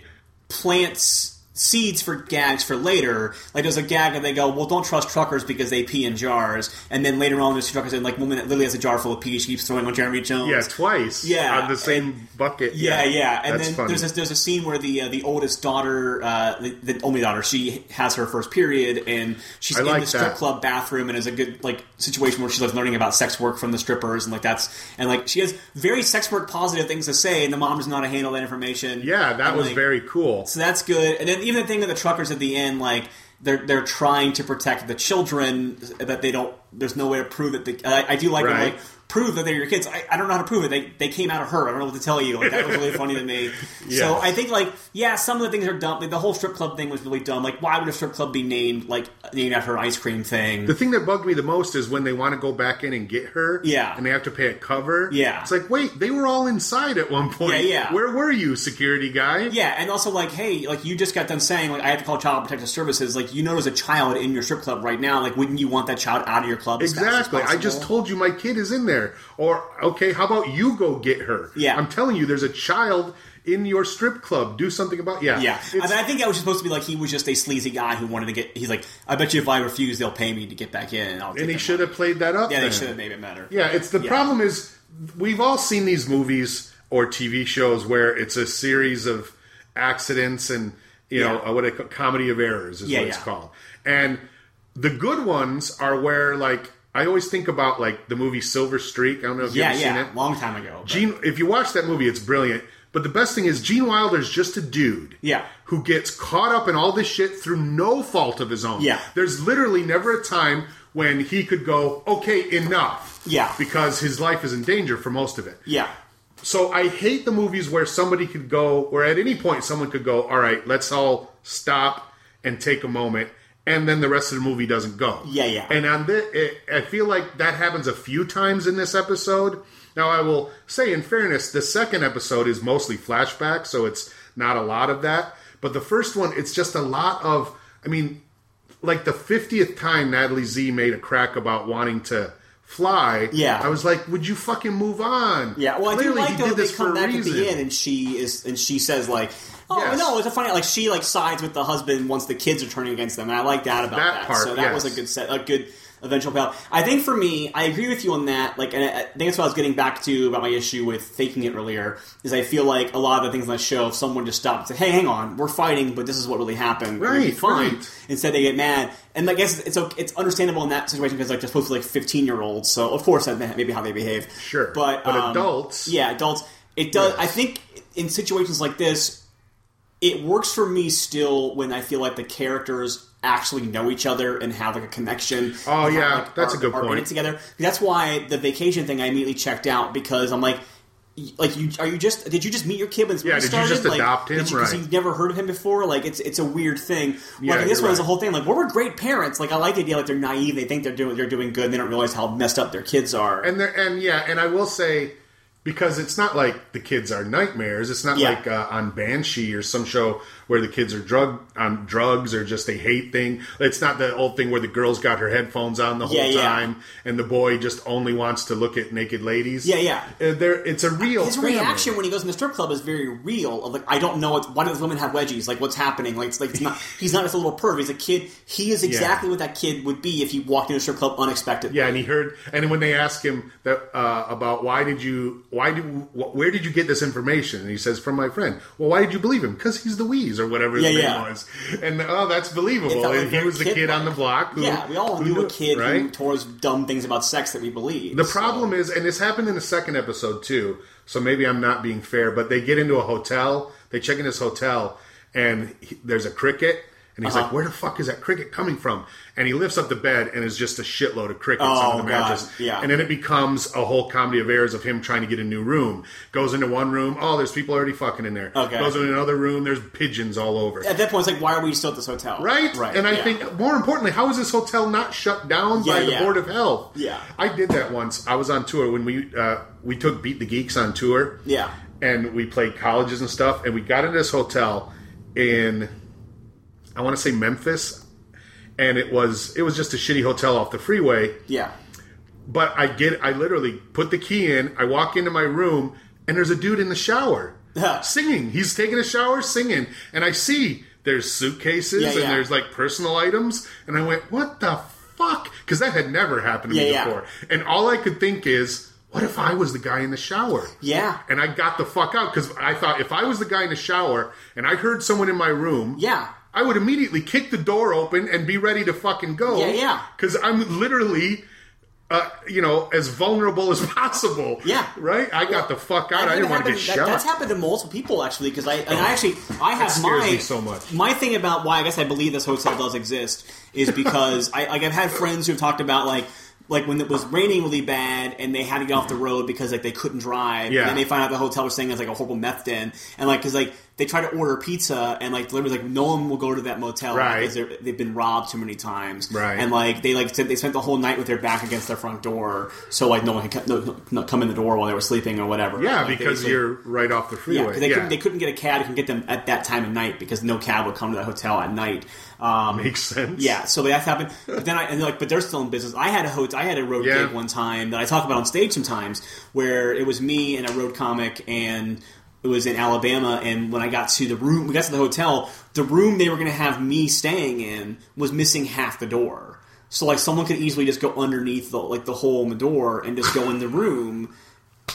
[SPEAKER 2] plants seeds for gags for later. Like there's a gag and they go, "Well, don't trust truckers because they pee in jars," and then later on there's two truckers and like woman that literally has a jar full of pee. She keeps throwing on Jeremy Jones.
[SPEAKER 1] Yeah, twice.
[SPEAKER 2] Yeah,
[SPEAKER 1] on the same bucket.
[SPEAKER 2] Yeah, yeah, and
[SPEAKER 1] That's
[SPEAKER 2] then
[SPEAKER 1] funny.
[SPEAKER 2] there's this, there's a scene where the uh, the oldest daughter, uh, the, the only daughter, she has her first period, and she's
[SPEAKER 1] I
[SPEAKER 2] in
[SPEAKER 1] like
[SPEAKER 2] the strip
[SPEAKER 1] that.
[SPEAKER 2] club bathroom, and is a good like situation where she's like learning about sex work from the strippers, and like that's and like she has very sex work positive things to say, and the mom does not handle that information.
[SPEAKER 1] yeah, that
[SPEAKER 2] And,
[SPEAKER 1] was
[SPEAKER 2] like,
[SPEAKER 1] very cool.
[SPEAKER 2] so that's good. And then even the thing with the truckers at the end, like they're they're trying to protect the children that they don't. There's no way to prove it. The- I, I do like them,
[SPEAKER 1] Right.
[SPEAKER 2] like prove that they're your kids. I, I don't know how to prove it. They they came out of her. I don't know what to tell you. Like that was
[SPEAKER 1] [laughs]
[SPEAKER 2] really funny to me. So
[SPEAKER 1] Yes.
[SPEAKER 2] I think like yeah, some of the things are dumb. Like, the whole strip club thing was really dumb. Like why would a strip club be named like named after an ice cream thing?
[SPEAKER 1] The thing that bugged me the most is when they want to go back in and get her.
[SPEAKER 2] Yeah.
[SPEAKER 1] And they have to pay a cover.
[SPEAKER 2] Yeah.
[SPEAKER 1] It's like, wait, they were all inside at one point.
[SPEAKER 2] Yeah, yeah.
[SPEAKER 1] Where were you, security guy?
[SPEAKER 2] Yeah, and also like, hey, like you just got done saying like I have to call child protective services. Like you know there's a child in your strip club right now. Like wouldn't you want that child out of your club? as fast as
[SPEAKER 1] Exactly. I just
[SPEAKER 2] possible?
[SPEAKER 1] told you my kid is in there. Or, okay, how about you go get her?
[SPEAKER 2] Yeah.
[SPEAKER 1] I'm telling you, there's a child in your strip club. Do something about yeah.
[SPEAKER 2] Yeah, I,
[SPEAKER 1] It's-
[SPEAKER 2] mean, I think that was supposed to be like he was just a sleazy guy who wanted to get. He's like, I bet you if I refuse, they'll pay me to get back in. And, I'll take
[SPEAKER 1] and he
[SPEAKER 2] their
[SPEAKER 1] should
[SPEAKER 2] money."
[SPEAKER 1] have played that up.
[SPEAKER 2] Yeah, they
[SPEAKER 1] then.
[SPEAKER 2] should have made it better.
[SPEAKER 1] Yeah, it's the
[SPEAKER 2] Yeah.
[SPEAKER 1] problem is we've all seen these movies or TV shows where it's a series of accidents and you know
[SPEAKER 2] Yeah.
[SPEAKER 1] uh, what a comedy of errors is
[SPEAKER 2] Yeah,
[SPEAKER 1] what it's
[SPEAKER 2] yeah.
[SPEAKER 1] called. And the good ones are where like I always think about like the movie Silver Streak. I don't know if
[SPEAKER 2] yeah,
[SPEAKER 1] you've ever
[SPEAKER 2] yeah.
[SPEAKER 1] seen it.
[SPEAKER 2] Long time ago. but-
[SPEAKER 1] Gene, if you watch that movie, it's brilliant. But the best thing is Gene Wilder's just a dude.
[SPEAKER 2] Yeah.
[SPEAKER 1] Who gets caught up in all this shit through no fault of his own.
[SPEAKER 2] Yeah.
[SPEAKER 1] There's literally never a time when he could go, okay, enough.
[SPEAKER 2] Yeah.
[SPEAKER 1] Because his life is in danger for most of it.
[SPEAKER 2] yeah,
[SPEAKER 1] So I hate the movies where somebody could go, where at any point someone could go, all right, let's all stop and take a moment. And then the rest of the movie doesn't go.
[SPEAKER 2] Yeah, yeah.
[SPEAKER 1] And on this, it, I feel like that happens a few times in this episode. Now I will say, in fairness, the second episode is mostly flashback, so it's not a lot of that. But the first one, it's just a lot of. I mean, like the fiftieth time Natalie Z made a crack about wanting to fly.
[SPEAKER 2] Yeah.
[SPEAKER 1] I was like, would you fucking move on?
[SPEAKER 2] yeah. Well,
[SPEAKER 1] Clearly,
[SPEAKER 2] I do like
[SPEAKER 1] he
[SPEAKER 2] though
[SPEAKER 1] did
[SPEAKER 2] they
[SPEAKER 1] this
[SPEAKER 2] come
[SPEAKER 1] for a
[SPEAKER 2] back at the end
[SPEAKER 1] reason.
[SPEAKER 2] and she is and she says like, oh
[SPEAKER 1] Yes.
[SPEAKER 2] no, it's a funny like she like sides with the husband once the kids are turning against them, and I like that about
[SPEAKER 1] That
[SPEAKER 2] that.
[SPEAKER 1] part,
[SPEAKER 2] so that was
[SPEAKER 1] yes.
[SPEAKER 2] a good set, a good eventual payoff. I think for me, I agree with you on that. Like, and I I think that's what I was getting back to about my issue with faking it earlier. Is I feel like a lot of the things on the show, if someone just stopped and said, "Hey, hang on, we're fighting, but this is what really happened," we'd be
[SPEAKER 1] Right,
[SPEAKER 2] fine.
[SPEAKER 1] right.
[SPEAKER 2] Instead, they get mad, and I guess it's okay, it's understandable in that situation because like they're supposed to be like fifteen year olds, so of course that may be how they behave.
[SPEAKER 1] Sure.
[SPEAKER 2] but
[SPEAKER 1] But
[SPEAKER 2] um,
[SPEAKER 1] adults-
[SPEAKER 2] yeah, adults. It does.
[SPEAKER 1] Yes.
[SPEAKER 2] I think in situations like this, it works for me still when I feel like the characters actually know each other and have like a connection.
[SPEAKER 1] Oh,
[SPEAKER 2] and have,
[SPEAKER 1] yeah,
[SPEAKER 2] like,
[SPEAKER 1] that's
[SPEAKER 2] are-
[SPEAKER 1] a good
[SPEAKER 2] are in
[SPEAKER 1] point.
[SPEAKER 2] it together. That's why the vacation thing I immediately checked out because I'm like. y- Like you are you just did you just meet your kid when this
[SPEAKER 1] Yeah,
[SPEAKER 2] movie
[SPEAKER 1] did you
[SPEAKER 2] started?
[SPEAKER 1] just
[SPEAKER 2] Like,
[SPEAKER 1] adopt him?
[SPEAKER 2] did you- 'cause
[SPEAKER 1] Right.
[SPEAKER 2] you've never heard of him before. Like it's it's a weird thing.
[SPEAKER 1] Yeah,
[SPEAKER 2] Like in this
[SPEAKER 1] you're
[SPEAKER 2] one, is a
[SPEAKER 1] right.
[SPEAKER 2] whole thing. Like well, we're great parents. Like I like the idea. Like they're naive. They think they're doing they're doing good. And they don't realize how messed up their kids are.
[SPEAKER 1] And there, and yeah, and I will say because it's not like the kids are nightmares. It's not
[SPEAKER 2] Yeah.
[SPEAKER 1] like uh, on Banshee or some show where the kids are drug on drugs or just a hate thing. It's not the old thing where the girl's got her headphones on the whole
[SPEAKER 2] Yeah, yeah.
[SPEAKER 1] time and the boy just only wants to look at naked ladies.
[SPEAKER 2] Yeah, yeah.
[SPEAKER 1] Uh, there, it's a real
[SPEAKER 2] his
[SPEAKER 1] family.
[SPEAKER 2] reaction when he goes in the strip club is very real. Of like, I don't know what why do those women have wedgies? Like, what's happening? Like, it's like
[SPEAKER 1] [laughs]
[SPEAKER 2] it's not, he's not just a little perv. He's a kid. He is exactly what that kid would be if he walked into a strip club unexpectedly.
[SPEAKER 1] Yeah, and he heard, and when they ask him that uh, about why did you, why did, wh- where did you get this information? And he says from my friend. Well, why did you believe him? Because he's the wheeze or whatever his
[SPEAKER 2] Yeah,
[SPEAKER 1] name
[SPEAKER 2] yeah.
[SPEAKER 1] was. And oh, that's
[SPEAKER 2] It
[SPEAKER 1] believable.
[SPEAKER 2] felt like
[SPEAKER 1] and he
[SPEAKER 2] very
[SPEAKER 1] was the kid, on the
[SPEAKER 2] kid-like.
[SPEAKER 1] block. Who,
[SPEAKER 2] Yeah, we all
[SPEAKER 1] who
[SPEAKER 2] knew,
[SPEAKER 1] knew
[SPEAKER 2] a
[SPEAKER 1] it,
[SPEAKER 2] kid who
[SPEAKER 1] right?
[SPEAKER 2] tore us dumb things about sex that we believe.
[SPEAKER 1] The problem is, and this happened in the second episode too. So maybe I'm not being fair, but they get into a hotel. They check in this hotel, and he, there's a cricket. And he's
[SPEAKER 2] Uh-huh.
[SPEAKER 1] like, "Where the fuck is that cricket coming from?" And he lifts up the bed, and it's just a shitload of crickets
[SPEAKER 2] Oh,
[SPEAKER 1] on the mattress.
[SPEAKER 2] God, yeah.
[SPEAKER 1] And then it becomes a whole comedy of errors of him trying to get a new room. Goes into one room, oh, there's people already fucking in there.
[SPEAKER 2] Okay.
[SPEAKER 1] Goes into another room, there's pigeons all over.
[SPEAKER 2] at that point, it's like, why are we still at this hotel?
[SPEAKER 1] Right?
[SPEAKER 2] right.
[SPEAKER 1] And I
[SPEAKER 2] yeah.
[SPEAKER 1] think more importantly, how is this hotel not shut down by
[SPEAKER 2] Yeah,
[SPEAKER 1] the
[SPEAKER 2] yeah.
[SPEAKER 1] Board of Health?
[SPEAKER 2] Yeah.
[SPEAKER 1] I did that once. I was on tour when we uh, we took Beat the Geeks on tour.
[SPEAKER 2] Yeah.
[SPEAKER 1] And we played colleges and stuff, and we got into this hotel in I want to say Memphis, and it was it was just a shitty hotel off the freeway.
[SPEAKER 2] yeah.
[SPEAKER 1] But I get, I literally put the key in. I walk into my room, and there's a dude in the shower
[SPEAKER 2] Yeah.
[SPEAKER 1] singing. He's taking a shower, singing, and I see there's suitcases
[SPEAKER 2] Yeah,
[SPEAKER 1] and
[SPEAKER 2] yeah.
[SPEAKER 1] there's like personal items, and I went, "What the fuck?" Because that had never happened to me
[SPEAKER 2] Yeah, yeah.
[SPEAKER 1] before, and all I could think is, "What if I was the guy in the shower?"
[SPEAKER 2] Yeah.
[SPEAKER 1] and I got the fuck out because I thought if I was the guy in the shower and I heard someone in my room,
[SPEAKER 2] Yeah.
[SPEAKER 1] I would immediately kick the door open and be ready to fucking go.
[SPEAKER 2] Yeah, yeah.
[SPEAKER 1] Because I'm literally, uh, you know, as vulnerable as [laughs] possible.
[SPEAKER 2] Yeah.
[SPEAKER 1] Right? I got the fuck out. I,
[SPEAKER 2] think
[SPEAKER 1] didn't
[SPEAKER 2] that
[SPEAKER 1] want to get
[SPEAKER 2] happened-
[SPEAKER 1] shot.
[SPEAKER 2] that- That's happened to multiple people actually. Because I and I actually I have
[SPEAKER 1] scares
[SPEAKER 2] my
[SPEAKER 1] me so much.
[SPEAKER 2] My thing about why I guess I believe this hotel does exist
[SPEAKER 1] [laughs]
[SPEAKER 2] is because I like I've had friends who've talked about like. Like when it was raining really bad, and they had to get off the road because like they couldn't drive.
[SPEAKER 1] Yeah.
[SPEAKER 2] And then they find out the hotel was saying it's like a horrible meth den, and like because like they try to order pizza, and like delivery's like no one will go to that motel
[SPEAKER 1] Right.
[SPEAKER 2] because they're- they've been robbed too many times.
[SPEAKER 1] Right.
[SPEAKER 2] And like they like said they spent the whole night with their back against their front door, so like no one could no, no, no, come in the door while they were sleeping or whatever.
[SPEAKER 1] yeah,
[SPEAKER 2] Like, they
[SPEAKER 1] because
[SPEAKER 2] just, like-
[SPEAKER 1] you're right off the
[SPEAKER 2] yeah,
[SPEAKER 1] freeway.
[SPEAKER 2] 'cause they, Couldn't, they couldn't get a cab who can get them at that time of night because no cab would come to the hotel at night. Um,
[SPEAKER 1] Makes sense.
[SPEAKER 2] yeah, so
[SPEAKER 1] [laughs]
[SPEAKER 2] that happened. But then I and like, but they're still in business. I had a hotel, I had a road
[SPEAKER 1] Yeah.
[SPEAKER 2] gig one time that I talk about on stage sometimes, where it was me and a road comic and it was in Alabama, and when I got to the room, we got to the hotel. The room they were going to have me staying in was missing half the door, so like someone could easily just go underneath the like the hole in the door and just go in the room.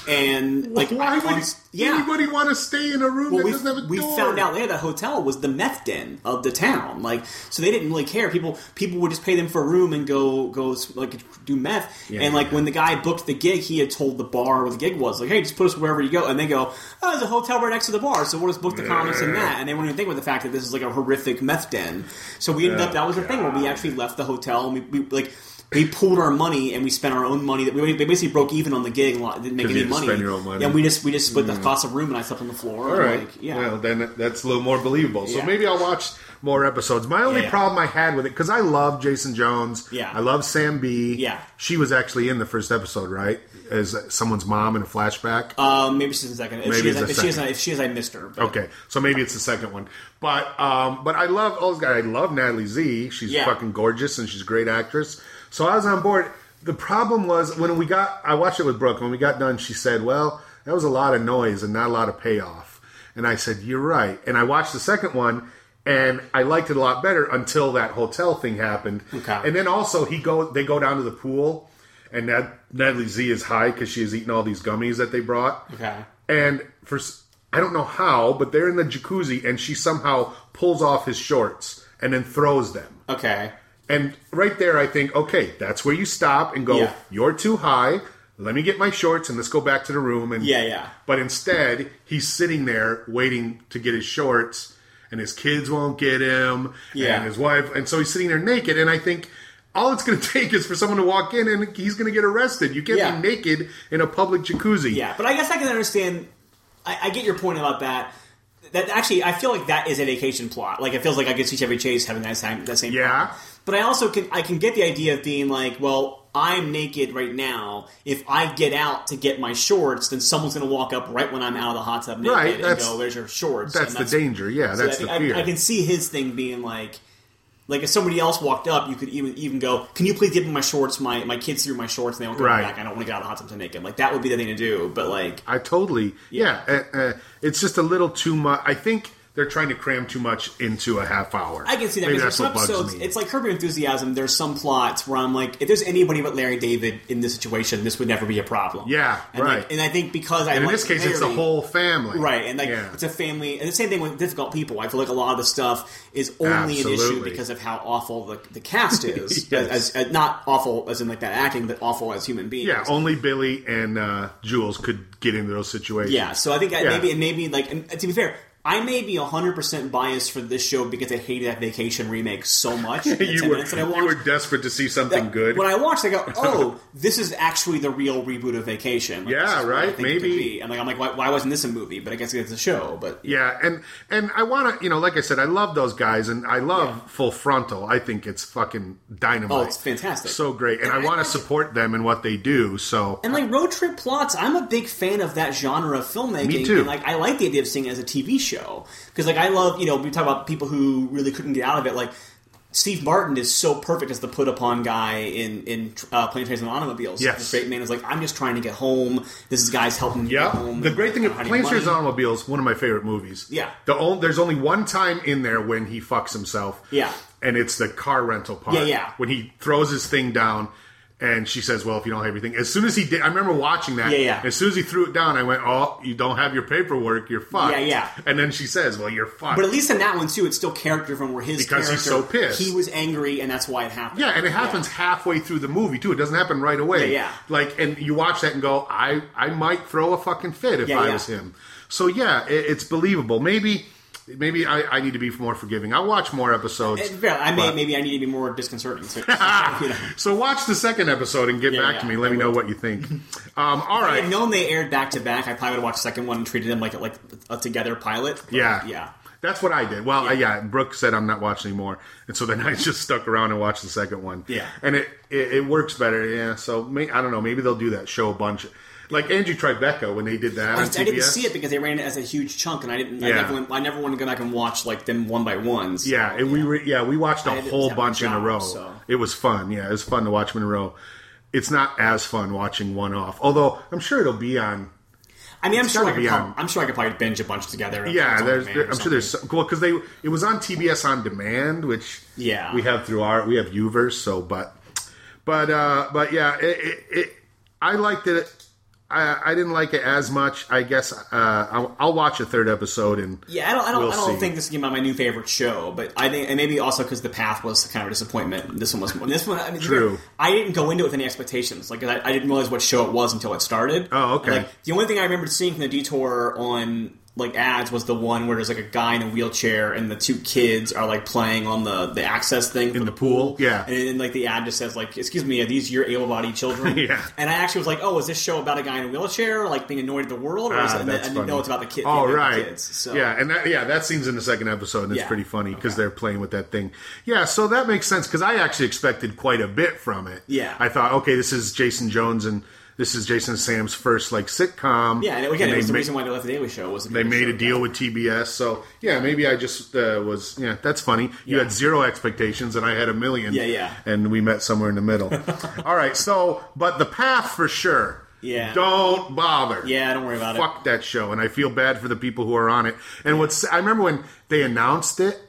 [SPEAKER 2] And like,
[SPEAKER 1] Why
[SPEAKER 2] I
[SPEAKER 1] would
[SPEAKER 2] cons- yeah,
[SPEAKER 1] anybody want to stay in a room
[SPEAKER 2] well,
[SPEAKER 1] that
[SPEAKER 2] we,
[SPEAKER 1] doesn't have a
[SPEAKER 2] we
[SPEAKER 1] door?
[SPEAKER 2] found out later that hotel was the meth den of the town. Like, so they didn't really care. People people would just pay them for a room and go go like do meth.
[SPEAKER 1] Yeah,
[SPEAKER 2] and like
[SPEAKER 1] yeah.
[SPEAKER 2] when the guy booked the gig, he had told the bar where the gig was, like, hey, just put us wherever you go. And they go, oh, there's a hotel right next to the bar, so we'll just book the comics in that. And they wouldn't even think about the fact that this is like a horrific meth den. So we ended up that was the thing where we actually left the hotel and we, we like. We pooled our money and we spent our own money. That we they basically broke even on the gig and didn't make
[SPEAKER 1] 'Cause you
[SPEAKER 2] any
[SPEAKER 1] had to
[SPEAKER 2] money.
[SPEAKER 1] spend your own money.
[SPEAKER 2] And we just we just split the cost of room and I slept on the floor.
[SPEAKER 1] Mm. All right.
[SPEAKER 2] Like, yeah.
[SPEAKER 1] Well, then that's a little more believable. So
[SPEAKER 2] Yeah.
[SPEAKER 1] maybe I'll watch more episodes. My only
[SPEAKER 2] Yeah.
[SPEAKER 1] problem I had with it because I love Jason Jones.
[SPEAKER 2] Yeah.
[SPEAKER 1] I love Sam B.
[SPEAKER 2] Yeah.
[SPEAKER 1] She was actually in the first episode, right? As someone's mom in a flashback.
[SPEAKER 2] Um, maybe she's in second. If
[SPEAKER 1] Maybe
[SPEAKER 2] she is,
[SPEAKER 1] it's the
[SPEAKER 2] if she is,
[SPEAKER 1] second.
[SPEAKER 2] if she is, I missed her. But
[SPEAKER 1] Okay, so maybe it's the second one, but um, but I love oh God, I love Natalie Z. She's
[SPEAKER 2] Yeah.
[SPEAKER 1] fucking gorgeous and she's a great actress. So I was on board. The problem was when we got I watched it with Brooke. When we got done, she said, "Well, that was a lot of noise and not a lot of payoff." And I said, "You're right." And I watched the second one. And I liked it a lot better until that hotel thing happened.
[SPEAKER 2] Okay.
[SPEAKER 1] And then also he go they go down to the pool, and Nat, Natalie Z is high because she is eating all these gummies that they brought.
[SPEAKER 2] Okay.
[SPEAKER 1] And for s- I don't know how, but they're in the jacuzzi, and she somehow pulls off his shorts and then throws them.
[SPEAKER 2] Okay.
[SPEAKER 1] And right there, I think, okay, that's where you stop and go.
[SPEAKER 2] Yeah.
[SPEAKER 1] You're too high. Let me get my shorts and let's go back to the room. And
[SPEAKER 2] Yeah, yeah.
[SPEAKER 1] But instead, he's sitting there waiting to get his shorts, and his kids won't get him.
[SPEAKER 2] Yeah.
[SPEAKER 1] And his wife, and so he's sitting there naked. And I think all it's going to [laughs] take is for someone to walk in, and he's going to get arrested. You can't
[SPEAKER 2] Yeah.
[SPEAKER 1] be naked in a public jacuzzi.
[SPEAKER 2] Yeah, but I guess I can understand. I, I get your point about that. That actually, I feel like that is a vacation plot. Like it feels like I could see Chevy Chase having that same that same.
[SPEAKER 1] Yeah.
[SPEAKER 2] problem. But I also can I can get the idea of being like, well, I'm naked right now. If I get out to get my shorts, then someone's going to walk up right when I'm out of the hot tub naked
[SPEAKER 1] Right,
[SPEAKER 2] and
[SPEAKER 1] that's-
[SPEAKER 2] go, "There's your shorts."
[SPEAKER 1] That's,
[SPEAKER 2] and
[SPEAKER 1] the danger. Yeah,
[SPEAKER 2] So
[SPEAKER 1] that's
[SPEAKER 2] I,
[SPEAKER 1] the
[SPEAKER 2] think-
[SPEAKER 1] fear.
[SPEAKER 2] I, I can see his thing being like, like if somebody else walked up, you could even even go, "Can you please give me my shorts? My my kids threw my shorts, and they won't come
[SPEAKER 1] Right.
[SPEAKER 2] back. I don't want to get out of the hot tub to naked." Like that would be the thing to do. But like,
[SPEAKER 1] I totally, yeah. uh, uh, it's just a little too much. I think they're trying to cram too much into a half hour.
[SPEAKER 2] I can see that
[SPEAKER 1] Maybe that's
[SPEAKER 2] because there's some
[SPEAKER 1] what bugs
[SPEAKER 2] episodes.
[SPEAKER 1] me.
[SPEAKER 2] It's like Curb Your Enthusiasm. There's some plots where I'm like, if there's anybody but Larry David in this situation, this would never be a problem.
[SPEAKER 1] Yeah,
[SPEAKER 2] and
[SPEAKER 1] right.
[SPEAKER 2] Like, and I think because I
[SPEAKER 1] and in
[SPEAKER 2] like
[SPEAKER 1] this case, it's the
[SPEAKER 2] Larry-
[SPEAKER 1] whole family,
[SPEAKER 2] Right, and like
[SPEAKER 1] yeah.
[SPEAKER 2] it's a family, and the same thing with difficult people. I feel like a lot of the stuff is only an issue
[SPEAKER 1] Absolutely.
[SPEAKER 2] because of how awful the,
[SPEAKER 1] [laughs]
[SPEAKER 2] the cast is.
[SPEAKER 1] Yes.
[SPEAKER 2] as, as, not awful as in like that acting, but awful as human beings.
[SPEAKER 1] yeah. Only Billy and uh, Jules could get into those situations.
[SPEAKER 2] Yeah, so I think I
[SPEAKER 1] Yeah.
[SPEAKER 2] maybe and maybe like and to be fair, I may be hundred percent biased for this show because I hated that Vacation remake so much. in
[SPEAKER 1] [laughs]
[SPEAKER 2] the
[SPEAKER 1] you
[SPEAKER 2] 10
[SPEAKER 1] were
[SPEAKER 2] minutes that I
[SPEAKER 1] you
[SPEAKER 2] watched.
[SPEAKER 1] were desperate to see something
[SPEAKER 2] that
[SPEAKER 1] good.
[SPEAKER 2] When I watched,
[SPEAKER 1] [laughs]
[SPEAKER 2] I go, "Oh, this is actually the real reboot of Vacation." Like,
[SPEAKER 1] Yeah,
[SPEAKER 2] this is what I
[SPEAKER 1] right,
[SPEAKER 2] think it could
[SPEAKER 1] maybe.
[SPEAKER 2] be. And like, I'm like, why, why wasn't this a movie? But I guess it's a show. But
[SPEAKER 1] yeah, and and I want to, you know, like I said, I love those guys, and I love Full Frontal. I think it's fucking dynamite.
[SPEAKER 2] oh, it's fantastic.
[SPEAKER 1] so great, and I want to support them and what they do. So
[SPEAKER 2] and like road trip plots, I'm a big fan of that genre of filmmaking.
[SPEAKER 1] Me too.
[SPEAKER 2] And like, I like the idea of seeing it as a TV show because, like, I love you know we talk about people who really couldn't get out of it. Like, Steve Martin is so perfect as the put upon guy in in uh, Planes, Trains, and Automobiles.
[SPEAKER 1] Yes.
[SPEAKER 2] the straight man is like, I'm just trying to get home. This is guy's helping me get
[SPEAKER 1] Yeah,
[SPEAKER 2] home.
[SPEAKER 1] the great thing
[SPEAKER 2] I'm
[SPEAKER 1] of
[SPEAKER 2] hiding
[SPEAKER 1] Planes, Trains, and
[SPEAKER 2] money.
[SPEAKER 1] Automobiles, one of my favorite movies.
[SPEAKER 2] Yeah.
[SPEAKER 1] the only, there's only one time in there when he fucks himself.
[SPEAKER 2] Yeah.
[SPEAKER 1] and it's the car rental part.
[SPEAKER 2] Yeah, yeah.
[SPEAKER 1] When he throws his thing down, and she says, "Well, if you don't have everything," as soon as he did, I remember watching that.
[SPEAKER 2] Yeah, yeah.
[SPEAKER 1] As soon as he threw it down, I went, "Oh, you don't have your paperwork, you're fucked."
[SPEAKER 2] Yeah, yeah.
[SPEAKER 1] And then she says, "Well, you're fucked."
[SPEAKER 2] But at least in that one too, it's still character from where his
[SPEAKER 1] Because he's
[SPEAKER 2] character-
[SPEAKER 1] so pissed.
[SPEAKER 2] he was angry, and that's why it happened.
[SPEAKER 1] Yeah, and it happens halfway through the movie too. It doesn't happen right away.
[SPEAKER 2] Yeah, yeah.
[SPEAKER 1] Like, and you watch that and go, I, I might throw a fucking fit if
[SPEAKER 2] Yeah,
[SPEAKER 1] I
[SPEAKER 2] yeah.
[SPEAKER 1] was him. So yeah, it, it's believable. Maybe, maybe I, I need to be more forgiving. I'll watch more episodes.
[SPEAKER 2] It's fair. I may,
[SPEAKER 1] but-
[SPEAKER 2] maybe I need to be more disconcerting.
[SPEAKER 1] [laughs]
[SPEAKER 2] So, you know. If
[SPEAKER 1] So watch the second episode and get
[SPEAKER 2] Yeah,
[SPEAKER 1] back
[SPEAKER 2] yeah,
[SPEAKER 1] to me. Let
[SPEAKER 2] I
[SPEAKER 1] me know what you think. Um, all
[SPEAKER 2] I
[SPEAKER 1] right.
[SPEAKER 2] had known they aired back to back. I probably would have watched the second one and treated them like a, like a together pilot. But,
[SPEAKER 1] Yeah.
[SPEAKER 2] yeah.
[SPEAKER 1] That's what I did. Well, yeah. yeah, Brooke said I'm not watching anymore, and so then I [laughs] just stuck around and watched the second one.
[SPEAKER 2] Yeah.
[SPEAKER 1] and it it, it works better. Yeah, so may, I don't know. Maybe they'll do that show a bunch, like Andrew Tribeca when they did that.
[SPEAKER 2] I,
[SPEAKER 1] on
[SPEAKER 2] I didn't
[SPEAKER 1] TBS.
[SPEAKER 2] see it because they ran it as a huge chunk, and I didn't. I,
[SPEAKER 1] Yeah.
[SPEAKER 2] never went, I never want to go back and watch like them one by ones.
[SPEAKER 1] Yeah, and we were yeah we watched a
[SPEAKER 2] had to
[SPEAKER 1] whole
[SPEAKER 2] have a
[SPEAKER 1] bunch in a
[SPEAKER 2] job,
[SPEAKER 1] row.
[SPEAKER 2] so.
[SPEAKER 1] It was fun. Yeah, it was fun to watch them in a row. It's not as fun watching one off, although I'm sure it'll be on
[SPEAKER 2] I mean, I'm sure I,
[SPEAKER 1] gotta
[SPEAKER 2] could
[SPEAKER 1] be
[SPEAKER 2] prob-
[SPEAKER 1] on-
[SPEAKER 2] I'm sure I could probably binge a bunch together. I'm sure
[SPEAKER 1] Yeah,
[SPEAKER 2] it's on
[SPEAKER 1] there's,
[SPEAKER 2] demand or
[SPEAKER 1] I'm sure there's
[SPEAKER 2] something.
[SPEAKER 1] some, well because they it was on TBS on demand, which
[SPEAKER 2] Yeah.
[SPEAKER 1] we have through our we have Uverse. So, but but uh, but yeah, it, it, it I liked it. I I didn't like it as much. I guess uh, I'll, I'll watch a third episode and
[SPEAKER 2] Yeah, I don't, I don't,
[SPEAKER 1] We'll
[SPEAKER 2] I don't
[SPEAKER 1] see.
[SPEAKER 2] think this is gonna be my new favorite show, but I think, and maybe also because the path was kind of a disappointment. This one was this one. I mean,
[SPEAKER 1] True.
[SPEAKER 2] I didn't go into it with any expectations. Like I, I didn't realize what show it was until it started.
[SPEAKER 1] Oh, okay.
[SPEAKER 2] Like, the only thing I remembered seeing from the detour on like ads was the one where there's like a guy in a wheelchair and the two kids are like playing on the the access thing in
[SPEAKER 1] the pool, yeah.
[SPEAKER 2] And then like the ad just says like, "Excuse me, are these your able-bodied
[SPEAKER 1] [laughs]
[SPEAKER 2] children?"
[SPEAKER 1] Yeah.
[SPEAKER 2] And I actually was like, "Oh, is this show about a guy in a wheelchair like being annoyed at the world?" Or is
[SPEAKER 1] Ah,
[SPEAKER 2] it, and
[SPEAKER 1] that's
[SPEAKER 2] then- and
[SPEAKER 1] funny.
[SPEAKER 2] no, it's about the kid.
[SPEAKER 1] Oh
[SPEAKER 2] the
[SPEAKER 1] right,
[SPEAKER 2] Kids, so.
[SPEAKER 1] yeah, and that yeah that scene's in the second episode, and it's
[SPEAKER 2] Yeah.
[SPEAKER 1] pretty funny because they're playing with that thing. Yeah, so that makes sense because I actually expected quite a bit from it.
[SPEAKER 2] Yeah.
[SPEAKER 1] I thought okay, this is Jason Jones and this is Jason and Sam's first like sitcom.
[SPEAKER 2] Yeah, and again,
[SPEAKER 1] And
[SPEAKER 2] it was
[SPEAKER 1] they
[SPEAKER 2] the
[SPEAKER 1] ma-
[SPEAKER 2] reason why they left the Daily Show was
[SPEAKER 1] They made a deal with TBS, so yeah, maybe I just uh, was yeah. That's funny. You had zero expectations, and I had a million.
[SPEAKER 2] Yeah, yeah.
[SPEAKER 1] And we met somewhere in the
[SPEAKER 2] [laughs]
[SPEAKER 1] middle. All right, so but the path for sure.
[SPEAKER 2] Yeah.
[SPEAKER 1] Don't bother.
[SPEAKER 2] Yeah, don't worry about it.
[SPEAKER 1] Fuck that show, and I feel bad for the people who are on it. And what's I remember when they announced it,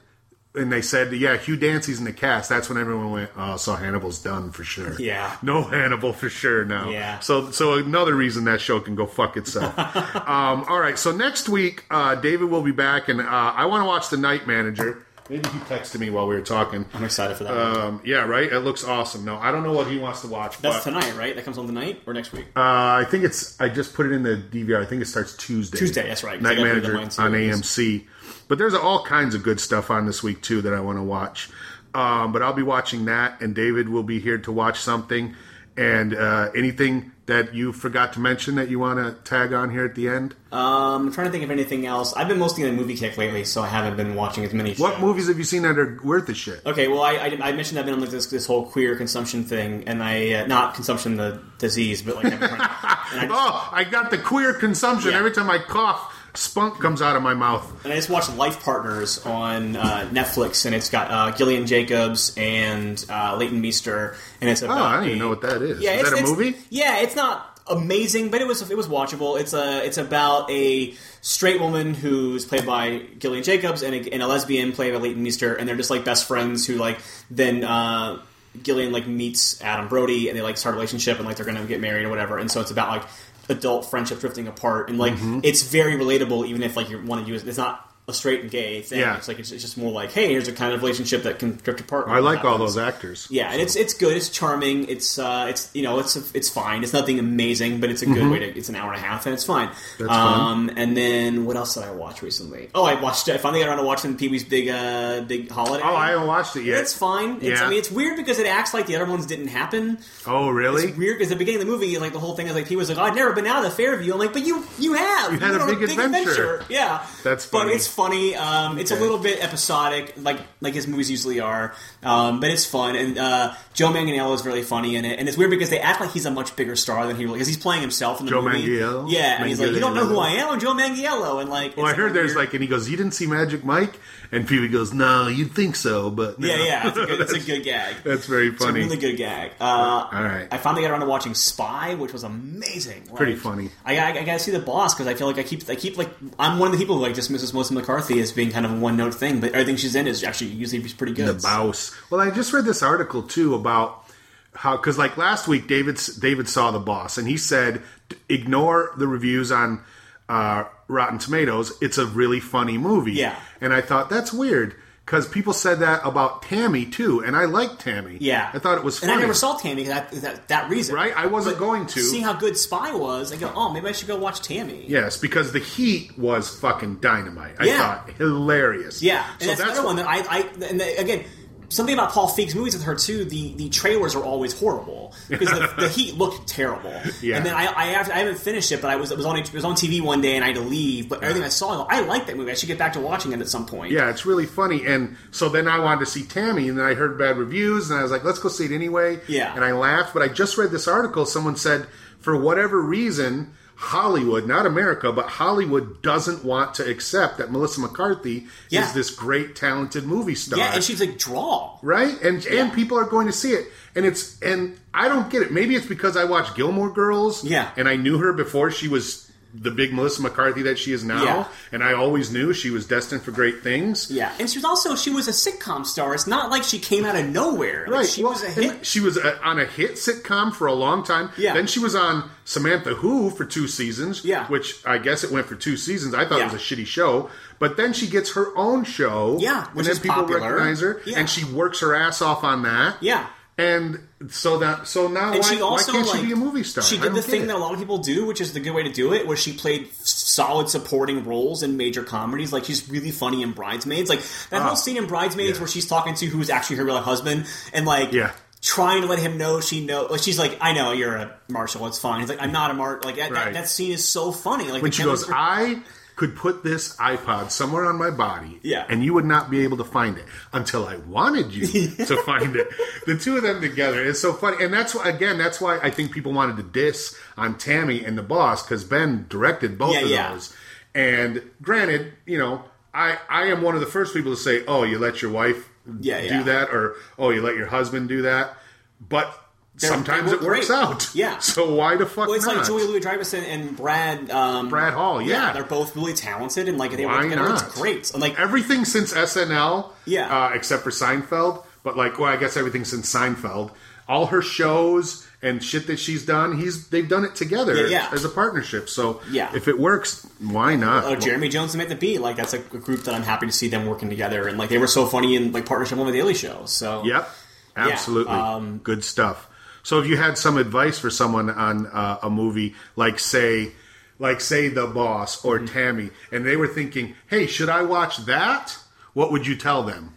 [SPEAKER 1] and they said, "Yeah, Hugh Dancy's in the cast." That's when everyone went, "Oh, so Hannibal's done for sure."
[SPEAKER 2] Yeah.
[SPEAKER 1] no Hannibal for sure now.
[SPEAKER 2] Yeah.
[SPEAKER 1] So, so another reason that show can go fuck itself.
[SPEAKER 2] [laughs]
[SPEAKER 1] um, all right, so next week, uh, David will be back, and uh, I want to watch The Night Manager. Maybe he texted me while we were talking.
[SPEAKER 2] I'm excited for that.
[SPEAKER 1] Um, yeah, right. It looks awesome. No, I don't know what he wants to watch.
[SPEAKER 2] That's
[SPEAKER 1] but,
[SPEAKER 2] tonight, right? That comes on tonight or next week.
[SPEAKER 1] uh, I think it's. I just put it in the DVR. I think it starts Tuesday.
[SPEAKER 2] Tuesday, that's right, 'cause I
[SPEAKER 1] Night
[SPEAKER 2] gotta put it
[SPEAKER 1] Manager
[SPEAKER 2] on mine too,
[SPEAKER 1] on
[SPEAKER 2] I guess.
[SPEAKER 1] AMC. But there's all kinds of good stuff on this week too that I want to watch. Um, but I'll be watching that, and David will be here to watch something, and uh, anything that you forgot to mention that you want to tag on here at the end.
[SPEAKER 2] um, I'm trying to think of anything else. I've been mostly on a movie kick lately, so I haven't been watching as many.
[SPEAKER 1] what
[SPEAKER 2] shows.
[SPEAKER 1] movies have you seen that are worth the shit?
[SPEAKER 2] Okay, well, I, I, I mentioned I've been on like this this whole queer consumption thing, and I uh, not consumption the disease, but like
[SPEAKER 1] [laughs]
[SPEAKER 2] I've been trying- and I just,
[SPEAKER 1] Oh, I got the queer consumption.
[SPEAKER 2] Yeah.
[SPEAKER 1] Every time I cough, spunk comes out of my mouth.
[SPEAKER 2] and I just watched Life Partners on uh, Netflix, and it's got uh, Gillian Jacobs and uh, Leighton Meester, and it's
[SPEAKER 1] Oh,
[SPEAKER 2] about
[SPEAKER 1] I don't even
[SPEAKER 2] a-
[SPEAKER 1] know what that is.
[SPEAKER 2] Yeah,
[SPEAKER 1] is
[SPEAKER 2] it's,
[SPEAKER 1] that a
[SPEAKER 2] it's-
[SPEAKER 1] movie?
[SPEAKER 2] Yeah, it's not amazing, but it was it was watchable. It's a it's about a straight woman who's played by Gillian Jacobs and a, and a lesbian played by Leighton Meester, and they're just like best friends who like then. Uh, Gillian like meets Adam Brody and they like start a relationship and like they're gonna get married or whatever and so it's about like adult friendship drifting apart and like
[SPEAKER 1] Mm-hmm.
[SPEAKER 2] it's very relatable even if like you want to use it's not a straight and gay thing
[SPEAKER 1] Yeah.
[SPEAKER 2] it's like it's, it's just more like hey here's a kind of relationship that can drift apart when
[SPEAKER 1] I
[SPEAKER 2] it
[SPEAKER 1] like all
[SPEAKER 2] happens.
[SPEAKER 1] those actors.
[SPEAKER 2] Yeah, and it's it's good. It's charming. It's uh, it's you know, it's it's fine. It's nothing amazing, but it's a good
[SPEAKER 1] Mm-hmm.
[SPEAKER 2] way to. It's an hour and a half, and it's fine. um, And then what else did I watch recently? Oh, I watched. I finally got around to watching Pee Wee's Big uh, Big Holiday.
[SPEAKER 1] Oh, I haven't watched it yet.
[SPEAKER 2] It's fine. It's,
[SPEAKER 1] Yeah.
[SPEAKER 2] I mean, it's weird because it acts like the other ones didn't happen.
[SPEAKER 1] Oh, really?
[SPEAKER 2] It's weird because at the beginning of the movie, like the whole thing is like he was like, "Oh, "I've never been out of Fairview." I'm like, "But you, you have. You
[SPEAKER 1] had a
[SPEAKER 2] went on
[SPEAKER 1] big adventure."
[SPEAKER 2] Yeah,
[SPEAKER 1] That's funny.
[SPEAKER 2] But it's funny. Um, It's a
[SPEAKER 1] Okay.
[SPEAKER 2] little bit episodic, like like his movies usually are. Um, but it's fun, and uh, Joe Manganiello is really funny in it. And it's weird because they act like he's a much bigger star than he really is. He's playing himself in the
[SPEAKER 1] Joe
[SPEAKER 2] movie.
[SPEAKER 1] Manganiello?
[SPEAKER 2] Yeah, and he's like, "You don't know who
[SPEAKER 1] Manganiello.
[SPEAKER 2] I am, I'm Joe Manganiello." And like,
[SPEAKER 1] Well, I
[SPEAKER 2] it's
[SPEAKER 1] heard there's
[SPEAKER 2] weird-
[SPEAKER 1] like, and he goes, "You didn't see Magic Mike," and Pee Wee goes, "No, you'd think so, but no."
[SPEAKER 2] yeah,
[SPEAKER 1] [laughs]
[SPEAKER 2] yeah. It's a good, it's a good gag.
[SPEAKER 1] that's very
[SPEAKER 2] It's a
[SPEAKER 1] funny.
[SPEAKER 2] really good gag. Uh,
[SPEAKER 1] All right.
[SPEAKER 2] I finally got around to watching Spy, which was amazing. Like,
[SPEAKER 1] Pretty funny.
[SPEAKER 2] I, I, I gotta see the boss because I feel like I keep I keep like I'm one of the people who like dismisses Melissa McCarthy as being kind of a one note thing, but everything she's in is actually usually pretty good.
[SPEAKER 1] the Bouse. Well, I just read this article too about how because like last week David David saw the boss and he said ignore the reviews on uh, Rotten Tomatoes. It's a really funny movie.
[SPEAKER 2] Yeah.
[SPEAKER 1] and I thought that's weird because people said that about Tammy too, and I liked Tammy.
[SPEAKER 2] yeah,
[SPEAKER 1] I thought it was funny.
[SPEAKER 2] and I never saw Tammy for that, that that reason.
[SPEAKER 1] Right? I wasn't going to.
[SPEAKER 2] seeing how good Spy was. I go, oh, maybe I should go watch Tammy.
[SPEAKER 1] Yes, because the heat was fucking dynamite. I
[SPEAKER 2] Yeah.
[SPEAKER 1] thought hilarious.
[SPEAKER 2] Yeah, and
[SPEAKER 1] so
[SPEAKER 2] that's,
[SPEAKER 1] that's,
[SPEAKER 2] another one that I, I and the, again something about Paul Feig's movies with her too. The the trailers are always horrible because the,
[SPEAKER 1] [laughs]
[SPEAKER 2] the heat looked terrible.
[SPEAKER 1] Yeah.
[SPEAKER 2] and then I I, have, I haven't finished it, but I was it was on it was on TV one day and I had to leave. But everything I saw, I go, I like that movie. I should get back to watching it at some point.
[SPEAKER 1] yeah, it's really funny. And so then I wanted to see Tammy, and then I heard bad reviews, and I was like, let's go see it anyway.
[SPEAKER 2] Yeah.
[SPEAKER 1] and I laughed. But I just read this article. Someone said for whatever reason. Hollywood, not America, but Hollywood doesn't want to accept that Melissa McCarthy
[SPEAKER 2] Yeah.
[SPEAKER 1] is this great, talented movie star.
[SPEAKER 2] yeah, and she's like draw.
[SPEAKER 1] right? And and people are going to see it, and it's and I don't get it. Maybe it's because I watched Gilmore Girls,
[SPEAKER 2] Yeah.
[SPEAKER 1] and I knew her before she was the big Melissa McCarthy that she is now.
[SPEAKER 2] Yeah.
[SPEAKER 1] And I always knew she was destined for great things.
[SPEAKER 2] Yeah, and she was also she was a sitcom star. It's not like she came out of nowhere. Like, she
[SPEAKER 1] well,
[SPEAKER 2] was a
[SPEAKER 1] and
[SPEAKER 2] hit.
[SPEAKER 1] She was uh, on a hit sitcom for a long time.
[SPEAKER 2] Yeah.
[SPEAKER 1] Then she was on Samantha Who for two seasons.
[SPEAKER 2] Yeah.
[SPEAKER 1] Which I guess it went for two seasons. I thought
[SPEAKER 2] Yeah.
[SPEAKER 1] it was a shitty show. But then she gets her own show.
[SPEAKER 2] Yeah,
[SPEAKER 1] and
[SPEAKER 2] which
[SPEAKER 1] then
[SPEAKER 2] is
[SPEAKER 1] people
[SPEAKER 2] popular.
[SPEAKER 1] recognize her,
[SPEAKER 2] Yeah.
[SPEAKER 1] and she works her ass off on that.
[SPEAKER 2] Yeah.
[SPEAKER 1] And so that so now
[SPEAKER 2] And
[SPEAKER 1] why,
[SPEAKER 2] she also
[SPEAKER 1] why can't
[SPEAKER 2] like
[SPEAKER 1] she be a movie star?
[SPEAKER 2] She
[SPEAKER 1] I
[SPEAKER 2] did
[SPEAKER 1] don't
[SPEAKER 2] the
[SPEAKER 1] get
[SPEAKER 2] thing
[SPEAKER 1] it.
[SPEAKER 2] that a lot of people do, which is the good way to do it, where she played solid supporting roles in major comedies. Like she's really funny in Bridesmaids. Like that whole scene in Bridesmaids
[SPEAKER 1] Ah, yeah.
[SPEAKER 2] where she's talking to who's actually her real life husband and like
[SPEAKER 1] Yeah.
[SPEAKER 2] trying to let him know she know. Like she's like, I know you're a marshal. It's fine. He's like, I'm not a marshal. Like that, that,
[SPEAKER 1] Right.
[SPEAKER 2] that scene is so funny. Like
[SPEAKER 1] when
[SPEAKER 2] the
[SPEAKER 1] she
[SPEAKER 2] camera-
[SPEAKER 1] goes, I could put this iPod somewhere on my body,
[SPEAKER 2] Yeah.
[SPEAKER 1] and you would not be able to find it until I wanted
[SPEAKER 2] [laughs]
[SPEAKER 1] you to find it. The two of them together is so funny, and that's why again, that's why I think people wanted to diss on Tammy and the boss because Ben directed both
[SPEAKER 2] Yeah,
[SPEAKER 1] of
[SPEAKER 2] yeah.
[SPEAKER 1] those. And granted, you know, I I am one of the first people to say, oh, you let your wife
[SPEAKER 2] Yeah,
[SPEAKER 1] do
[SPEAKER 2] yeah.
[SPEAKER 1] that, or oh, you let your husband do that, but. Sometimes
[SPEAKER 2] they
[SPEAKER 1] it
[SPEAKER 2] work
[SPEAKER 1] works
[SPEAKER 2] great.
[SPEAKER 1] out. [laughs]
[SPEAKER 2] Yeah.
[SPEAKER 1] So why the fuck
[SPEAKER 2] Well, it's
[SPEAKER 1] not?
[SPEAKER 2] like Julia Louis Dreyfus and, and Brad. Um,
[SPEAKER 1] Brad Hall, yeah.
[SPEAKER 2] they're both really talented, and like they work
[SPEAKER 1] Why
[SPEAKER 2] together. It's
[SPEAKER 1] not?
[SPEAKER 2] great. And, like
[SPEAKER 1] everything since SNL,
[SPEAKER 2] Yeah.
[SPEAKER 1] uh, except for Seinfeld. But like, well, I guess everything since Seinfeld, all her shows and shit that she's done, he's they've done it together
[SPEAKER 2] Yeah, yeah.
[SPEAKER 1] as a partnership. So
[SPEAKER 2] Yeah.
[SPEAKER 1] if it works, why not?
[SPEAKER 2] uh, Jeremy Jones and Matt the Beat, like that's a, a group that I'm happy to see them working together, and like they were so funny in like partnership on the Daily Show. So
[SPEAKER 1] Yep, absolutely,
[SPEAKER 2] um,
[SPEAKER 1] good stuff. So if you had some advice for someone on uh, a movie, like say. Like say the boss
[SPEAKER 2] Mm-hmm.
[SPEAKER 1] or Tammy, and they were thinking, "Hey, should I watch that?" What would you tell them?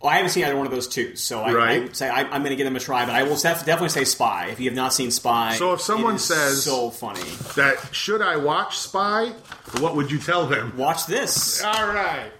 [SPEAKER 2] Well, Oh, I haven't seen either one of those two, so I, I
[SPEAKER 1] Right.
[SPEAKER 2] would say I, I'm going to give them a try. But I will def- definitely say Spy if you have not seen Spy.
[SPEAKER 1] So if someone
[SPEAKER 2] it is
[SPEAKER 1] says-
[SPEAKER 2] so funny,
[SPEAKER 1] That should I watch Spy? What would you tell them?
[SPEAKER 2] watch this.
[SPEAKER 1] All right.